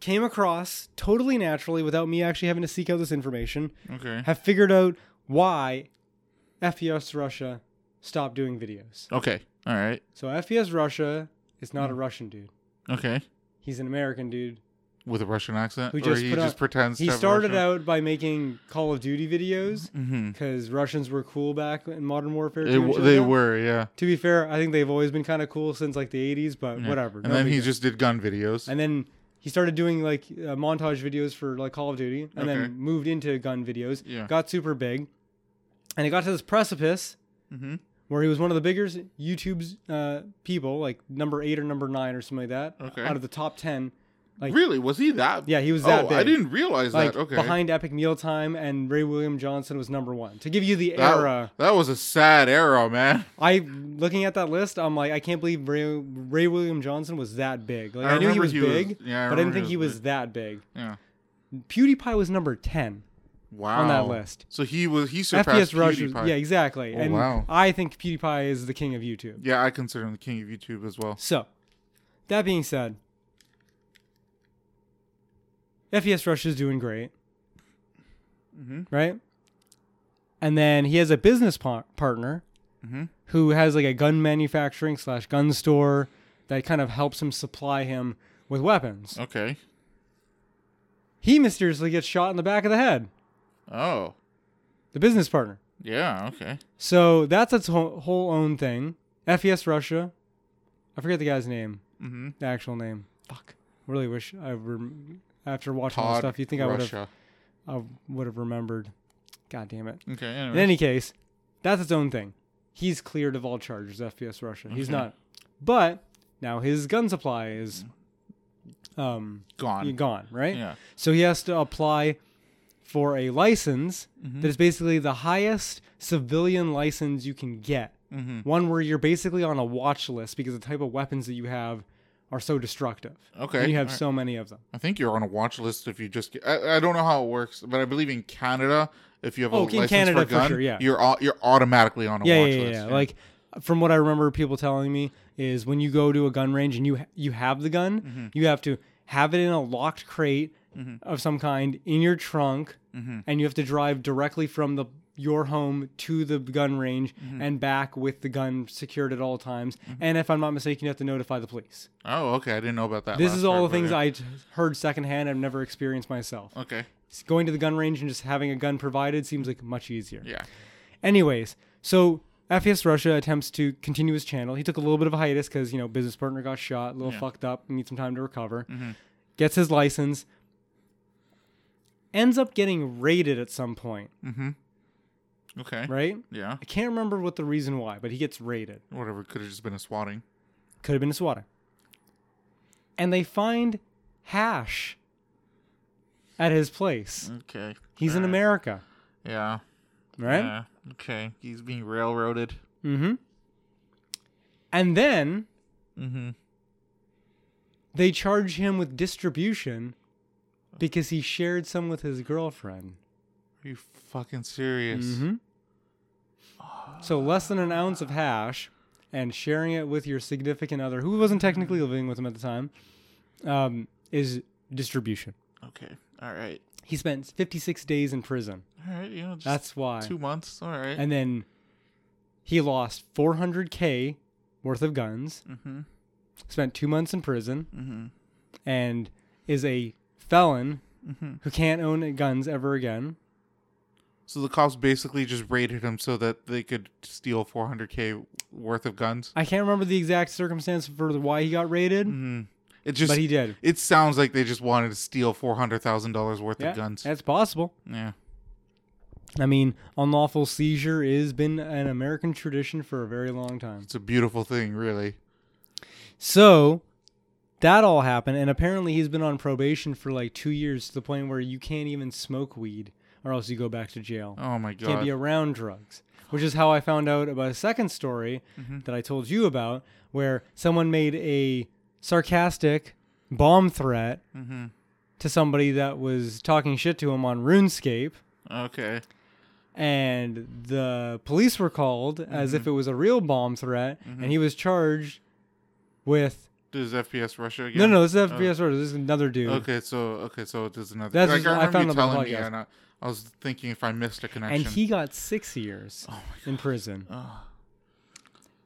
Speaker 2: came across totally naturally without me actually having to seek out this information,
Speaker 1: Okay.
Speaker 2: have figured out why FPS Russia stopped doing videos.
Speaker 1: Okay. All right.
Speaker 2: So FPS Russia is not a Russian dude.
Speaker 1: Okay.
Speaker 2: He's an American dude.
Speaker 1: With a Russian accent,
Speaker 2: Who
Speaker 1: or
Speaker 2: just
Speaker 1: he
Speaker 2: put
Speaker 1: just
Speaker 2: out-
Speaker 1: pretends.
Speaker 2: He started out by making Call of Duty videos because Russians were cool back in Modern Warfare. 2
Speaker 1: Mm-hmm. They,
Speaker 2: and
Speaker 1: w-
Speaker 2: shit
Speaker 1: they
Speaker 2: like that.
Speaker 1: were, yeah.
Speaker 2: To be fair, I think they've always been kind of cool since like the 80s, but
Speaker 1: Yeah.
Speaker 2: whatever.
Speaker 1: And
Speaker 2: no
Speaker 1: then
Speaker 2: big
Speaker 1: he
Speaker 2: deal.
Speaker 1: just did gun videos.
Speaker 2: and then he started doing like uh, montage videos for like Call of Duty, and
Speaker 1: Okay.
Speaker 2: then moved into gun videos.
Speaker 1: Yeah.
Speaker 2: Got super big, and it got to this precipice
Speaker 1: Mhm.
Speaker 2: where he was one of the biggest YouTube's uh, people, like number eight or number nine or something like that,
Speaker 1: Okay.
Speaker 2: out of the top ten. like-
Speaker 1: really? Was he that?
Speaker 2: Yeah, he was that
Speaker 1: Oh,
Speaker 2: big.
Speaker 1: I didn't realize
Speaker 2: Like
Speaker 1: that. Okay.
Speaker 2: behind Epic Mealtime and Ray William Johnson was number one. To give you the
Speaker 1: that,
Speaker 2: era,
Speaker 1: that was a sad era, man.
Speaker 2: I looking at that list, I'm like, I can't believe Ray, Ray William Johnson was that big. Like
Speaker 1: I
Speaker 2: I, knew he
Speaker 1: remember
Speaker 2: was
Speaker 1: he was-
Speaker 2: big,
Speaker 1: yeah, I
Speaker 2: but I didn't
Speaker 1: remember
Speaker 2: think
Speaker 1: he
Speaker 2: he
Speaker 1: was
Speaker 2: was that big.
Speaker 1: Yeah.
Speaker 2: PewDiePie was number ten.
Speaker 1: Wow.
Speaker 2: that list.
Speaker 1: So he was he surpassed
Speaker 2: FPS Rush, was-
Speaker 1: PewDiePie.
Speaker 2: yeah, exactly.
Speaker 1: Oh,
Speaker 2: and
Speaker 1: wow.
Speaker 2: I think PewDiePie is the king of YouTube.
Speaker 1: Yeah, I consider him the king of YouTube as well.
Speaker 2: So, that being said, FPS E Rush is doing great, right? And then he has a business par- partner who has like a gun manufacturing slash gun store that kind of helps him supply him with weapons.
Speaker 1: Okay.
Speaker 2: He mysteriously gets shot in the back of the head.
Speaker 1: Oh.
Speaker 2: The business partner.
Speaker 1: Yeah. Okay.
Speaker 2: So that's its whole, whole own thing. FES Russia. I forget the guy's name,
Speaker 1: Mm-hmm.
Speaker 2: the actual name. Fuck. Really wish I rem- after watching all this
Speaker 1: Todd.
Speaker 2: stuff, you think
Speaker 1: Russia.
Speaker 2: I would have I would have remembered. God damn it.
Speaker 1: Okay.
Speaker 2: In
Speaker 1: Anyway.
Speaker 2: any case, that's its own thing. He's cleared of all charges, FPS Russia. He's
Speaker 1: Okay.
Speaker 2: not. But now his gun supply is um
Speaker 1: gone.
Speaker 2: gone, right?
Speaker 1: Yeah.
Speaker 2: So he has to apply for a license that is basically the highest civilian license you can get. One where you're basically on a watch list because the type of weapons that you have are so destructive.
Speaker 1: Okay,
Speaker 2: And you have
Speaker 1: alright.
Speaker 2: so many of them.
Speaker 1: I think you're on a watch list if you just. Get, I, I don't know how it works, but I believe in Canada, if you have a
Speaker 2: Oh, in
Speaker 1: license
Speaker 2: Canada
Speaker 1: for
Speaker 2: for
Speaker 1: a gun,
Speaker 2: sure, yeah.
Speaker 1: you're au- you're automatically on a
Speaker 2: Yeah,
Speaker 1: watch
Speaker 2: yeah, yeah,
Speaker 1: list.
Speaker 2: yeah. Like from what I remember people telling me is when you go to a gun range and you ha- you have the gun, you have to have it in a locked crate of some kind in your trunk and you have to drive directly from the your home to the gun range and back with the gun secured at all times. And if I'm not mistaken, you have to notify the police.
Speaker 1: Oh, okay. I didn't know about that.
Speaker 2: This
Speaker 1: last
Speaker 2: is all
Speaker 1: part,
Speaker 2: the things
Speaker 1: but
Speaker 2: I heard secondhand. I've never experienced myself.
Speaker 1: yeah. Okay.
Speaker 2: Going to the gun range and just having a gun provided seems like much easier.
Speaker 1: Yeah.
Speaker 2: Anyways, so FES Russia attempts to continue his channel. He took a little bit of a hiatus because, you know, business partner got shot, a little fucked up, needs some time to recover. Gets his license. Ends up getting raided at some point,
Speaker 1: Okay.
Speaker 2: right?
Speaker 1: Yeah.
Speaker 2: I can't remember what the reason why, but he gets raided.
Speaker 1: Whatever. Could have just been a swatting.
Speaker 2: Could have been a swatter. And they find Hash at his place.
Speaker 1: Okay.
Speaker 2: He's in
Speaker 1: alright.
Speaker 2: America,
Speaker 1: Yeah.
Speaker 2: right?
Speaker 1: Yeah. Okay. He's being railroaded.
Speaker 2: Mm-hmm. And then
Speaker 1: Mm-hmm.
Speaker 2: they charge him with distribution because he shared some with his girlfriend.
Speaker 1: Are you fucking serious?
Speaker 2: Mhm. So less than an ounce of hash and sharing it with your significant other, who wasn't technically living with him at the time, um, is distribution.
Speaker 1: Okay. All right.
Speaker 2: He spent 56 days in prison.
Speaker 1: All right. You know, just
Speaker 2: That's why.
Speaker 1: two months. All right.
Speaker 2: And then he lost 400K worth of guns,
Speaker 1: mm-hmm.
Speaker 2: spent two months in prison,
Speaker 1: Mm-hmm.
Speaker 2: and is a felon
Speaker 1: Mm-hmm.
Speaker 2: who can't own guns ever again.
Speaker 1: So the cops basically just raided him so that they could steal 400k worth of guns.
Speaker 2: I can't remember the exact circumstance for the- why he got raided,
Speaker 1: Mm-hmm. It just
Speaker 2: but he did.
Speaker 1: it sounds like they just wanted to steal four hundred thousand dollars worth
Speaker 2: Yeah,
Speaker 1: of guns.
Speaker 2: that's possible.
Speaker 1: yeah.
Speaker 2: I mean, unlawful seizure has been an American tradition for a very long time.
Speaker 1: It's a beautiful thing, really.
Speaker 2: So that all happened, and apparently he's been on probation for like two years to the point where you can't even smoke weed, or else you go back to jail.
Speaker 1: Oh my
Speaker 2: can't
Speaker 1: god.
Speaker 2: be around drugs, which is how I found out about a second story
Speaker 1: Mm-hmm.
Speaker 2: that I told you about, where someone made a sarcastic bomb threat
Speaker 1: Mm-hmm.
Speaker 2: to somebody that was talking shit to him on RuneScape,
Speaker 1: okay.
Speaker 2: and the police
Speaker 1: Mm-hmm.
Speaker 2: were called as if it was a real bomb threat, and he was charged with
Speaker 1: This is FPS Russia again.
Speaker 2: No, no, this is FBS Road. This is another dude.
Speaker 1: Okay, so okay, so there's another.
Speaker 2: That's
Speaker 1: like,
Speaker 2: what I
Speaker 1: I remember
Speaker 2: found
Speaker 1: you
Speaker 2: on the
Speaker 1: telling me,
Speaker 2: podcast.
Speaker 1: and I, I was thinking if I missed a connection.
Speaker 2: And he got six
Speaker 1: Oh
Speaker 2: years in prison.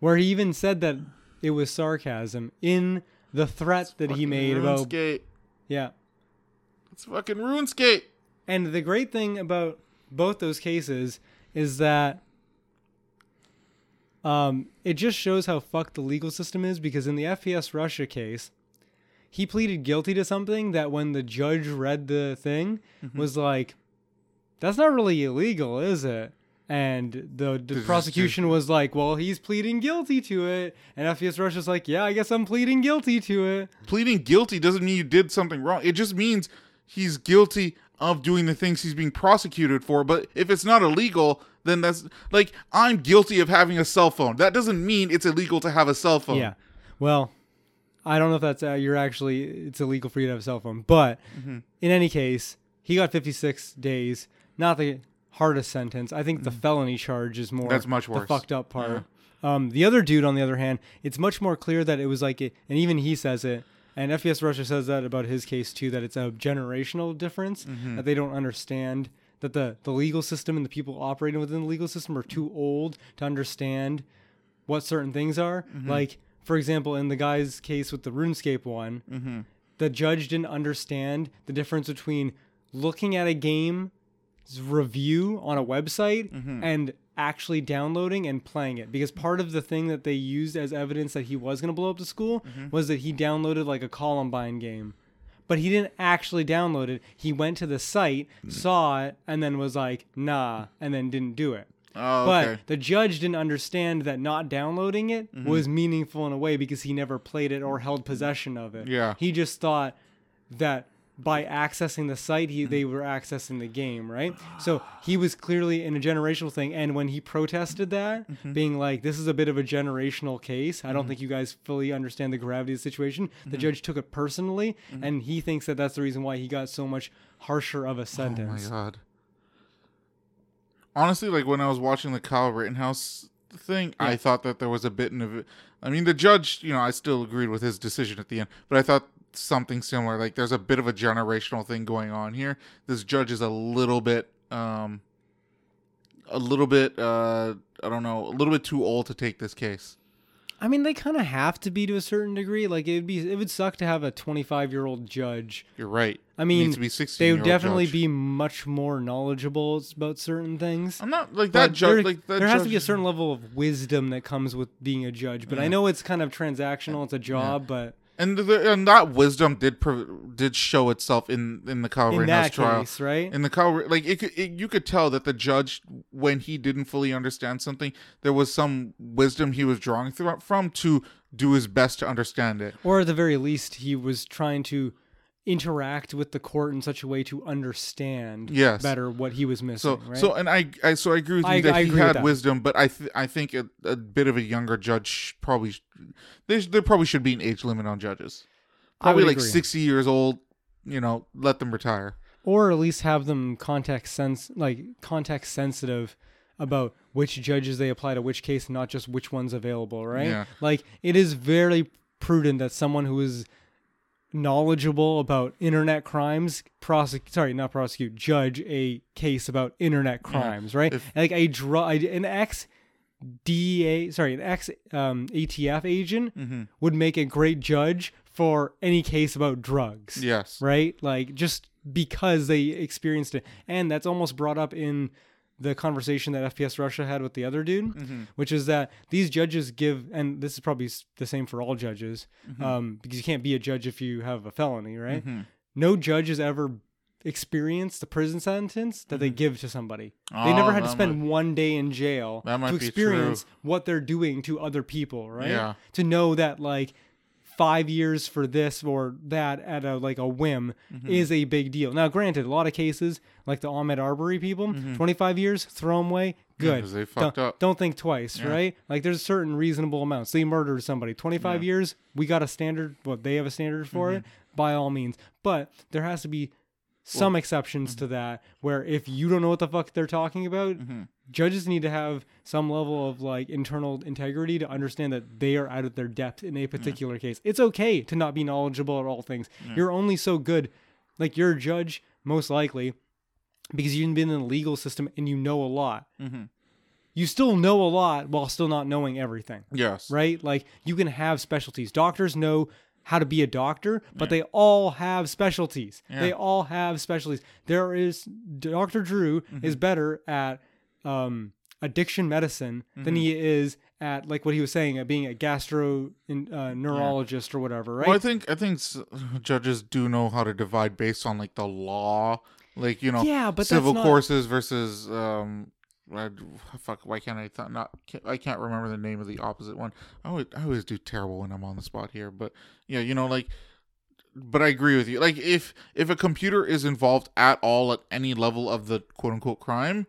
Speaker 2: Where he even said that it was sarcasm in the threat that he
Speaker 1: Fucking
Speaker 2: made about.
Speaker 1: RuneScape.
Speaker 2: Yeah.
Speaker 1: It's fucking RuneScape.
Speaker 2: And the great thing about both those cases is that um, it just shows how fucked the legal system is because in the FPS Russia case, he pleaded guilty to something that when the judge read the thing was like, that's not really illegal, is it? And the, the
Speaker 1: is-
Speaker 2: prosecution was like, well, he's pleading guilty to it. And FPS Russia's like, yeah, I guess I'm pleading guilty to it.
Speaker 1: Pleading guilty doesn't mean you did something wrong. It just means he's guilty of doing the things he's being prosecuted for. But if it's not illegal, then that's like I'm guilty of having a cell phone. That doesn't mean it's illegal to have a cell phone.
Speaker 2: Yeah. Well, I don't know if that's uh, you're actually it's illegal for you to have a cell phone, but
Speaker 1: Mm-hmm.
Speaker 2: in any case, he got 56 days, not the hardest sentence. I think the felony charge is more
Speaker 1: Mm. That's much
Speaker 2: the
Speaker 1: worse.
Speaker 2: fucked up part. Um, the other dude, on the other hand, it's much more clear that it was like, a, and even he says it, and FBS Russia says that about his case too, that it's a generational difference that they don't understand that the the legal system and the people operating within the legal system are too old to understand what certain things are. Like, for example, in the guy's case with the RuneScape one, the judge didn't understand the difference between looking at a game's review on a website
Speaker 1: Mm-hmm.
Speaker 2: and actually downloading and playing it. Because part of the thing that they used as evidence that he was going to blow up the school
Speaker 1: Mm-hmm.
Speaker 2: was that he downloaded like a Columbine game. But he didn't actually download it. He went to the site,
Speaker 1: Mm.
Speaker 2: saw it, and then was like, nah, and then didn't do it.
Speaker 1: Oh,
Speaker 2: But
Speaker 1: okay. Mm-hmm.
Speaker 2: the judge didn't understand that not downloading it was meaningful in a way because he never played it or held possession of it.
Speaker 1: Yeah.
Speaker 2: He just thought that by
Speaker 1: Mm.
Speaker 2: accessing the site, he, they were accessing the game, right? So he was clearly in a generational thing. And when he protested that,
Speaker 1: Mm-hmm.
Speaker 2: being like, this is a bit of a generational case, I don't think you guys fully understand the gravity of the situation, the
Speaker 1: Mm-hmm.
Speaker 2: judge took it personally. And he thinks that that's the reason why he got so much harsher of
Speaker 1: Oh
Speaker 2: a
Speaker 1: my
Speaker 2: sentence.
Speaker 1: god. Honestly, like when I was watching the Kyle Rittenhouse thing, I thought that there was a bit of. I mean, the judge, you know, I still agreed with his decision at the end, but I thought something similar. Like, there's a bit of a generational thing going on here. This judge is a little bit, um, a little bit, uh, I don't know, a little bit too old to take this case.
Speaker 2: I mean, they kind of have to be to a certain degree. Like it'd be, it would suck to have a 25 year old judge.
Speaker 1: You're right.
Speaker 2: I mean,
Speaker 1: needs to be
Speaker 2: they
Speaker 1: 16-year-old
Speaker 2: would definitely
Speaker 1: judge.
Speaker 2: be much more knowledgeable s- about certain things.
Speaker 1: I'm not like
Speaker 2: But
Speaker 1: that
Speaker 2: there,
Speaker 1: judge. Like that
Speaker 2: there has to
Speaker 1: judge-
Speaker 2: be a certain level of wisdom that comes with being a judge. But I know it's kind of transactional; it's a job, but
Speaker 1: and the, and that wisdom did prov- did show itself in in the Kyle
Speaker 2: in
Speaker 1: Rittenhouse
Speaker 2: that
Speaker 1: trial.
Speaker 2: case, right?
Speaker 1: In the Kyle, Ri- like it, could- it, you could tell that the judge, when he didn't fully understand something, there was some wisdom he was drawing thro- from to do his best to understand it.
Speaker 2: or at the very least, he was trying to interact with the court in such a way to understand
Speaker 1: Yes.
Speaker 2: better what he was
Speaker 1: So,
Speaker 2: missing. right?
Speaker 1: so, and I, I, so I agree with you
Speaker 2: I-
Speaker 1: that
Speaker 2: I
Speaker 1: he
Speaker 2: agree with
Speaker 1: had
Speaker 2: that.
Speaker 1: wisdom, but I, th- I think a, a bit of a younger judge sh- probably, sh- there, sh- there probably should be an age limit on judges.
Speaker 2: I would
Speaker 1: Probably like
Speaker 2: agree.
Speaker 1: sixty years old, you know, let them retire.
Speaker 2: or at least have them context sense like context sensitive about which judges they apply to which case not just which one's available right
Speaker 1: Yeah.
Speaker 2: like it is very prudent that someone who is knowledgeable about internet crimes prosecute sorry not prosecute judge a case about internet crimes right like a draw an ex DEA, sorry, an ex um, ATF agent would make a great judge for any case about drugs
Speaker 1: Yes.
Speaker 2: right? Like just because they experienced it, and that's almost brought up in the conversation that FPS Russia had with the other dude,
Speaker 1: Mm-hmm.
Speaker 2: which is that these judges give, and this is probably s- the same for all judges,
Speaker 1: Mm-hmm.
Speaker 2: um, because you can't be a judge if you have a felony, right? No judge has ever experienced the prison sentence that they give to somebody. they never
Speaker 1: Mm-hmm. Oh,
Speaker 2: had to
Speaker 1: that
Speaker 2: spend one day in jail
Speaker 1: That might
Speaker 2: to
Speaker 1: be
Speaker 2: experience what they're doing to other people, right?
Speaker 1: Yeah.
Speaker 2: To know that like five years for this or that at a like a whim is a big deal. Now, granted, a lot of cases like the Ahmed Arbery people, 25 years, throw 'em away, good.
Speaker 1: 'cause they fucked
Speaker 2: don't,
Speaker 1: up.
Speaker 2: don't think twice, right? Like there's certain reasonable amounts. They murdered somebody, 25 years,
Speaker 1: Mm-hmm.
Speaker 2: we got a standard, what they have a standard for it, by all means. But there has to be some exceptions
Speaker 1: mm-hmm.
Speaker 2: to that where if you don't know what the fuck they're talking about, judges need to have some level of like internal integrity to understand that they are out of their depth in a particular case. It's okay to not be knowledgeable at all things. You're only so good, like you're a judge most likely because you've been in the legal system and you know a lot. You still know a lot while still not knowing everything
Speaker 1: Yes.
Speaker 2: right? Like you can have specialties. Doctors know how to be a doctor, but they all have specialties. They all have specialties. There is Dr. Drew is better at um, addiction medicine than he is at like what he was saying at being a gastro in, uh, neurologist or whatever, right?
Speaker 1: Well, I think I think s- judges do know how to divide based on like the law, like you know,
Speaker 2: Yeah, but
Speaker 1: civil
Speaker 2: that's not-
Speaker 1: courses versus um, I, fuck, why can't I th- not? Can't, I can't remember the name of the opposite one. I always, I always do terrible when I'm on the spot here, but yeah, you know, like, but I agree with you. Like, if if a computer is involved at all at any level of the quote unquote crime,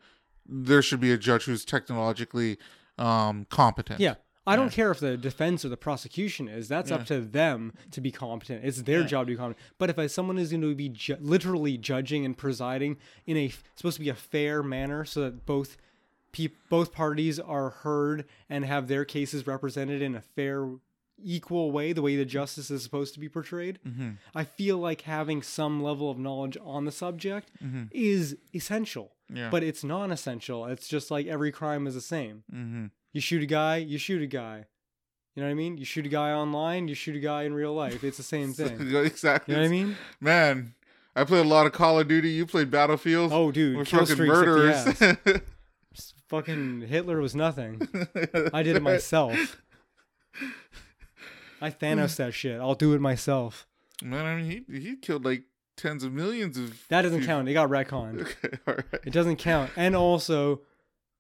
Speaker 1: there should be a judge who's technologically um competent.
Speaker 2: yeah. I don't care if the defense or the prosecution is. That's up to them to be competent. It's their job to be competent. But if uh, someone is going to be ju- literally judging and presiding in a f- supposed to be a fair manner, so that both peop both parties are heard and have their cases represented in a fair, equal way, the way the justice is supposed to be portrayed, I feel like having some level of knowledge on the subject is essential.
Speaker 1: Yeah.
Speaker 2: But it's non-essential. It's just like every crime is the same.
Speaker 1: Mm-hmm.
Speaker 2: You shoot a guy, you shoot a guy. You know what I mean? You shoot a guy online, you shoot a guy in real life. It's the same thing.
Speaker 1: exactly.
Speaker 2: You know what I mean?
Speaker 1: Man, I played a lot of Call of Duty. You played Battlefield.
Speaker 2: Oh, dude,
Speaker 1: we're
Speaker 2: kill
Speaker 1: fucking
Speaker 2: streaks up the
Speaker 1: murderers.
Speaker 2: S- Fucking Hitler was nothing. I did it myself. I Thanos that shit. I'll do it myself.
Speaker 1: Man, I mean, he he killed like tens of millions of.
Speaker 2: That doesn't count. It got retconned.
Speaker 1: Okay, all right.
Speaker 2: It doesn't count. And also,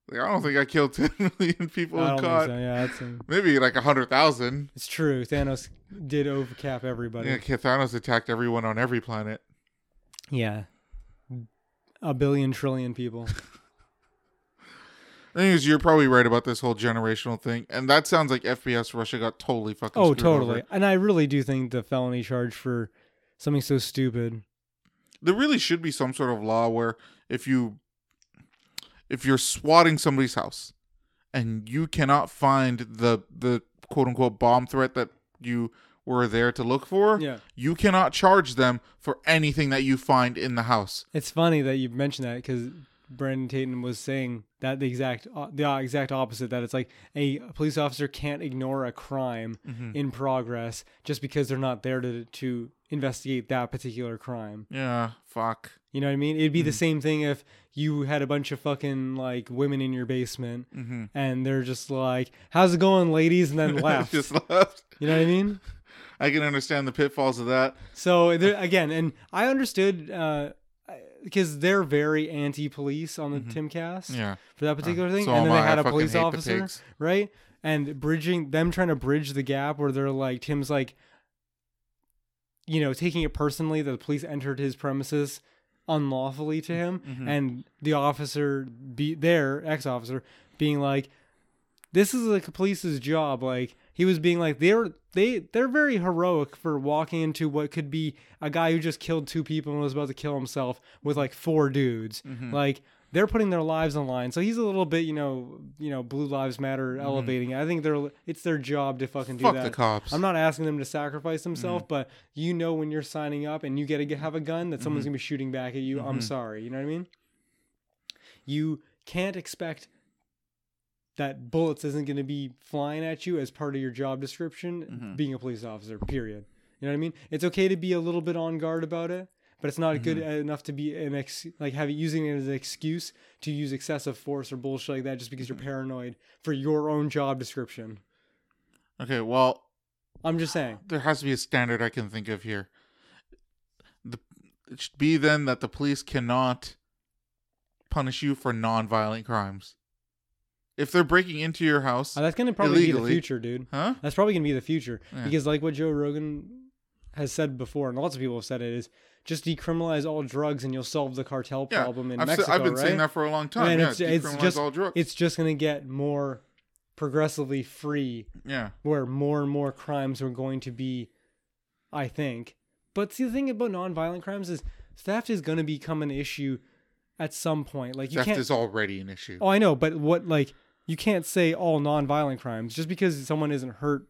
Speaker 1: Like, I don't think I killed ten million people
Speaker 2: I
Speaker 1: in
Speaker 2: don't
Speaker 1: COD.
Speaker 2: think so. Yeah, that's a,
Speaker 1: Maybe like a hundred thousand.
Speaker 2: it's true. Thanos did overcap everybody.
Speaker 1: Yeah, Thanos attacked everyone on every planet.
Speaker 2: yeah. A billion trillion people.
Speaker 1: Anyways, you're probably right about this whole generational thing, and that sounds like FPS Russia got totally fucking.
Speaker 2: Oh,
Speaker 1: screwed over.
Speaker 2: totally. And I really do think the felony charge for something so stupid.
Speaker 1: there really should be some sort of law where if you if you're swatting somebody's house and you cannot find the the quote unquote bomb threat that you were there to look for,
Speaker 2: Yeah.
Speaker 1: you cannot charge them for anything that you find in the house.
Speaker 2: It's funny that you mentioned that because Brandon Tatum was saying that the exact uh, the uh, exact opposite that it's like a police officer can't ignore a crime
Speaker 1: Mm-hmm.
Speaker 2: in progress just because they're not there to to investigate that particular crime.
Speaker 1: Yeah, fuck.
Speaker 2: You know what I mean? It'd be
Speaker 1: Mm-hmm.
Speaker 2: the same thing if you had a bunch of fucking like women in your basement
Speaker 1: Mm-hmm.
Speaker 2: and they're just like, "How's it going, ladies?" and then left.
Speaker 1: Just left.
Speaker 2: you know what I mean?
Speaker 1: I can understand the pitfalls of that.
Speaker 2: So there, again, and I understood uh, because they're very anti-police on the Timcast
Speaker 1: Mm-hmm. Yeah. Uh,
Speaker 2: for that particular thing,
Speaker 1: so
Speaker 2: and then
Speaker 1: am
Speaker 2: they
Speaker 1: I.
Speaker 2: had
Speaker 1: I
Speaker 2: a
Speaker 1: fucking
Speaker 2: police
Speaker 1: hate the
Speaker 2: officer,
Speaker 1: pigs.
Speaker 2: right? And bridging them trying to bridge the gap where they're like Tim's like, you know, taking it personally that the police entered his premises unlawfully to him,
Speaker 1: Mm-hmm.
Speaker 2: and the officer be their ex officer being like, this is like a police's job. Like he was being like they're they they're very heroic for walking into what could be a guy who just killed two people and was about to kill himself with like four dudes.
Speaker 1: Mm-hmm.
Speaker 2: Like they're putting their lives on line. So he's a little bit you know you know Blue Lives Matter elevating. it. I think they're it's their job to fucking do
Speaker 1: Mm-hmm. Fuck
Speaker 2: that.
Speaker 1: the cops.
Speaker 2: I'm not asking them to sacrifice themselves, but you know when you're signing up and you get to have a gun that someone's gonna be shooting back at you. I'm sorry. You know what I mean? You can't expect that bullets isn't going to be flying at you as part of your job description being a police officer period you know what i mean it's okay to be a little bit on guard about it but it's not good enough to be an ex like having using it as an excuse to use excessive force or bullshit like that just because you're paranoid for your own job description
Speaker 1: Okay, well,
Speaker 2: i'm just saying
Speaker 1: there has to be a standard I can think of here. The, it should be then that the police cannot punish you for non-violent crimes. If they're breaking into your house,
Speaker 2: Uh, that's going to probably be
Speaker 1: Illegally.
Speaker 2: the future dude
Speaker 1: huh?
Speaker 2: That's probably gonna be the future because, like what Joe Rogan has said before, and lots of people have said it is just decriminalize all drugs and you'll solve the cartel
Speaker 1: Yeah,
Speaker 2: problem in
Speaker 1: I've, se-
Speaker 2: Mexico.
Speaker 1: I've been
Speaker 2: right?
Speaker 1: saying that for a long time.
Speaker 2: And
Speaker 1: yeah,
Speaker 2: it's, it's
Speaker 1: decriminalize
Speaker 2: just
Speaker 1: all drugs.
Speaker 2: it's just gonna get more progressively free,
Speaker 1: yeah,
Speaker 2: where more and more crimes are going to be, I think. But see, the thing about nonviolent crimes is theft is going to become an issue at some point. Like you
Speaker 1: Theft
Speaker 2: can't.
Speaker 1: is already an issue.
Speaker 2: oh, I know, but what like you can't say all non-violent crimes just because someone isn't hurt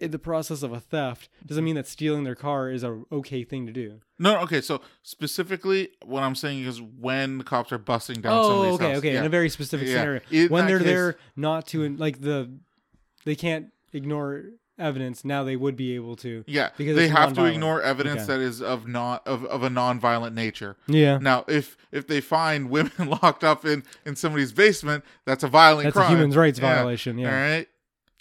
Speaker 2: in the process of a theft
Speaker 1: Mm-hmm.
Speaker 2: doesn't mean that stealing their car is a okay thing to do.
Speaker 1: No, okay. So specifically, what I'm saying is when the cops are busting down
Speaker 2: oh,
Speaker 1: somebody's
Speaker 2: okay,
Speaker 1: house.
Speaker 2: okay.
Speaker 1: Yeah.
Speaker 2: In a very specific
Speaker 1: Yeah.
Speaker 2: scenario,
Speaker 1: In
Speaker 2: when
Speaker 1: that
Speaker 2: they're
Speaker 1: case- Mm-hmm.
Speaker 2: there not to like the, they can't ignore evidence. Now they would be able to.
Speaker 1: yeah,
Speaker 2: because
Speaker 1: they
Speaker 2: it's
Speaker 1: have to
Speaker 2: nonviolent.
Speaker 1: ignore evidence
Speaker 2: Okay.
Speaker 1: that Mm-hmm. is of not of, of a non-violent nature.
Speaker 2: Yeah,
Speaker 1: Now, if if they find women locked up in in somebody's basement, that's a violent
Speaker 2: that's
Speaker 1: crime.
Speaker 2: a human rights
Speaker 1: Yeah.
Speaker 2: violation. Yeah.
Speaker 1: All right.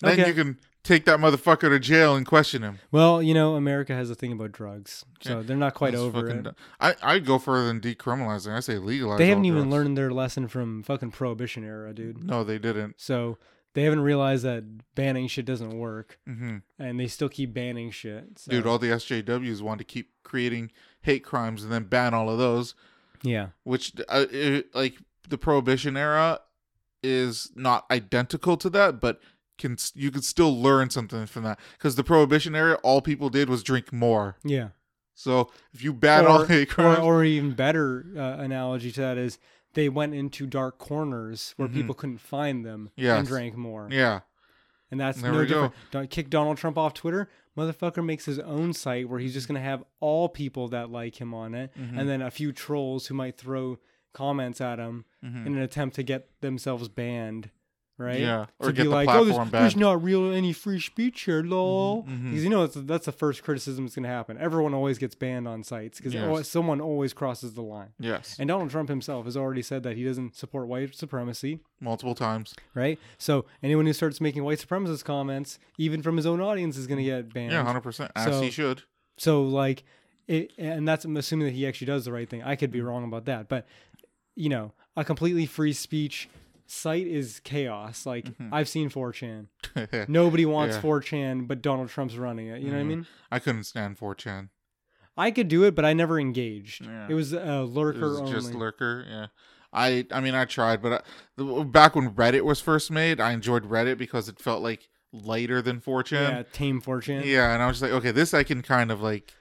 Speaker 1: Then
Speaker 2: Okay.
Speaker 1: you can take that motherfucker to jail and question him.
Speaker 2: Well, you know, America has a thing about drugs, so they're not quite
Speaker 1: That's
Speaker 2: over
Speaker 1: fucking
Speaker 2: it.
Speaker 1: du- I I'd go further than decriminalizing. I say legalize.
Speaker 2: They
Speaker 1: all
Speaker 2: haven't even
Speaker 1: drugs.
Speaker 2: learned their lesson from fucking prohibition era, dude.
Speaker 1: No, they didn't.
Speaker 2: So they haven't realized that banning shit doesn't work,
Speaker 1: hmm
Speaker 2: and they still keep banning shit. So,
Speaker 1: Dude, all the SJWs want to keep creating hate crimes and then ban all of those,
Speaker 2: yeah,
Speaker 1: which uh, it- like the prohibition era is not identical to that, but can s- you could still learn something from that because the prohibition era all people did was drink more.
Speaker 2: yeah.
Speaker 1: So if you ban all hate
Speaker 2: or,
Speaker 1: crimes,
Speaker 2: or even better uh, analogy to that is they went into dark corners where
Speaker 1: Mhm.
Speaker 2: people couldn't find them
Speaker 1: Yes.
Speaker 2: and drank more.
Speaker 1: yeah,
Speaker 2: And that's
Speaker 1: There
Speaker 2: no
Speaker 1: we go.
Speaker 2: different. Don't kick Donald Trump off Twitter. Motherfucker makes his own site where he's just going to have all people that like him on it
Speaker 1: Mhm.
Speaker 2: and then a few trolls who might throw comments at him
Speaker 1: Mhm.
Speaker 2: in an attempt to get themselves banned. Right?
Speaker 1: Yeah, or
Speaker 2: to
Speaker 1: get
Speaker 2: be
Speaker 1: the
Speaker 2: like, oh, there's,
Speaker 1: platform
Speaker 2: there's
Speaker 1: banned."
Speaker 2: not real any free speech here, lol. Because
Speaker 1: mhm.
Speaker 2: you know that's, that's the first criticism that's going to happen. Everyone always gets banned on sites because
Speaker 1: Yes.
Speaker 2: someone always crosses the line.
Speaker 1: yes,
Speaker 2: And Donald Trump himself has already said that he doesn't support white supremacy,
Speaker 1: multiple times.
Speaker 2: right? So anyone who starts making white supremacist comments, even from his own audience, is going to get banned.
Speaker 1: Yeah, hundred percent. As
Speaker 2: So-
Speaker 1: he should.
Speaker 2: So like, it, and that's I'm assuming that he actually does the right thing. I could be wrong about that, but you know, a completely free speech site is chaos. Like I've seen 4chan. Nobody wants
Speaker 1: Mm-hmm. Yeah.
Speaker 2: 4chan, but Donald Trump's running it. You know what I
Speaker 1: Mhm.
Speaker 2: mean?
Speaker 1: I couldn't stand 4chan.
Speaker 2: I could do it, but I never engaged.
Speaker 1: Yeah.
Speaker 2: It was a
Speaker 1: It
Speaker 2: lurker
Speaker 1: was
Speaker 2: only.
Speaker 1: just lurker. Yeah. I I mean I tried, but I, the, back when Reddit was first made, I enjoyed Reddit because it felt like lighter than 4chan.
Speaker 2: yeah, tame 4chan.
Speaker 1: Yeah. and I was just like, okay, this I can kind of like,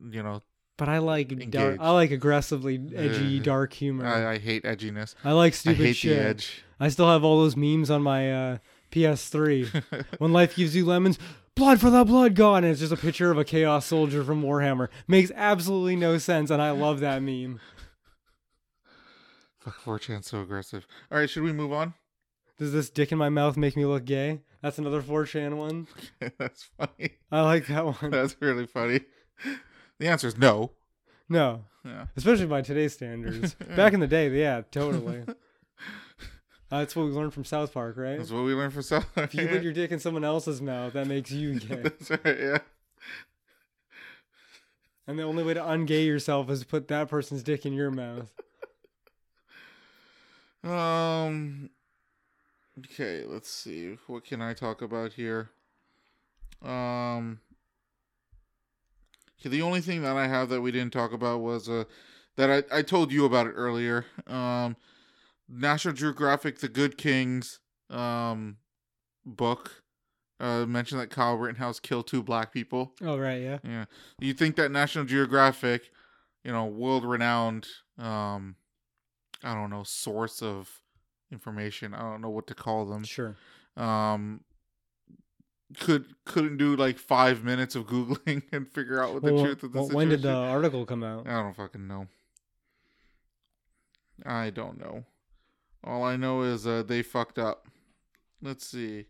Speaker 1: you know,
Speaker 2: But I like dark,
Speaker 1: Engaged.
Speaker 2: I like aggressively edgy
Speaker 1: Yeah.
Speaker 2: dark humor. I,
Speaker 1: I, I hate edginess.
Speaker 2: like
Speaker 1: I
Speaker 2: Mm-hmm. stupid
Speaker 1: hate
Speaker 2: shit.
Speaker 1: the edge.
Speaker 2: I still have all those memes on my uh, PS3. when life gives you lemons, blood for the blood god, and it's just a picture of a chaos soldier from Warhammer. Makes absolutely no sense, and I love that meme.
Speaker 1: Fuck 4chan, 's so aggressive. All right, should we move on?
Speaker 2: Does this dick in my mouth make me look gay? That's another 4chan one.
Speaker 1: That's funny.
Speaker 2: I like that one.
Speaker 1: That's really funny. The answer is no.
Speaker 2: No,
Speaker 1: Yeah.
Speaker 2: especially by today's standards. Back in the day, yeah, totally. Uh, that's what we learned from South Park, right?
Speaker 1: That's what we learned from South.
Speaker 2: If you put your dick in someone else's mouth, that makes you gay.
Speaker 1: That's right. Yeah.
Speaker 2: and the only way to ungay yourself is to put that person's dick in your mouth.
Speaker 1: Um. Okay, let's see. What can I talk about here? Um. Okay, the only thing that I have that we didn't talk about was uh that I I told you about it earlier. Um, National Geographic: The Good Kings um book uh mentioned that Kyle Rittenhouse killed two black people.
Speaker 2: Oh right, yeah.
Speaker 1: Yeah. You think that National Geographic, you know, world renowned um I don't know, source of information. I don't know what to call them.
Speaker 2: Sure.
Speaker 1: Um could couldn't do like 5 minutes of googling and figure out what the
Speaker 2: Well,
Speaker 1: truth of the
Speaker 2: well,
Speaker 1: situation.
Speaker 2: when did the article come out?
Speaker 1: I don't fucking know. I don't know. All I know is uh, they fucked up. Let's see.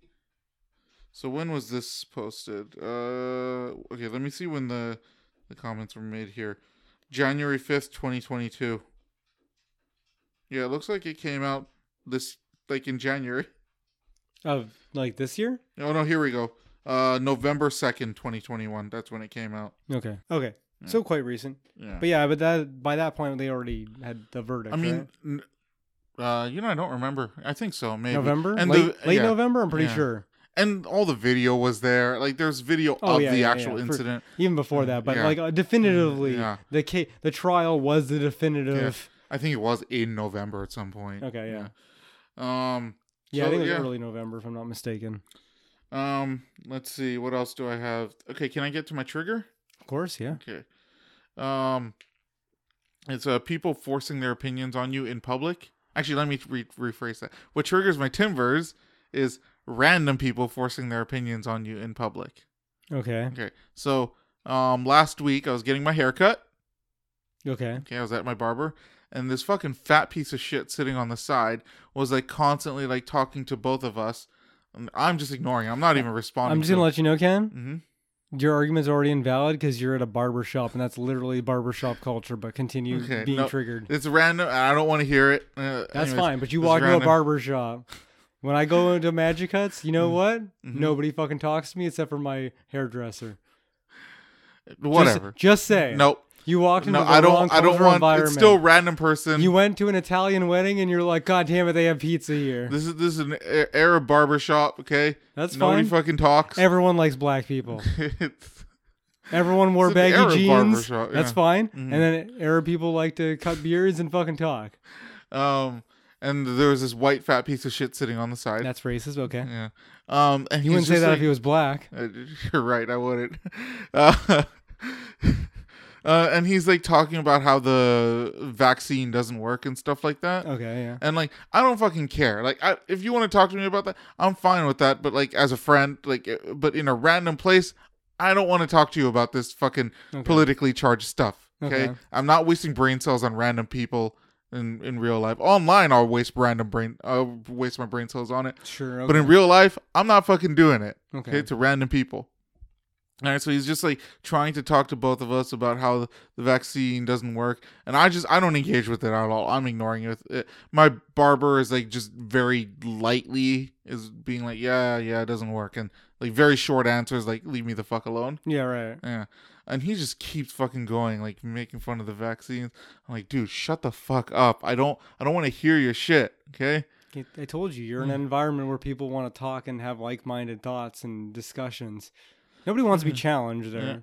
Speaker 1: So when was this posted? Uh, okay, let me see when the the comments were made here. January fifth, twenty twenty two. Yeah, it looks like it came out this like in January.
Speaker 2: Of like this year?
Speaker 1: Oh no, here we go. Uh, November second, twenty twenty one. That's when it came out.
Speaker 2: Okay. Okay. So quite recent.
Speaker 1: Yeah.
Speaker 2: But yeah, but that by that point they already had the verdict.
Speaker 1: I mean,
Speaker 2: right?
Speaker 1: n- uh, you know, I don't remember. I think so, maybe
Speaker 2: November?
Speaker 1: and
Speaker 2: late
Speaker 1: the,
Speaker 2: late
Speaker 1: yeah.
Speaker 2: November, I'm pretty
Speaker 1: Yeah.
Speaker 2: sure.
Speaker 1: and all the video was there. Like, there's video
Speaker 2: Oh,
Speaker 1: of
Speaker 2: yeah,
Speaker 1: the
Speaker 2: yeah,
Speaker 1: actual
Speaker 2: yeah, for-
Speaker 1: incident.
Speaker 2: Even before that, but
Speaker 1: Mm, Yeah. Mm,
Speaker 2: like uh, definitively
Speaker 1: Yeah.
Speaker 2: the ca- the trial was the definitive
Speaker 1: I think it was in November at some point.
Speaker 2: Okay, yeah.
Speaker 1: Yeah. Um.
Speaker 2: Yeah,
Speaker 1: so,
Speaker 2: I think it was
Speaker 1: yeah.
Speaker 2: early November if I'm not mistaken.
Speaker 1: Um. Let's see. What else do I have? Okay. Can I get to my trigger?
Speaker 2: Of course, yeah.
Speaker 1: Okay. Um. It's uh, people forcing their opinions on you in public. Actually, let me re- rephrase that. What triggers my timbers is random people forcing their opinions on you in public.
Speaker 2: Okay.
Speaker 1: Okay, so um, last week I was getting my haircut.
Speaker 2: Okay.
Speaker 1: Okay, I was at my barber, and this fucking fat piece of shit sitting on the side was like constantly like talking to both of us. And I'm just ignoring. Him. I'm not even responding.
Speaker 2: I'm just gonna
Speaker 1: to
Speaker 2: let you know, Ken.
Speaker 1: hmm
Speaker 2: Your argument's already invalid because you're at a barber shop, and that's literally barber shop culture. But continue
Speaker 1: Okay,
Speaker 2: being
Speaker 1: no.
Speaker 2: triggered.
Speaker 1: It's random. and I don't want to hear it. Uh,
Speaker 2: That's
Speaker 1: anyways,
Speaker 2: fine. But you
Speaker 1: this is
Speaker 2: walk into a
Speaker 1: random.
Speaker 2: barber shop. When I go into Magic Huts, you
Speaker 1: Mm-hmm.
Speaker 2: know what? Nobody fucking talks to me except for my hairdresser. Just-
Speaker 1: Whatever.
Speaker 2: Just, say.
Speaker 1: nope.
Speaker 2: You walked into
Speaker 1: No,
Speaker 2: the
Speaker 1: I
Speaker 2: wrong
Speaker 1: don't. I don't
Speaker 2: cultural
Speaker 1: want.
Speaker 2: environment.
Speaker 1: It's still random person.
Speaker 2: You went to an Italian wedding and you're like, God damn it, they have pizza here.
Speaker 1: This is this is an A- Arab barber shop. Okay.
Speaker 2: That's
Speaker 1: Nobody
Speaker 2: fine.
Speaker 1: fucking talks.
Speaker 2: Everyone likes black people.
Speaker 1: It's-
Speaker 2: Everyone wore
Speaker 1: It's an
Speaker 2: baggy
Speaker 1: Arab barber
Speaker 2: jeans.
Speaker 1: shop, yeah.
Speaker 2: That's
Speaker 1: Mm-hmm.
Speaker 2: fine. And then Arab people like to cut beards and fucking talk.
Speaker 1: um, and there was this white fat piece of shit sitting on the side.
Speaker 2: That's racist. Okay.
Speaker 1: yeah. Um, and
Speaker 2: You wouldn't say that if he was black.
Speaker 1: Uh, You're right. I wouldn't. Uh, uh, and he's like talking about how the vaccine doesn't work and stuff like that.
Speaker 2: Okay. Yeah.
Speaker 1: And like, I don't fucking care. Like, I, if you want to talk to me about that, I'm fine with that. But like, as a friend, like, uh, but in a random place, I don't want to talk to you about this fucking politically charged stuff. Okay?
Speaker 2: Okay.
Speaker 1: I'm not wasting brain cells on random people in in real life. Online, I'll waste random brain. I'll waste my brain cells on it.
Speaker 2: Sure.
Speaker 1: But
Speaker 2: Okay.
Speaker 1: in real life, I'm not fucking doing it.
Speaker 2: Okay.
Speaker 1: Okay. To random people. All right. So he's just like trying to talk to both of us about how the vaccine doesn't work. And I just, I don't engage with it at all. I'm ignoring it. it. My barber is like just very lightly is being like, yeah, yeah, it doesn't work. And like very short answers, like, leave me the fuck alone.
Speaker 2: yeah. Right.
Speaker 1: Yeah. And he just keeps fucking going, like making fun of the vaccines. I'm like, dude, shut the fuck up. I don't, I don't want to hear your shit. Okay.
Speaker 2: Okay, I told you, you're in
Speaker 1: Hmm.
Speaker 2: an environment where people want to talk and have like-minded thoughts and discussions. Nobody wants
Speaker 1: Hmm.
Speaker 2: to be challenged there.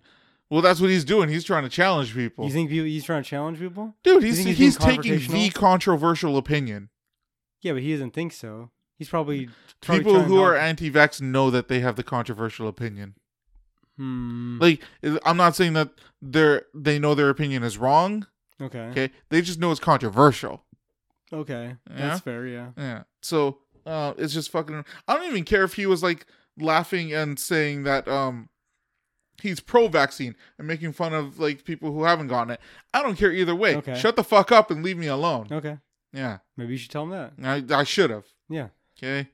Speaker 1: Well, that's what he's doing. He's trying to challenge people.
Speaker 2: You think people, he's trying to challenge people?
Speaker 1: Dude,
Speaker 2: You
Speaker 1: he's
Speaker 2: think
Speaker 1: he's,
Speaker 2: he's being
Speaker 1: taking the
Speaker 2: confrontational?
Speaker 1: controversial opinion.
Speaker 2: Yeah, but he doesn't think so. He's probably probably
Speaker 1: People
Speaker 2: trying to
Speaker 1: who are
Speaker 2: help.
Speaker 1: anti-vax know that they have the controversial opinion.
Speaker 2: Hmm,
Speaker 1: Like I'm not saying that they're they know their opinion is wrong,
Speaker 2: okay.
Speaker 1: okay? They just know it's controversial.
Speaker 2: Okay,
Speaker 1: Yeah?
Speaker 2: that's fair. Yeah.
Speaker 1: Yeah. So, uh it's just fucking I don't even care if he was like laughing and saying that um he's pro-vaccine and making fun of like people who haven't gotten it. I don't care either way.
Speaker 2: Okay.
Speaker 1: Shut the fuck up and leave me alone.
Speaker 2: Okay.
Speaker 1: Yeah.
Speaker 2: Maybe you should tell him that.
Speaker 1: I I should have.
Speaker 2: Yeah.
Speaker 1: Okay?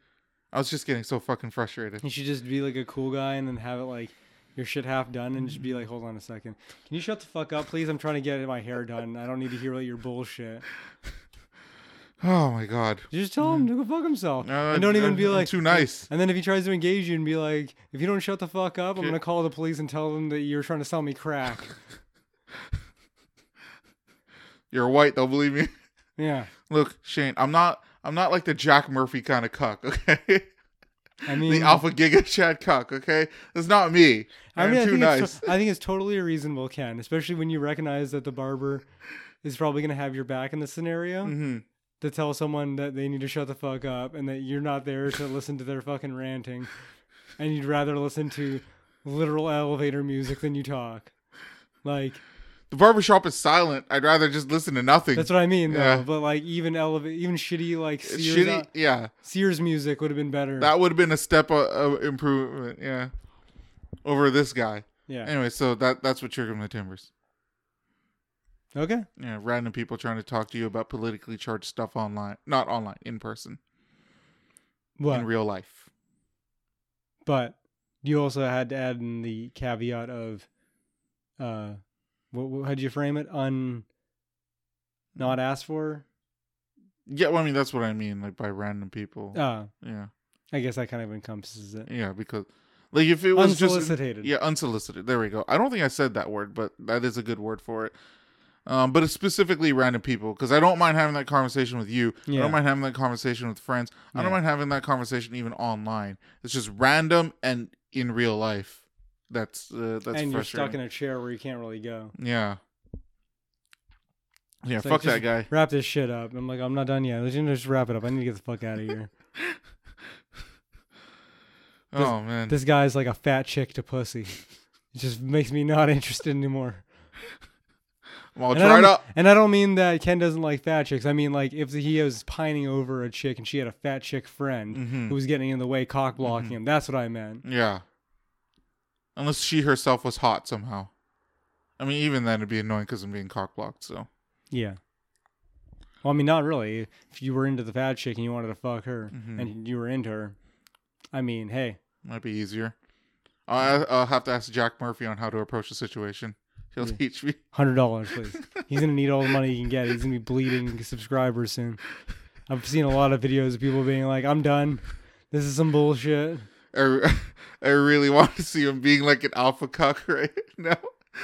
Speaker 1: I was just getting so fucking frustrated.
Speaker 2: You should just be like a cool guy and then have it like your shit half done and just be like, hold on a second. Can you shut the fuck up, please? I'm trying to get my hair done. I don't need to hear about your bullshit.
Speaker 1: Oh my god.
Speaker 2: Just tell him to go fuck himself.
Speaker 1: Hmm. No,
Speaker 2: and don't even be
Speaker 1: Uh, I'm
Speaker 2: like
Speaker 1: too nice.
Speaker 2: And then if he tries to engage you and be like, if you don't shut the fuck up, I'm gonna call the police and tell them that you're trying to sell me crack.
Speaker 1: You're white, they'll believe me.
Speaker 2: yeah.
Speaker 1: Look, Shane, I'm not I'm not like the Jack Murphy kind of cuck, okay?
Speaker 2: I mean,
Speaker 1: the Alpha Giga Chad cuck, okay? That's not me.
Speaker 2: Mm. I
Speaker 1: I'm
Speaker 2: mean, I
Speaker 1: too
Speaker 2: think,
Speaker 1: nice.
Speaker 2: it's, I think it's totally reasonable, Ken, especially when you recognize that the barber is probably going to have your back in this scenario
Speaker 1: Mm-hmm.
Speaker 2: to tell someone that they need to shut the fuck up and that you're not there to listen to their fucking ranting and you'd rather listen to literal elevator music than you talk. Like,
Speaker 1: the barbershop is silent. I'd rather just listen to nothing.
Speaker 2: that's what I mean, though.
Speaker 1: Yeah.
Speaker 2: But, like, even eleva- even shitty, like, Sears,
Speaker 1: Shitty, yeah.
Speaker 2: Sears music would have been better.
Speaker 1: That would have been a step of, of improvement, yeah. Over this guy.
Speaker 2: yeah.
Speaker 1: Anyway, so that that's what triggered my timbers.
Speaker 2: Okay.
Speaker 1: Yeah, random people trying to talk to you about politically charged stuff online, not online, in person,
Speaker 2: What?
Speaker 1: in real life.
Speaker 2: But you also had to add in the caveat of, uh, what, what how'd you frame it? Un, not asked for.
Speaker 1: Yeah, well, I mean that's what I mean, like by random people.
Speaker 2: Uh,
Speaker 1: yeah,
Speaker 2: I guess that kind of encompasses it.
Speaker 1: yeah, because like if it was
Speaker 2: Unsolicited.
Speaker 1: just yeah, unsolicited. There we go. I don't think I said that word, but that is a good word for it. Um, but it's specifically random people because I don't mind having that conversation with you. I
Speaker 2: Yeah.
Speaker 1: don't mind having that conversation with friends. I don't
Speaker 2: Yeah.
Speaker 1: mind having that conversation even online. It's just random and in real life. That's uh, that's
Speaker 2: and you're stuck
Speaker 1: frustrating.
Speaker 2: in a chair where you can't really go.
Speaker 1: yeah, yeah.
Speaker 2: It's like,
Speaker 1: fuck that
Speaker 2: just
Speaker 1: guy.
Speaker 2: Wrap this shit up. I'm like, I'm not done yet. Let's just wrap it up. I need to get the fuck out of here.
Speaker 1: Oh man.
Speaker 2: this guy's like a fat chick to pussy. It just makes me not interested anymore.
Speaker 1: I'm all
Speaker 2: And I,
Speaker 1: dried
Speaker 2: don't,
Speaker 1: up.
Speaker 2: and I don't mean that Ken doesn't like fat chicks. I mean like if he was pining over a chick and she had a fat chick friend
Speaker 1: Mm-hmm.
Speaker 2: who was getting in the way, cock blocking him. That's what I meant.
Speaker 1: Yeah. Unless she herself was hot somehow. I mean, even then it'd be annoying because I'm being cock blocked. So
Speaker 2: Yeah. Well, I mean, not really. If you were into the fat chick and you wanted to fuck her, and you were into her, I mean, hey,
Speaker 1: might be easier. I, I'll have to ask Jack Murphy on how to approach the situation. He'll teach me.
Speaker 2: hundred dollars, please. He's gonna need all the money he can get. He's gonna be bleeding subscribers soon. I've seen a lot of videos of people being like, "I'm done. This is some bullshit."
Speaker 1: I, I really want to see him being like an alpha cock right now.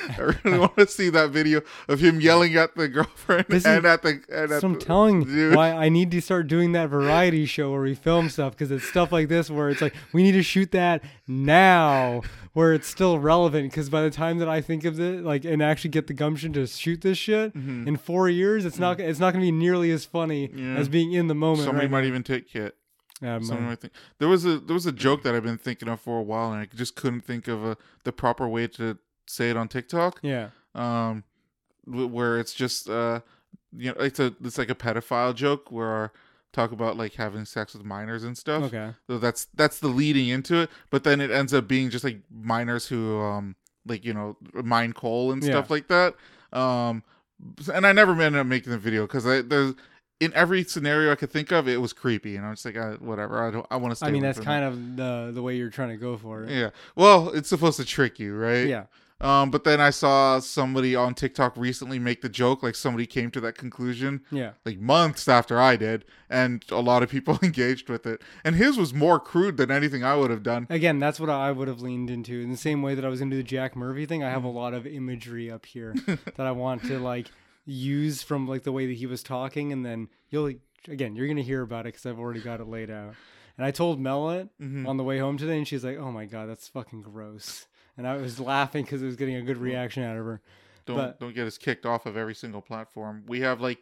Speaker 1: I really want to see that video of him yelling at the girlfriend
Speaker 2: This is-
Speaker 1: and at the and at
Speaker 2: So I'm
Speaker 1: the
Speaker 2: telling
Speaker 1: dude.
Speaker 2: you, why I need to start doing that variety show where we film stuff because it's stuff like this where it's like we need to shoot that now where it's still relevant because by the time that I think of it like and actually get the gumption to shoot this shit in four years, it's not it's not gonna be nearly as funny
Speaker 1: Mm-hmm. Yeah.
Speaker 2: as being in the moment.
Speaker 1: Somebody
Speaker 2: right?
Speaker 1: might even take Kit.
Speaker 2: Yeah,
Speaker 1: Somebody
Speaker 2: might-
Speaker 1: might think there was a there was a joke that I've been thinking of for a while, and I just couldn't think of a the proper way to say it on TikTok.
Speaker 2: yeah.
Speaker 1: um wh- where it's just uh you know it's a it's like a pedophile joke where talk about like having sex with minors and stuff
Speaker 2: Okay.
Speaker 1: so that's that's the leading into it but then it ends up being just like minors who um like you know mine coal and stuff
Speaker 2: Yeah.
Speaker 1: like that um and i never ended up making the video because i there's in every scenario i could think of it was creepy and i'm just like I, whatever i don't i want to stay
Speaker 2: I mean,
Speaker 1: away
Speaker 2: that's
Speaker 1: from
Speaker 2: kind of the the way you're trying to go for
Speaker 1: it.
Speaker 2: it.
Speaker 1: yeah well it's supposed to trick you right
Speaker 2: Yeah.
Speaker 1: um, but then I saw somebody on TikTok recently make the joke, like somebody came to that conclusion
Speaker 2: Yeah.
Speaker 1: like months after I did, and a lot of people engaged with it. And his was more crude than anything I would have done.
Speaker 2: Again, that's what I would have leaned into. In the same way that I was into the Jack Murphy thing, I have a lot of imagery up here that I want to like use from like the way that he was talking, and then you'll again you're gonna hear about it because I've already got it laid out. And I told Mel it on the way home today, and she's like, "Oh my god, that's fucking gross." And I was laughing because it was getting a good reaction out of her.
Speaker 1: Don't
Speaker 2: But-
Speaker 1: don't get us kicked off of every single platform. We have like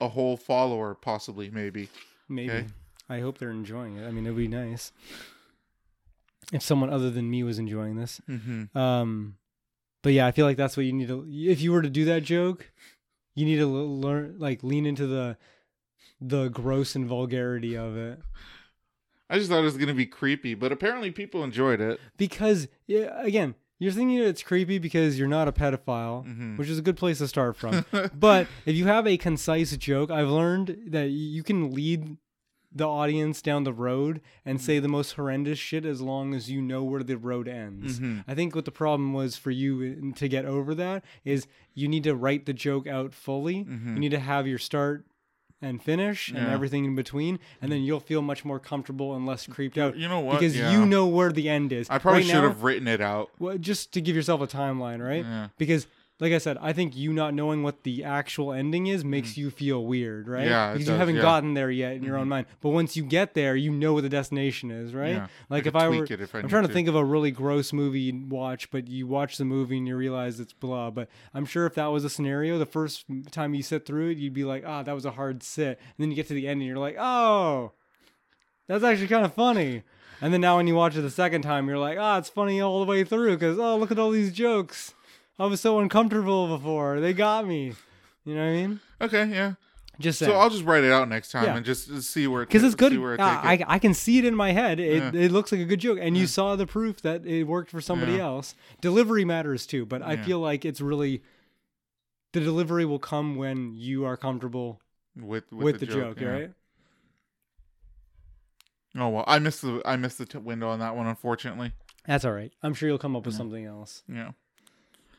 Speaker 1: a whole follower, possibly, maybe.
Speaker 2: Maybe.
Speaker 1: Okay.
Speaker 2: I hope they're enjoying it. I mean, it would be nice if someone other than me was enjoying this.
Speaker 1: Mm-hmm.
Speaker 2: Um, but yeah, I feel like that's what you need to. If you were to do that joke, you need to l- learn, like, lean into the the gross and vulgarity of it
Speaker 1: I just thought it was gonna be creepy, but apparently people enjoyed it.
Speaker 2: because, yeah, again, you're thinking it's creepy because you're not a pedophile, which is a good place to start from. but if you have a concise joke, I've learned that you can lead the audience down the road and say the most horrendous shit as long as you know where the road ends.
Speaker 1: Mm-hmm.
Speaker 2: I think what the problem was for you in- to get over that is you need to write the joke out fully. You need to have your start and finish and
Speaker 1: Mm-hmm. Yeah.
Speaker 2: everything in between and then you'll feel much more comfortable and less creeped out
Speaker 1: you know what?
Speaker 2: because
Speaker 1: Yeah.
Speaker 2: you know where the end is
Speaker 1: I probably
Speaker 2: Right
Speaker 1: should
Speaker 2: now-
Speaker 1: have written it out.
Speaker 2: well, just to give yourself a timeline, right?
Speaker 1: Yeah.
Speaker 2: Because, like I said, I think you not knowing what the actual ending is makes you feel weird, right?
Speaker 1: Mm. Yeah, it
Speaker 2: because
Speaker 1: does,
Speaker 2: you haven't
Speaker 1: yeah. Mm-hmm.
Speaker 2: gotten there yet in your own mind. But once you get there, you know what the destination is, right?
Speaker 1: Yeah.
Speaker 2: Like
Speaker 1: I
Speaker 2: if
Speaker 1: could
Speaker 2: I were,
Speaker 1: tweak it if I
Speaker 2: I'm
Speaker 1: need
Speaker 2: trying to,
Speaker 1: to.
Speaker 2: think of a really gross movie you watch, but you watch the movie and you realize it's blah. But I'm sure if that was a scenario, the first time you sit through it, you'd be like, ah, that was a hard sit, and then you get to the end and you're like, oh. That's actually kind of funny. And then now when you watch it the second time, you're like, ah, it's funny all the way through because, oh, look at all these jokes. I was so uncomfortable before. They got me. You know what I mean?
Speaker 1: Okay, yeah.
Speaker 2: Just
Speaker 1: So
Speaker 2: saying.
Speaker 1: I'll just write it out next time
Speaker 2: Yeah.
Speaker 1: and just just see where it
Speaker 2: Because it's good.
Speaker 1: See where it
Speaker 2: Ah,
Speaker 1: take it.
Speaker 2: I, I can see it in my head. It, it looks like a good joke. And you saw the proof that it worked for somebody
Speaker 1: Yeah.
Speaker 2: else. Delivery matters too, but I
Speaker 1: Yeah.
Speaker 2: feel like it's really the delivery will come when you are comfortable
Speaker 1: with with,
Speaker 2: with, the, joke,
Speaker 1: yeah.
Speaker 2: right?
Speaker 1: Oh well, I missed the I missed the t- window on that one, unfortunately.
Speaker 2: That's all right. I'm sure you'll come up with something else.
Speaker 1: Yeah,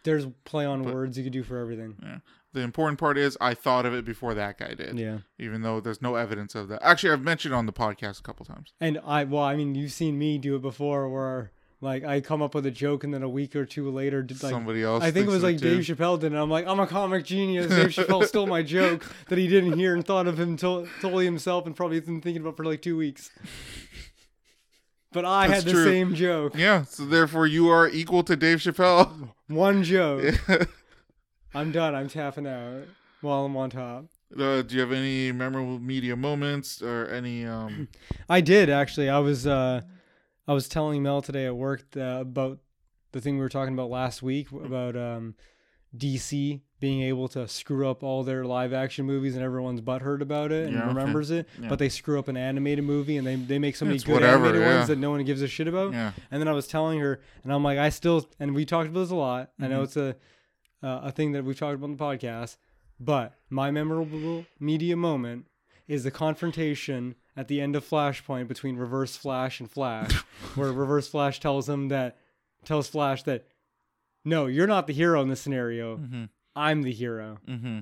Speaker 2: There's play on
Speaker 1: But-
Speaker 2: words you could do for everything.
Speaker 1: yeah. The important part is I thought of it before that guy did.
Speaker 2: Yeah.
Speaker 1: Even though there's no evidence of that. Actually, I've mentioned on the podcast a couple times.
Speaker 2: And I, well, I mean, you've seen me do it before, where like I come up with a joke, and then a week or two later, did, like
Speaker 1: Somebody else
Speaker 2: I think it
Speaker 1: thinks
Speaker 2: was
Speaker 1: of it
Speaker 2: like Dave Chappelle did, and I'm like, I'm a comic genius. Dave Chappelle stole my joke that he didn't hear and thought of him to- totally himself, and probably been thinking about for like two weeks. But I
Speaker 1: That's
Speaker 2: had the
Speaker 1: true.
Speaker 2: same joke,
Speaker 1: Yeah. So therefore, you are equal to Dave Chappelle.
Speaker 2: one joke. I'm done. I'm tapping out while I'm on top.
Speaker 1: Uh, do you have any memorable media moments or any? um
Speaker 2: I did actually. I was uh, I was telling Mel today at work uh, about the thing we were talking about last week about um, DC being able to screw up all their live action movies and everyone's butthurt about it and
Speaker 1: Yeah, okay.
Speaker 2: remembers it,
Speaker 1: Yeah.
Speaker 2: but they screw up an animated movie and they, they make so many
Speaker 1: It's
Speaker 2: good
Speaker 1: whatever,
Speaker 2: animated
Speaker 1: yeah.
Speaker 2: ones that no one gives a shit about.
Speaker 1: Yeah.
Speaker 2: And then I was telling her, and I'm like, I still, and we talked about this a lot. I
Speaker 1: Mm-hmm.
Speaker 2: know it's a uh, a thing that we've talked about on the podcast, but my memorable media moment is the confrontation at the end of Flashpoint between Reverse Flash and Flash, where Reverse Flash tells him that tells Flash that no, you're not the hero in this scenario. I'm the hero.
Speaker 1: Mm-hmm.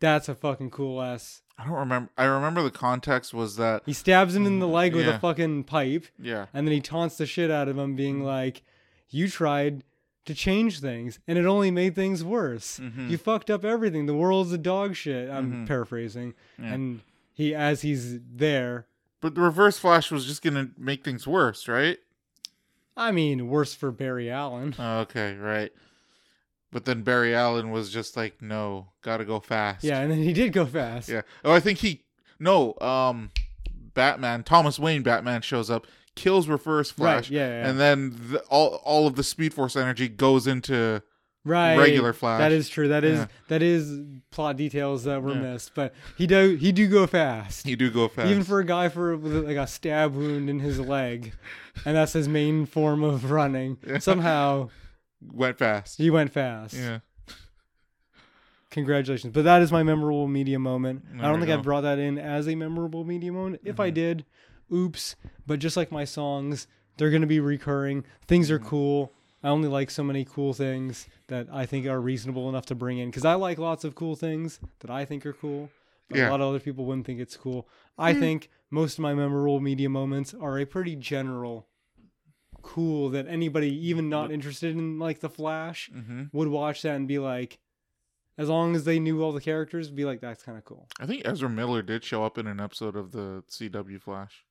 Speaker 2: That's a fucking cool ass.
Speaker 1: I don't remember. I remember the context was that.
Speaker 2: He stabs him in the leg with
Speaker 1: Mm-hmm. Yeah.
Speaker 2: a fucking pipe.
Speaker 1: Yeah.
Speaker 2: And then he taunts the shit out of him,
Speaker 1: Mm-hmm.
Speaker 2: being like, You tried to change things, and it only made things worse.
Speaker 1: Mm-hmm.
Speaker 2: You fucked up everything. The world's a dog shit. I'm paraphrasing. And he, as he's there,
Speaker 1: But the reverse flash was just going to make things worse, right?
Speaker 2: I mean, worse for Barry Allen.
Speaker 1: Oh, okay, right. But then Barry Allen was just like, no, gotta go fast.
Speaker 2: Yeah, and then he did go fast.
Speaker 1: Yeah. Oh, I think he no, um Batman, Thomas Wayne Batman shows up, kills Reverse
Speaker 2: Right,
Speaker 1: Flash,
Speaker 2: yeah, yeah.
Speaker 1: and then the, all all of the Speed Force energy goes into
Speaker 2: right
Speaker 1: regular Flash.
Speaker 2: that is true that is
Speaker 1: Yeah.
Speaker 2: that is plot details that were missed but he do he do go fast
Speaker 1: you do go fast.
Speaker 2: even for a guy for with like a stab wound in his leg and that's his main form of running somehow
Speaker 1: went fast.
Speaker 2: he went fast
Speaker 1: yeah.
Speaker 2: congratulations but that is my memorable media moment i
Speaker 1: There we
Speaker 2: don't think i
Speaker 1: go. Mm-hmm.
Speaker 2: brought that in as a memorable media moment if i did oops but just like my songs they're going to be recurring things are
Speaker 1: Mm-hmm.
Speaker 2: cool i only like so many cool things that i think are reasonable enough to bring in because i like lots of cool things that i think are cool but
Speaker 1: Yeah. Hmm.
Speaker 2: a lot of other people wouldn't think it's cool i think most of my memorable media moments are a pretty general cool that anybody even not interested in like the flash
Speaker 1: Mhm.
Speaker 2: would watch that and be like as long as they knew all the characters be like that's kind of cool
Speaker 1: I think Ezra Miller did show up in an episode of the CW Flash.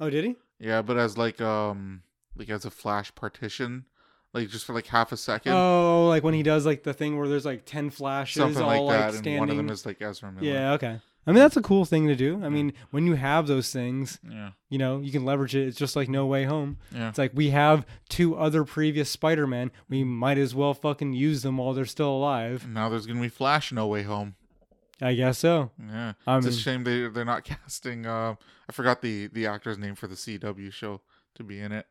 Speaker 2: oh did he
Speaker 1: Yeah, but as like um like as a Flash partition, like just for like half a second.
Speaker 2: oh like when he does like the thing where there's like 10 flashes
Speaker 1: Something
Speaker 2: all
Speaker 1: like
Speaker 2: like,
Speaker 1: that,
Speaker 2: standing
Speaker 1: and one of them is like Ezra Miller.
Speaker 2: yeah okay i mean that's a cool thing to do i mean when you have those things
Speaker 1: yeah,
Speaker 2: you know you can leverage it it's just like no way home
Speaker 1: yeah.
Speaker 2: it's like we have two other previous spider-man we might as well fucking use them while they're still alive
Speaker 1: now there's gonna be Flash No Way Home. Mm-hmm.
Speaker 2: i guess so
Speaker 1: Yeah,
Speaker 2: I
Speaker 1: it's a
Speaker 2: mean-
Speaker 1: shame they they're not casting. Uh, I forgot the the actor's name for the CW show to be in it.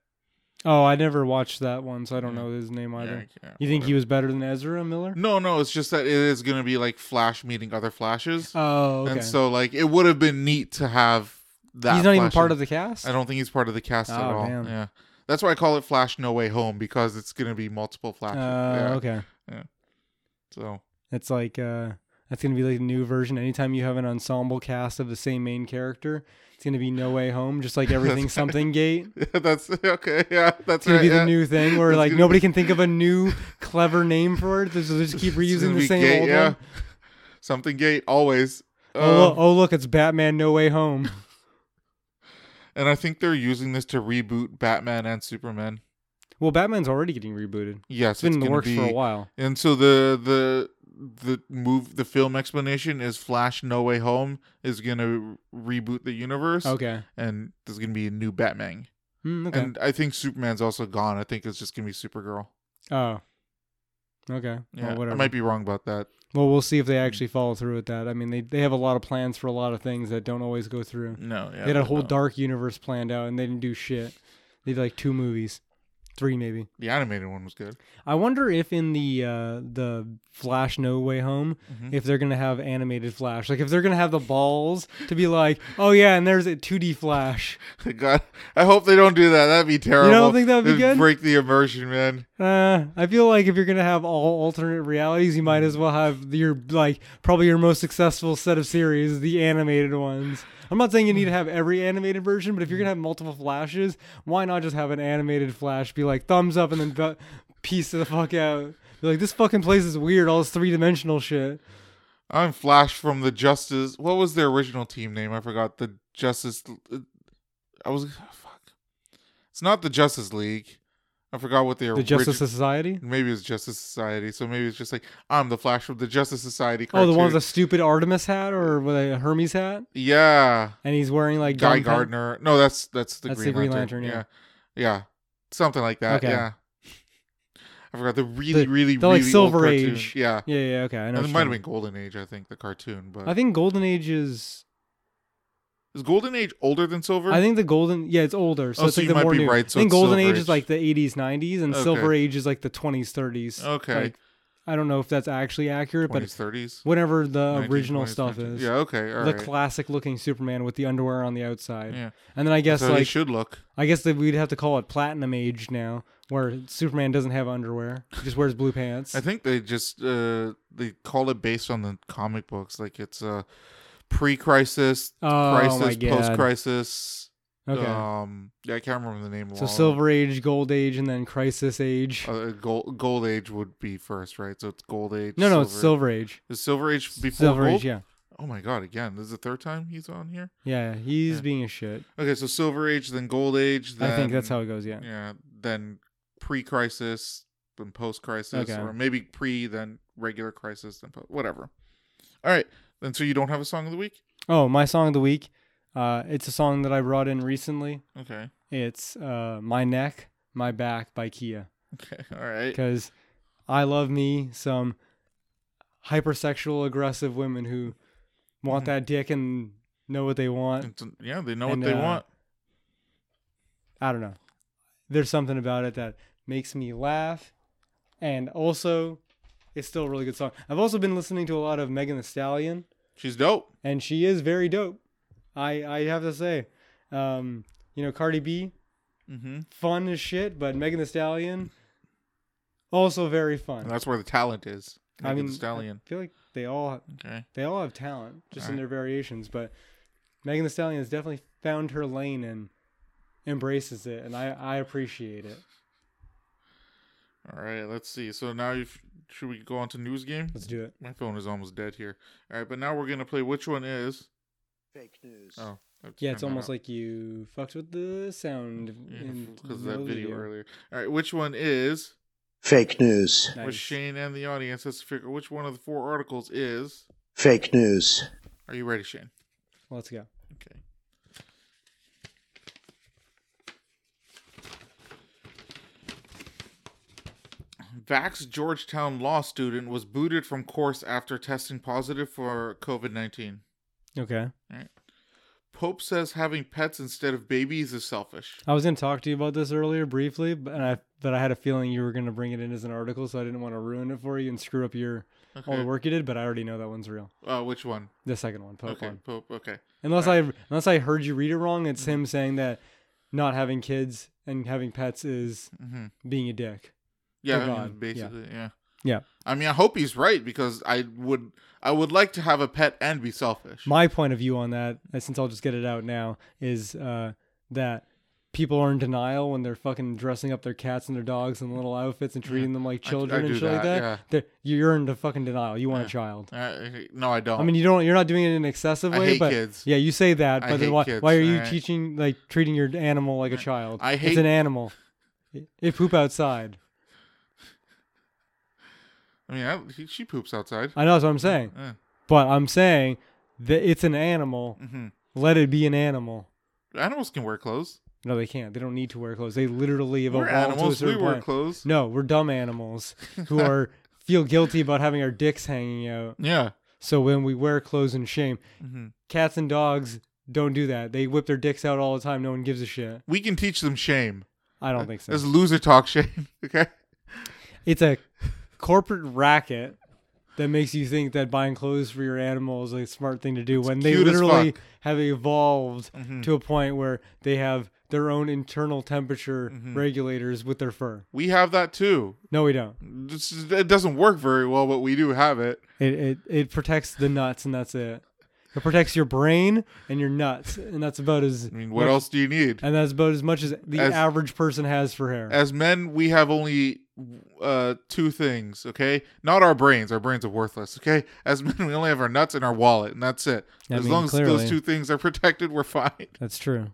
Speaker 2: oh i never watched that one so i don't
Speaker 1: Yeah.
Speaker 2: know his name
Speaker 1: Yeah,
Speaker 2: either
Speaker 1: yeah,
Speaker 2: you think he
Speaker 1: whatever.
Speaker 2: was better than ezra miller
Speaker 1: No, no, it's just that it is gonna be like Flash meeting other Flashes,
Speaker 2: oh okay
Speaker 1: and so like it would have been neat to have that.
Speaker 2: he's not even
Speaker 1: Flash
Speaker 2: part
Speaker 1: in-
Speaker 2: of the cast
Speaker 1: I don't think he's part of the cast at
Speaker 2: Oh,
Speaker 1: all.
Speaker 2: damn.
Speaker 1: Yeah, that's why I call it Flash No Way Home because it's gonna be multiple Flashes.
Speaker 2: Uh,
Speaker 1: yeah.
Speaker 2: okay.
Speaker 1: So
Speaker 2: It's like uh that's gonna be like a new version. Anytime you have an ensemble cast of the same main character, it's gonna be No Way Home, just like everything something gate. It's
Speaker 1: that's okay. Yeah, that's
Speaker 2: gonna
Speaker 1: right.
Speaker 2: be the
Speaker 1: yeah.
Speaker 2: new thing where
Speaker 1: It's
Speaker 2: like
Speaker 1: gonna
Speaker 2: nobody can think of a new clever name for it. They just, they just keep
Speaker 1: it's gonna
Speaker 2: reusing the
Speaker 1: be
Speaker 2: same
Speaker 1: Gate,
Speaker 2: old
Speaker 1: yeah.
Speaker 2: one.
Speaker 1: Something Gate always.
Speaker 2: Oh,
Speaker 1: Uh,
Speaker 2: look, oh look, it's Batman No Way Home.
Speaker 1: And I think they're using this to reboot Batman and Superman.
Speaker 2: Well, Batman's already getting rebooted.
Speaker 1: Yes,
Speaker 2: It's been in the
Speaker 1: gonna
Speaker 2: works for
Speaker 1: be-
Speaker 2: a while.
Speaker 1: And so the the the move the film explanation is Flash No Way Home is gonna re- reboot the universe.
Speaker 2: Okay.
Speaker 1: And there's gonna be a new Batman.
Speaker 2: Mm, okay.
Speaker 1: And I think Superman's also gone. I think it's just gonna be Supergirl.
Speaker 2: oh. Okay.
Speaker 1: Yeah,
Speaker 2: well,
Speaker 1: I
Speaker 2: whatever.
Speaker 1: might be Hmm. wrong about that.
Speaker 2: Well, we'll see if they actually follow through with that. I mean, they, they have a lot of plans for a lot of things that don't always go through.
Speaker 1: No, yeah,
Speaker 2: they had a
Speaker 1: but
Speaker 2: whole
Speaker 1: no.
Speaker 2: dark universe planned out, and they didn't do shit. They did like two movies, three maybe.
Speaker 1: The animated one was good.
Speaker 2: I wonder if in the uh, the Flash No Way Home, if they're gonna have animated Flash, like if they're gonna have the balls to be like, oh yeah, and there's a 2D Flash.
Speaker 1: God, I hope they don't do that. That'd be terrible.
Speaker 2: think that'd be
Speaker 1: It'd
Speaker 2: good?
Speaker 1: Break the immersion, man.
Speaker 2: Uh, I feel like if you're gonna have all alternate realities, you might as well have your like probably your most successful set of series, the animated ones. I'm not saying you need to have every animated version, but if you're gonna have multiple flashes, why not just have an animated flash? Be like thumbs up and then bu- piece the fuck out. Be like this fucking place is weird, all this three dimensional shit.
Speaker 1: I'm Flash from the Justice. What was their original team name? I forgot. The Justice. uh, I was fuck. It's not the Justice League. I forgot what their
Speaker 2: The Justice
Speaker 1: origi-
Speaker 2: Society.
Speaker 1: Maybe it's Justice Society. So maybe it's just like I'm the Flash from the Justice Society.
Speaker 2: Oh,
Speaker 1: Cartoon.
Speaker 2: the one with the stupid Artemis hat or with a Hermes hat,
Speaker 1: yeah,
Speaker 2: and he's wearing like
Speaker 1: Guy
Speaker 2: dumb pen-
Speaker 1: Gardner. No, that's that's the
Speaker 2: That's
Speaker 1: Green
Speaker 2: the Green
Speaker 1: Lantern.
Speaker 2: Lantern, yeah.
Speaker 1: yeah, yeah, something like that.
Speaker 2: Okay.
Speaker 1: Yeah. I forgot the really,
Speaker 2: The-
Speaker 1: really,
Speaker 2: the,
Speaker 1: really
Speaker 2: like, Silver
Speaker 1: old cartoon.
Speaker 2: Age.
Speaker 1: Yeah,
Speaker 2: Yeah, yeah, okay. I
Speaker 1: and
Speaker 2: know. what
Speaker 1: it
Speaker 2: you
Speaker 1: might have
Speaker 2: mean.
Speaker 1: been Golden Age. I think the cartoon, but
Speaker 2: I think Golden Age is.
Speaker 1: is Golden Age older than Silver?
Speaker 2: I think the Golden. Yeah, it's older. So
Speaker 1: Oh,
Speaker 2: it's
Speaker 1: so
Speaker 2: like
Speaker 1: you
Speaker 2: the
Speaker 1: might
Speaker 2: more
Speaker 1: be
Speaker 2: new.
Speaker 1: right, so
Speaker 2: I think
Speaker 1: it's
Speaker 2: Golden
Speaker 1: Silver
Speaker 2: Age is
Speaker 1: Age.
Speaker 2: like the 80s, 90s, and
Speaker 1: Okay.
Speaker 2: Silver Age is like the 20s, 30s.
Speaker 1: Okay.
Speaker 2: Like, I don't know if that's actually accurate, but
Speaker 1: twenties, thirties,
Speaker 2: whatever the original stuff is.
Speaker 1: Yeah, okay, all
Speaker 2: the
Speaker 1: right.
Speaker 2: classic looking Superman with the underwear on the outside.
Speaker 1: Yeah.
Speaker 2: And then I guess
Speaker 1: so they
Speaker 2: like
Speaker 1: should look.
Speaker 2: I guess that we'd have to call it platinum age now, where Superman doesn't have underwear. He just wears blue pants.
Speaker 1: I think they just uh they call it based on the comic books, like it's uh pre-crisis,
Speaker 2: Oh, my
Speaker 1: crisis,
Speaker 2: God.
Speaker 1: post-crisis.
Speaker 2: okay.
Speaker 1: Um, yeah, I can't remember the name. of
Speaker 2: so
Speaker 1: all of
Speaker 2: silver age, gold age, and then crisis age.
Speaker 1: them. Uh, gold, gold age would be first, right? So it's gold age.
Speaker 2: no, no, it's silver age.
Speaker 1: Is silver age before
Speaker 2: Silver
Speaker 1: gold?
Speaker 2: age, yeah.
Speaker 1: Oh my god! Again, this is the third time he's on here.
Speaker 2: Yeah, he's
Speaker 1: Yeah.
Speaker 2: being a shit.
Speaker 1: Okay, so silver age, then gold age. Then,
Speaker 2: I think that's how it goes, yeah.
Speaker 1: Yeah, then pre-crisis, then post-crisis,
Speaker 2: Okay.
Speaker 1: or maybe pre, then regular crisis, then po- whatever. All right, then so you don't have a song of the week?
Speaker 2: Oh, my song of the week. Uh, it's a song that I brought in recently.
Speaker 1: Okay,
Speaker 2: It's uh, My Neck, My Back by Kia.
Speaker 1: okay, all right.
Speaker 2: because I love me some hypersexual aggressive women who want that dick and know what they want.
Speaker 1: It's- yeah, they know
Speaker 2: And,
Speaker 1: what they
Speaker 2: uh,
Speaker 1: want.
Speaker 2: I don't know. There's something about it that makes me laugh, and also it's still a really good song. I've also been listening to a lot of Megan The Stallion,
Speaker 1: She's dope.
Speaker 2: and she is very dope. I I have to say, um, you know, Cardi B,
Speaker 1: Mm-hmm.
Speaker 2: fun as shit, but Megan The Stallion, also very fun.
Speaker 1: And that's where the talent is.
Speaker 2: I
Speaker 1: Megan
Speaker 2: mean,
Speaker 1: Thee Stallion.
Speaker 2: I feel like they all
Speaker 1: Okay.
Speaker 2: they all have talent just in
Speaker 1: Alright.
Speaker 2: their variations but megan the stallion has definitely found her lane and embraces it and i i appreciate it
Speaker 1: All right. Let's see. So now you should we go on to news game?
Speaker 2: let's do it
Speaker 1: My phone is almost dead here. All right, but now we're gonna play. Which one is?
Speaker 4: Fake news.
Speaker 1: Oh, I have to
Speaker 2: yeah it's
Speaker 1: turn that
Speaker 2: almost
Speaker 1: up.
Speaker 2: like you fucked with the sound in
Speaker 1: because
Speaker 2: the
Speaker 1: that video
Speaker 2: video.
Speaker 1: earlier. All right, which one is?
Speaker 4: Fake news.
Speaker 1: Where
Speaker 2: Nice.
Speaker 1: Shane and the audience has to figure which one of the four articles is.
Speaker 4: Fake news.
Speaker 1: Are you ready, Shane?
Speaker 2: let's go
Speaker 1: Okay. Vax Georgetown law student was booted from course after testing positive for COVID 19.
Speaker 2: okay
Speaker 1: Pope says having pets instead of babies is selfish.
Speaker 2: i was going to talk to you about this earlier briefly but and i but i had a feeling you were going to bring it in as an article so i didn't want to ruin it for you and screw up your all the
Speaker 1: Okay.
Speaker 2: work you did but i already know that one's real
Speaker 1: Uh, which one?
Speaker 2: the second one pope
Speaker 1: okay, Mm-hmm.
Speaker 2: one
Speaker 1: Pope. Okay.
Speaker 2: Unless I unless I heard you read it wrong, it's him saying that not having kids and having pets is
Speaker 1: hmm
Speaker 2: being a dick.
Speaker 1: Yeah, I mean,
Speaker 2: God, yeah.
Speaker 1: basically, yeah.
Speaker 2: Yeah.
Speaker 1: I mean, I hope he's right because I would, I would like to have a pet and be selfish.
Speaker 2: My point of view on that, uh, since I'll just get it out now, is uh, that people are in denial when they're fucking dressing up their cats and their dogs in little outfits and treating them like
Speaker 1: I- I
Speaker 2: children and
Speaker 1: do
Speaker 2: shit like
Speaker 1: that,
Speaker 2: that.
Speaker 1: yeah.
Speaker 2: They're- You're in the fucking denial. You want
Speaker 1: Yeah.
Speaker 2: a child.
Speaker 1: Uh, no, I don't.
Speaker 2: I mean, you don't. You're not doing it in an excessive
Speaker 1: I
Speaker 2: way,
Speaker 1: hate
Speaker 2: but
Speaker 1: kids.
Speaker 2: yeah, you say that.
Speaker 1: I
Speaker 2: But then
Speaker 1: hate
Speaker 2: why,
Speaker 1: kids,
Speaker 2: why are you
Speaker 1: alright.
Speaker 2: teaching like treating your animal like a child?
Speaker 1: I
Speaker 2: it's
Speaker 1: hate-
Speaker 2: an animal. It, it poop outside.
Speaker 1: I mean, I, he, she poops outside.
Speaker 2: I know that's what I'm saying.
Speaker 1: Yeah.
Speaker 2: But I'm saying that it's an animal.
Speaker 1: Mhm.
Speaker 2: Let it be an animal.
Speaker 1: Animals can wear clothes.
Speaker 2: No, they can't. They don't need to wear clothes. They literally have
Speaker 1: We're
Speaker 2: evolved
Speaker 1: animals.
Speaker 2: to a
Speaker 1: We
Speaker 2: certain
Speaker 1: wear
Speaker 2: point.
Speaker 1: clothes.
Speaker 2: No, we're dumb animals who are feel guilty about having our dicks hanging out.
Speaker 1: Yeah.
Speaker 2: So when we wear clothes in shame,
Speaker 1: hmm
Speaker 2: cats and dogs don't do that. They whip their dicks out all the time. No one gives a shit.
Speaker 1: We can teach them shame.
Speaker 2: I don't think
Speaker 1: That's
Speaker 2: so.
Speaker 1: loser talk, Shane. okay.
Speaker 2: It's a corporate racket that makes you think that buying clothes for your animal is a smart thing to do when they
Speaker 1: cute as
Speaker 2: literally
Speaker 1: fuck.
Speaker 2: have evolved
Speaker 1: Mhm.
Speaker 2: to a point where they have their own internal temperature
Speaker 1: Mm-hmm.
Speaker 2: regulators with their fur.
Speaker 1: We have that too.
Speaker 2: No, we don't.
Speaker 1: This is- it doesn't work very well, but we do have it.
Speaker 2: It it, it protects the nuts and that's it. It protects your brain and your nuts and that's about as
Speaker 1: I mean, what else do you need?
Speaker 2: and that's about as much as the
Speaker 1: As-
Speaker 2: average person has for hair.
Speaker 1: as men we have only uh two things okay not our brains our brains are worthless okay as men we only have our nuts and our wallet and that's it
Speaker 2: I
Speaker 1: as
Speaker 2: mean,
Speaker 1: long as those
Speaker 2: clearly.
Speaker 1: two things are protected we're fine
Speaker 2: that's true.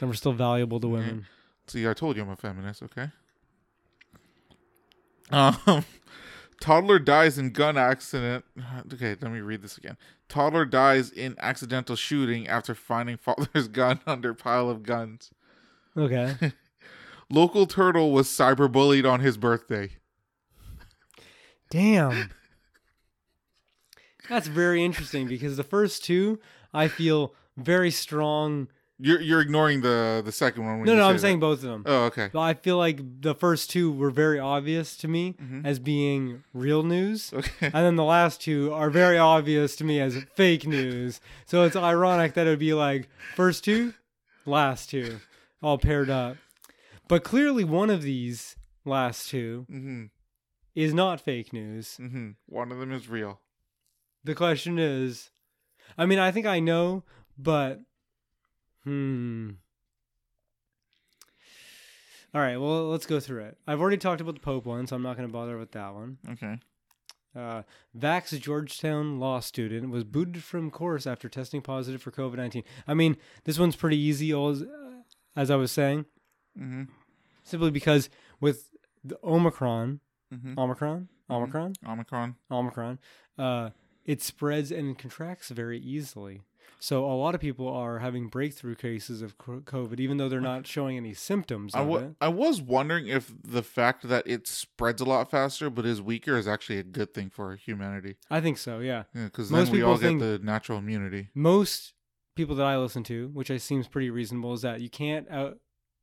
Speaker 2: And we're still valuable
Speaker 1: Mm-hmm.
Speaker 2: to women.
Speaker 1: see i told you i'm a feminist okay um toddler dies in gun accident okay let me read this again toddler dies in accidental shooting after finding father's gun under pile of guns
Speaker 2: Okay.
Speaker 1: Local turtle was cyberbullied on his birthday.
Speaker 2: Damn. That's very interesting because the first two I feel very strong.
Speaker 1: You're you're ignoring the the second one. When
Speaker 2: No,
Speaker 1: you
Speaker 2: no,
Speaker 1: say
Speaker 2: I'm
Speaker 1: that.
Speaker 2: saying both of them.
Speaker 1: Oh, okay.
Speaker 2: But I feel like the first two were very obvious to me as being real news.
Speaker 1: Mm-hmm. Okay.
Speaker 2: And then the last two are very obvious to me as fake news. So it's ironic that it would be like first two, last two, all paired up. But clearly one of these last two
Speaker 1: Mhm.
Speaker 2: is not fake news.
Speaker 1: Mhm. One of them is real.
Speaker 2: The question is I mean, I think I know, but hmm. All right, well, let's go through it. I've already talked about the Pope one, so I'm not going to bother with that one.
Speaker 1: Okay.
Speaker 2: Uh, Vax Georgetown law student was booted from course after testing positive for COVID 19. I mean, this one's pretty easy, as, uh, as I was saying,
Speaker 1: Mhm.
Speaker 2: simply because with the Omicron,
Speaker 1: Mhm.
Speaker 2: Omicron, Omicron,
Speaker 1: Omicron.
Speaker 2: Omicron, uh, it spreads and contracts very easily. So a lot of people are having breakthrough cases of co- COVID, even though they're not showing any symptoms
Speaker 1: I
Speaker 2: of
Speaker 1: wa-
Speaker 2: it.
Speaker 1: I was wondering if the fact that it spreads a lot faster but is weaker is actually a good thing for humanity.
Speaker 2: I think so, yeah.
Speaker 1: Yeah, because
Speaker 2: Most
Speaker 1: then we
Speaker 2: people
Speaker 1: all get
Speaker 2: think-
Speaker 1: the natural immunity.
Speaker 2: most people that I listen to, which I seems pretty reasonable, is that you can't out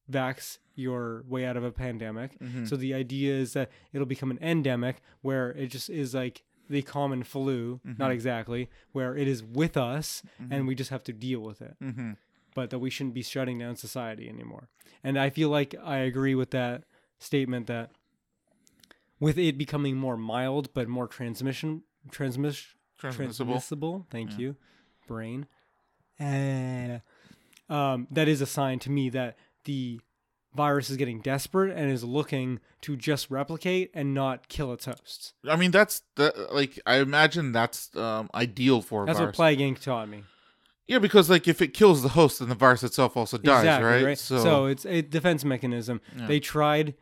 Speaker 2: vax your way out of a pandemic. So the idea is that it'll become an endemic where it just is like the common flu, not exactly, where it is with us and we just have to deal with it.
Speaker 1: Mhm.
Speaker 2: But that we shouldn't be shutting down society anymore. And I feel like I agree with that statement that with it becoming more mild but more transmission transmission
Speaker 1: Transmissible.
Speaker 2: transmissible. Thank you, brain. And um, that is a sign to me that the virus is getting desperate and is looking to just replicate and not kill its hosts.
Speaker 1: I mean, that's the like I imagine that's um, ideal for a
Speaker 2: That's what
Speaker 1: virus.
Speaker 2: Plague Inc. taught me.
Speaker 1: yeah, because like if it kills the host, then the virus itself also dies, right?
Speaker 2: So, it's a defense mechanism.
Speaker 1: Yeah.
Speaker 2: They tried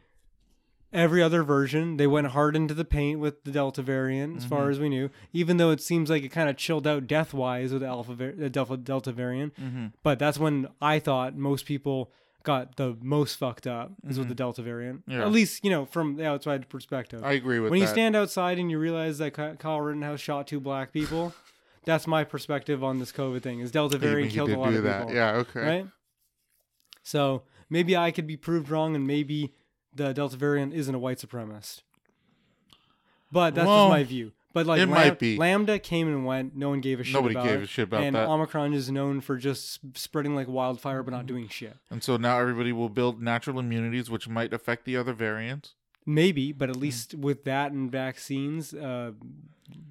Speaker 2: every other version. They went hard into the paint with the Delta variant, as
Speaker 1: Mm-hmm.
Speaker 2: far as we knew. Even though it seems like it kind of chilled out death wise with the Alpha var- the Delta Delta variant,
Speaker 1: Mm-hmm.
Speaker 2: but that's when I thought most people got the most fucked up is with the Delta variant.
Speaker 1: Mm-hmm. Yeah.
Speaker 2: At least you know from the outside perspective.
Speaker 1: I agree with
Speaker 2: when
Speaker 1: that.
Speaker 2: you stand outside and you realize that Ky- Kyle Rittenhouse shot two black people. That's my perspective on this COVID thing. Is Delta
Speaker 1: You mean
Speaker 2: variant
Speaker 1: he
Speaker 2: killed a
Speaker 1: did
Speaker 2: lot
Speaker 1: do
Speaker 2: of
Speaker 1: that.
Speaker 2: people?
Speaker 1: Yeah. Okay.
Speaker 2: right? So maybe I could be proved wrong, and maybe the Delta variant isn't a white supremacist. But that's
Speaker 1: Well,
Speaker 2: just my view. But like
Speaker 1: it
Speaker 2: Lam-
Speaker 1: might be.
Speaker 2: Lambda came and went. No one gave a shit.
Speaker 1: Nobody
Speaker 2: about
Speaker 1: gave
Speaker 2: it.
Speaker 1: a shit about
Speaker 2: and
Speaker 1: that. Mm-hmm.
Speaker 2: Omicron is known for just sp- spreading like wildfire, but not doing shit.
Speaker 1: And so now everybody will build natural immunities, which might affect the other variants.
Speaker 2: Maybe, but at
Speaker 1: Mm.
Speaker 2: least with that and vaccines, uh,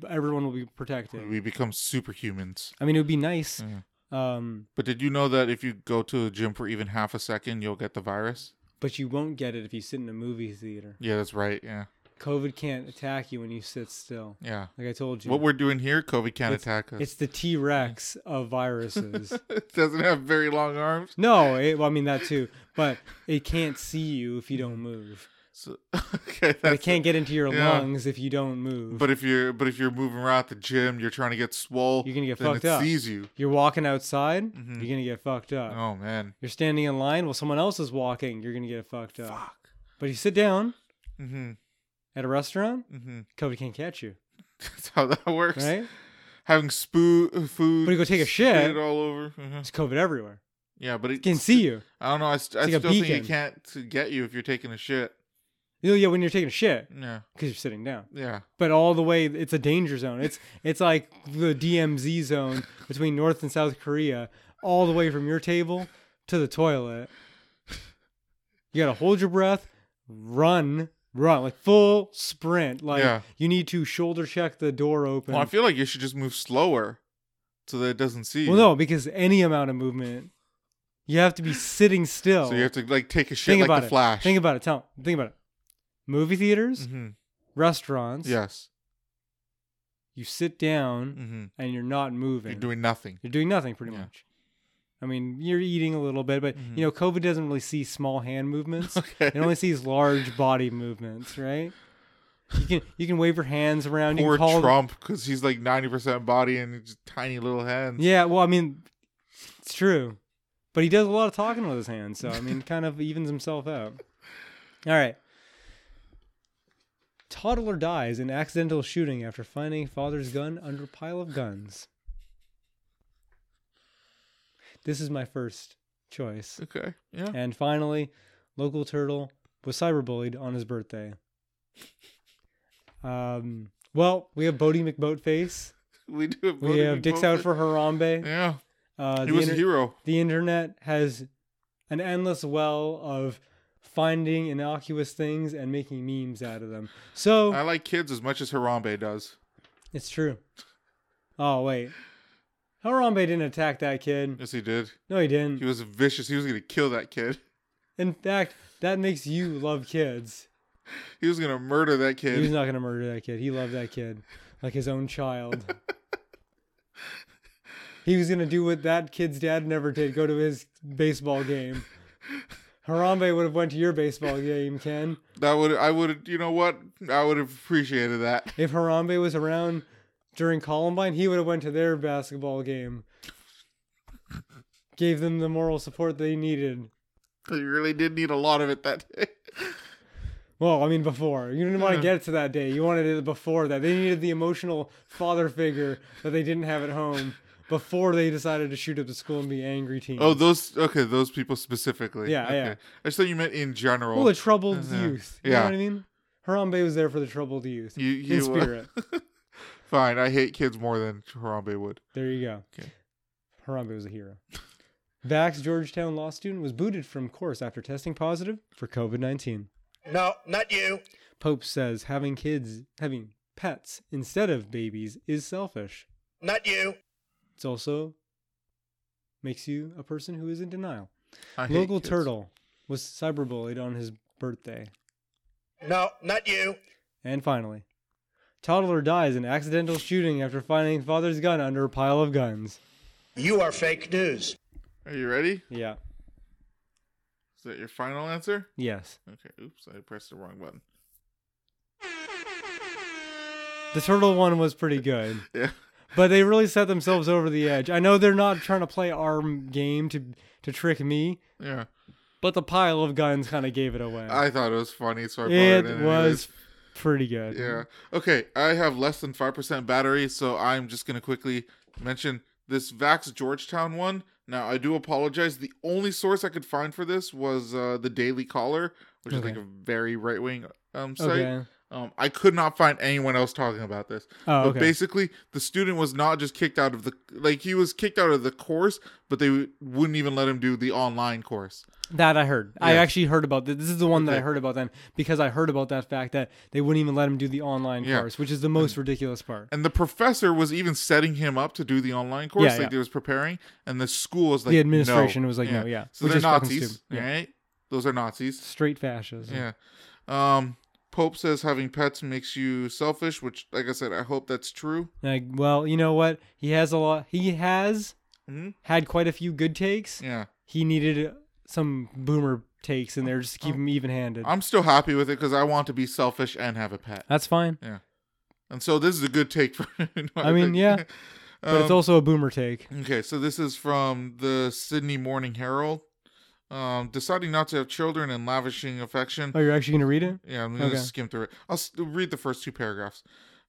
Speaker 2: everyone will be protected.
Speaker 1: We become superhumans.
Speaker 2: I mean, it would be nice.
Speaker 1: Mm-hmm.
Speaker 2: Um,
Speaker 1: But did you know that if you go to a gym for even half a second, you'll get the virus?
Speaker 2: but you won't get it if you sit in a movie theater.
Speaker 1: Yeah, that's right. Yeah.
Speaker 2: COVID can't attack you when you sit still.
Speaker 1: Yeah.
Speaker 2: Like I told you.
Speaker 1: What we're doing here, COVID can't attack us.
Speaker 2: It's the T Rex of viruses.
Speaker 1: it doesn't have very long arms.
Speaker 2: no, it, well, I mean that too, but it can't see you if you don't move.
Speaker 1: So, okay,
Speaker 2: But it
Speaker 1: that's
Speaker 2: can't get into your
Speaker 1: yeah.
Speaker 2: lungs if you don't move.
Speaker 1: But if you're but if you're moving around at the gym, you're trying to get swole.
Speaker 2: You're gonna get
Speaker 1: then
Speaker 2: fucked
Speaker 1: it
Speaker 2: up.
Speaker 1: Sees you. Mm-hmm.
Speaker 2: you're walking outside, you're gonna get fucked up.
Speaker 1: Oh man.
Speaker 2: You're standing in line while someone else is walking, you're gonna get fucked up. But if you sit down
Speaker 1: Mm-hmm.
Speaker 2: at a restaurant,
Speaker 1: Mm-hmm.
Speaker 2: COVID can't catch you,
Speaker 1: That's how that works.
Speaker 2: right?
Speaker 1: Having spoo food.
Speaker 2: But you go take a
Speaker 1: spit
Speaker 2: shit.
Speaker 1: all over. Mhm.
Speaker 2: It's COVID everywhere.
Speaker 1: Yeah, but it
Speaker 2: It can see you.
Speaker 1: I don't know. I, st- I
Speaker 2: like a
Speaker 1: still think it
Speaker 2: beacon.
Speaker 1: can't to get you if you're taking a shit.
Speaker 2: You know, yeah, when you're taking a shit
Speaker 1: Yeah,
Speaker 2: because you're sitting down.
Speaker 1: yeah.
Speaker 2: but all the way it's a danger zone. It's it's like the DMZ zone between North and South Korea, all the way from your table to the toilet. You gotta hold your breath, run, run like full sprint. Like
Speaker 1: Yeah.
Speaker 2: you need to shoulder check the door open.
Speaker 1: Well, I feel like you should just move slower, so that it doesn't see you.
Speaker 2: well, no, because any amount of movement, you have to be sitting still.
Speaker 1: So you have to like take a shit
Speaker 2: think
Speaker 1: like
Speaker 2: about
Speaker 1: the
Speaker 2: it.
Speaker 1: Flash.
Speaker 2: Think about it. Tell. Think about it. Movie theaters,
Speaker 1: hmm
Speaker 2: restaurants.
Speaker 1: Yes.
Speaker 2: You sit down
Speaker 1: hmm
Speaker 2: and you're not moving.
Speaker 1: You're doing nothing.
Speaker 2: You're doing nothing pretty
Speaker 1: Yeah. Mm-hmm.
Speaker 2: much. I mean, you're eating a little bit, but you know, COVID doesn't really see small hand movements.
Speaker 1: Okay.
Speaker 2: It only sees large body movements, right? You can you can wave your hands around. you
Speaker 1: Poor
Speaker 2: can call
Speaker 1: Trump, because he's like ninety percent body and just tiny little hands.
Speaker 2: Yeah, well, I mean, it's true, but he does a lot of talking with his hands, so I mean, kind of evens himself out. All right. Toddler dies in accidental shooting after finding father's gun under pile of guns. This is my first choice.
Speaker 1: Okay. Yeah.
Speaker 2: And finally, local turtle was cyberbullied on his birthday. Um, well, we have Bodie McBoatface.
Speaker 1: We do have.
Speaker 2: We have Dicks Out for Harambe.
Speaker 1: Yeah.
Speaker 2: Uh,
Speaker 1: He
Speaker 2: the
Speaker 1: was
Speaker 2: inter-
Speaker 1: a hero.
Speaker 2: the internet has an endless well of finding innocuous things and making memes out of them. So
Speaker 1: I like kids as much as Harambe does.
Speaker 2: it's true. Oh wait. Harambe didn't attack that kid.
Speaker 1: Yes, he did.
Speaker 2: No, he didn't.
Speaker 1: He was vicious. He was gonna kill that kid.
Speaker 2: In fact, that makes you love kids.
Speaker 1: He was gonna murder that
Speaker 2: He was
Speaker 1: kid.
Speaker 2: not going to murder that kid. He loved that kid like his own child. he was going to do what that kid's dad never did, go to his baseball game. Harambe would have went to your baseball game, Ken.
Speaker 1: That would. I would. You know what? I would have appreciated that.
Speaker 2: if Harambe was around during Columbine, he would have went to their basketball game. Gave them the moral support they needed.
Speaker 1: He really did need a lot of it that day.
Speaker 2: Well, I mean, before you didn't want
Speaker 1: Yeah.
Speaker 2: to get it to that day. You wanted it before that. They needed the emotional father figure that they didn't have at home before they decided to shoot up the school and be angry teens.
Speaker 1: Oh, those. Okay, those people specifically.
Speaker 2: Mm. Yeah,
Speaker 1: Okay.
Speaker 2: yeah.
Speaker 1: I just thought you meant in general.
Speaker 2: well, the troubled
Speaker 1: Yeah.
Speaker 2: youth. You know
Speaker 1: Yeah.
Speaker 2: what I mean? Harambe was there for the troubled youth
Speaker 1: you. You.
Speaker 2: in
Speaker 1: uh,
Speaker 2: spirit.
Speaker 1: Fine. I hate kids more than Harambe would.
Speaker 2: There you go.
Speaker 1: Okay.
Speaker 2: Harambe was a hero. Vax Georgetown law student was booted from course after testing positive for COVID 19.
Speaker 4: No, not you.
Speaker 2: Pope says having kids, having pets instead of babies is selfish.
Speaker 4: Not you.
Speaker 2: It's also makes you a person who is in denial.
Speaker 1: I hate
Speaker 2: Local
Speaker 1: kids.
Speaker 2: turtle was cyberbullied on his birthday.
Speaker 4: No, not you.
Speaker 2: And finally, toddler dies in accidental shooting after finding father's gun under a pile of guns.
Speaker 4: You are fake news.
Speaker 1: Are you ready?
Speaker 2: Yeah.
Speaker 1: Is that your final answer?
Speaker 2: Yes.
Speaker 1: Okay. Oops. I pressed the wrong button.
Speaker 2: The turtle one was pretty good.
Speaker 1: Yeah.
Speaker 2: but they really set themselves over the edge. I know they're not trying to play our m- game to to trick me,
Speaker 1: Yeah.
Speaker 2: but the pile of guns kind of gave it away.
Speaker 1: I thought it was funny, so I brought it,
Speaker 2: it
Speaker 1: in. anyways.
Speaker 2: was pretty good.
Speaker 1: Yeah. Okay, I have less than 5% battery, so I'm just going to quickly mention this Vax Georgetown one. Now, I do apologize. The only source I could find for this was uh, the Daily Caller, which is like
Speaker 2: Okay.
Speaker 1: a very right wing um, site.
Speaker 2: Okay.
Speaker 1: Um, I could not find anyone else talking about this.
Speaker 2: Oh,
Speaker 1: but
Speaker 2: okay.
Speaker 1: basically, the student was not just kicked out of the like he was kicked out of the course, but they wouldn't even let him do the online course.
Speaker 2: That I heard. I
Speaker 1: Yeah.
Speaker 2: actually heard about this. This is the one that I
Speaker 1: Okay.
Speaker 2: heard about then because I heard about that fact that they wouldn't even let him do the online
Speaker 1: Yeah.
Speaker 2: course, which is the most ridiculous part.
Speaker 1: And the professor was even setting him up to do the online course,
Speaker 2: Yeah,
Speaker 1: like
Speaker 2: yeah.
Speaker 1: he was preparing. And the school was like,
Speaker 2: The administration
Speaker 1: no.
Speaker 2: was like, no, yeah.
Speaker 1: So
Speaker 2: Which
Speaker 1: they're
Speaker 2: is fucking
Speaker 1: Nazis,
Speaker 2: stupid. Yeah.
Speaker 1: right? Those are Nazis.
Speaker 2: Straight fascism.
Speaker 1: Yeah. Um, Pope says having pets makes you selfish, which, like I said, I hope that's true.
Speaker 2: Like, well, you know what? He has a lot. He has
Speaker 1: Mhm.
Speaker 2: had quite a few good takes.
Speaker 1: Yeah. Oh,
Speaker 2: He needed some boomer takes in there just to keep him even-handed.
Speaker 1: I'm still happy with it because I want to be selfish and have a pet.
Speaker 2: That's fine,
Speaker 1: And so this is a good take for.
Speaker 2: I mean, yeah, but it's also a boomer take.
Speaker 1: Okay, so this is from the Sydney Morning Herald. Um, deciding not to have children and lavishing affection
Speaker 2: Oh, you're actually gonna read it?
Speaker 1: Yeah, I'm gonna
Speaker 2: Okay.
Speaker 1: skim through it. I'll s- read the first two paragraphs.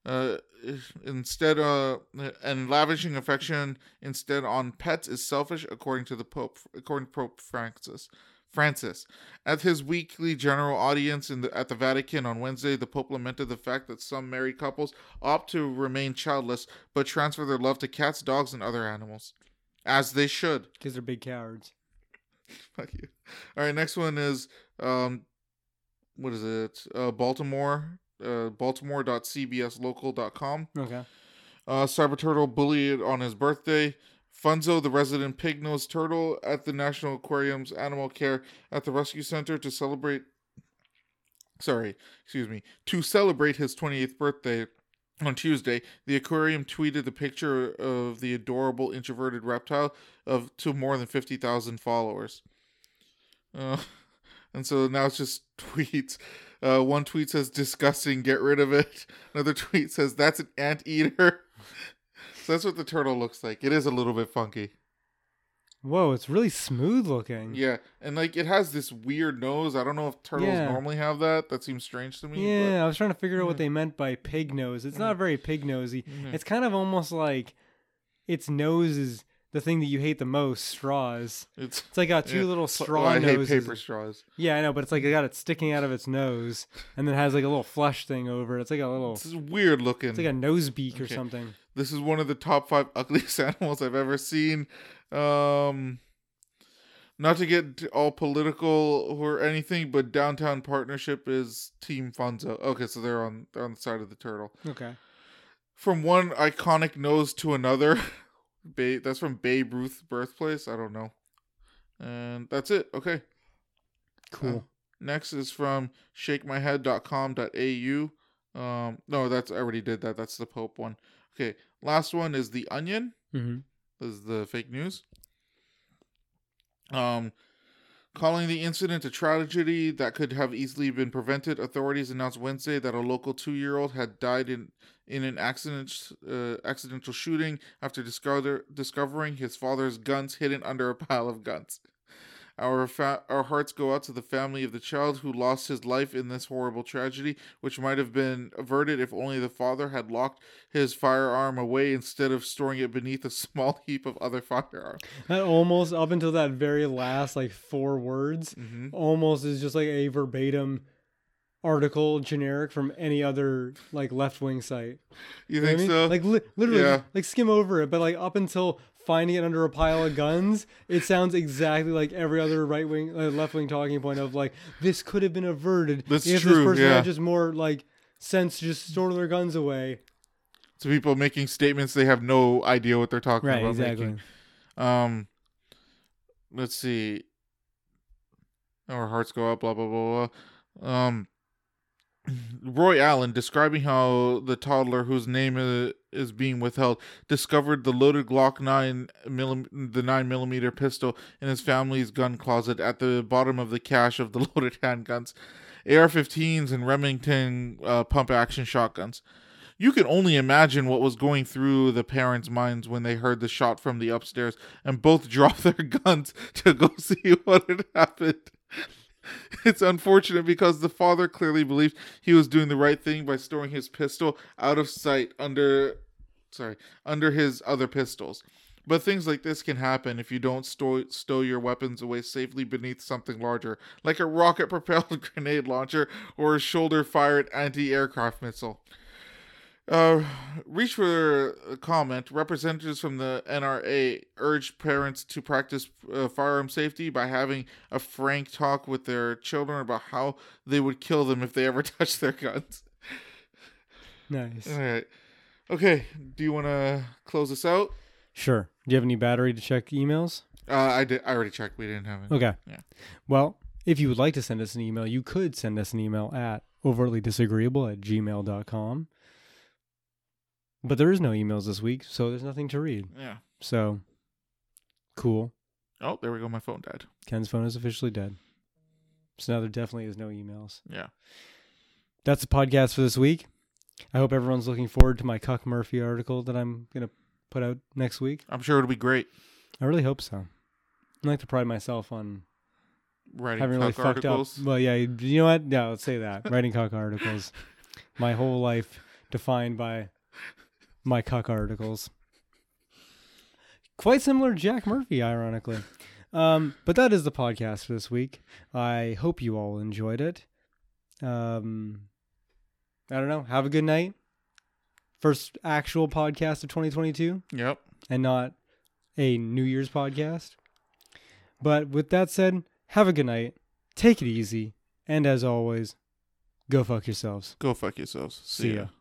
Speaker 1: Uh, if- instead, uh, and lavishing affection instead on pets is selfish, according to the Pope. According to Pope Francis, Francis, at his weekly general audience in the, at the Vatican on Wednesday, the Pope lamented the fact that some married couples opt to remain childless but transfer their love to cats, dogs, and other animals, as they should.
Speaker 2: Because they're big cowards.
Speaker 1: Fuck you. All right, next one is um, what is it? Uh, Baltimore. Uh, Baltimore.cbslocal.com.
Speaker 2: Okay.
Speaker 1: Uh, Cyber Turtle bullied on his birthday. Funzo, the resident pig nosed turtle at the National Aquarium's Animal Care at the Rescue Center to celebrate. Sorry, excuse me. To celebrate his 28th birthday on Tuesday, the aquarium tweeted the picture of the adorable introverted reptile of to more than 50,000 followers. Uh, and so now it's just tweets. Uh, one tweet says disgusting, get rid of it. Another tweet says that's an anteater. so that's what the turtle looks like. It is a little bit funky.
Speaker 2: Whoa, it's really smooth looking.
Speaker 1: Yeah, and like it has this weird nose. I don't know if turtles
Speaker 2: Yeah.
Speaker 1: normally have that. That seems strange to me.
Speaker 2: Yeah, I was trying to figure out what they meant by pig nose. It's not very pig nosy. It's kind of almost like its nose is the thing that you hate the most, straws.
Speaker 1: But it's
Speaker 2: It's like got two
Speaker 1: yeah.
Speaker 2: little
Speaker 1: So-
Speaker 2: straw
Speaker 1: I hate
Speaker 2: noses.
Speaker 1: paper straws.
Speaker 2: Yeah, I know, but it's like it got it sticking out of its nose and then has like a little flush thing over it. It's like a little
Speaker 1: This is weird looking.
Speaker 2: it's like a nose beak or
Speaker 1: Okay.
Speaker 2: something.
Speaker 1: this is one of the top five ugliest animals I've ever seen. Um, not to get all political or anything, but Downtown Partnership is Team Fonzo. Okay, so they're on they're on the side of the turtle.
Speaker 2: Okay.
Speaker 1: From one iconic nose to another. Ba- that's from Babe Ruth's birthplace. I don't know. And that's it. Okay. Uh,
Speaker 2: Cool.
Speaker 1: Next is from shakemyhead.com.au. Um, no, that's I already did that. That's the Pope one. Okay. Last one is the Onion.
Speaker 2: hmm
Speaker 1: This is the fake news. Um, calling the incident a tragedy that could have easily been prevented, authorities announced Wednesday that a local two-year-old had died in in an accident uh, accidental shooting after discover, discovering his father's guns hidden under a pile of guns. Our fa- our hearts go out to the family of the child who lost his life in this horrible tragedy, which might have been averted if only the father had locked his firearm away instead of storing it beneath a small heap of other firearms.
Speaker 2: That almost up until that very last like four words
Speaker 1: Mm-hmm.
Speaker 2: almost is just like a verbatim article generic from any other like left wing site.
Speaker 1: You
Speaker 2: You know
Speaker 1: think
Speaker 2: what I
Speaker 1: so?
Speaker 2: mean? Like li- literally,
Speaker 1: Yeah.
Speaker 2: like skim over it, but like up until finding it under a pile of guns, it sounds exactly like every other right wing, uh, left wing talking point of like this could have been averted
Speaker 1: That's
Speaker 2: if this
Speaker 1: true,
Speaker 2: person
Speaker 1: yeah.
Speaker 2: had just more like sense to just store their guns away.
Speaker 1: to people making statements they have no idea what they're talking about making. Um, let's see. Our hearts go up, blah, blah, blah, blah. Um, Roy Allen, describing how the toddler whose name is, is being withheld discovered the loaded Glock 9 millim- the 9 millimeter pistol in his family's gun closet at the bottom of the cache of the loaded handguns, AR 15s, and Remington uh, pump action shotguns. You can only imagine what was going through the parents' minds when they heard the shot from the upstairs and both dropped their guns to go see what had happened. It's unfortunate because the father clearly believed he was doing the right thing by storing his pistol out of sight under sorry, under his other pistols. But things like this can happen if you don't stow, stow your weapons away safely beneath something larger, like a rocket propelled grenade launcher or a shoulder fired anti aircraft missile. Uh, reach for a comment. Representatives from the NRA urged parents to practice uh, firearm safety by having a frank talk with their children about how they would kill them if they ever touched their guns.
Speaker 2: Nice.
Speaker 1: All right. Okay. Do you want to close this out?
Speaker 2: Sure. Do you have any battery to check emails?
Speaker 1: Uh, I did. I already checked. We didn't have it.
Speaker 2: Okay.
Speaker 1: Yeah.
Speaker 2: Well, if you would like to send us an email, you could send us an email at overtly disagreeable at gmail.com. But there is no emails this week, so there's nothing to read.
Speaker 1: Yeah.
Speaker 2: So cool.
Speaker 1: Oh, there we go. My phone died.
Speaker 2: Ken's phone is officially dead. So now there definitely is no emails.
Speaker 1: Yeah.
Speaker 2: That's the podcast for this week. I hope everyone's looking forward to my Cuck Murphy article that I'm going to put out next week.
Speaker 1: I'm sure it'll be great.
Speaker 2: I really hope so. I like to pride myself on
Speaker 1: Writing
Speaker 2: having really
Speaker 1: cock articles.
Speaker 2: fucked up. Well, yeah, you you know what? Yeah, let's say that. Writing cock articles. My whole life defined by my cock articles. Quite similar to Jack Murphy, ironically. Um, but that is the podcast for this week. I hope you all enjoyed it. Um, I don't know. Have a good night. First actual podcast of 2022
Speaker 1: Yep.
Speaker 2: and not a New Year's podcast. But with that said, have a good night. Take it easy. And as always, go fuck yourselves.
Speaker 1: Go fuck yourselves. See,
Speaker 2: See
Speaker 1: ya.
Speaker 2: ya.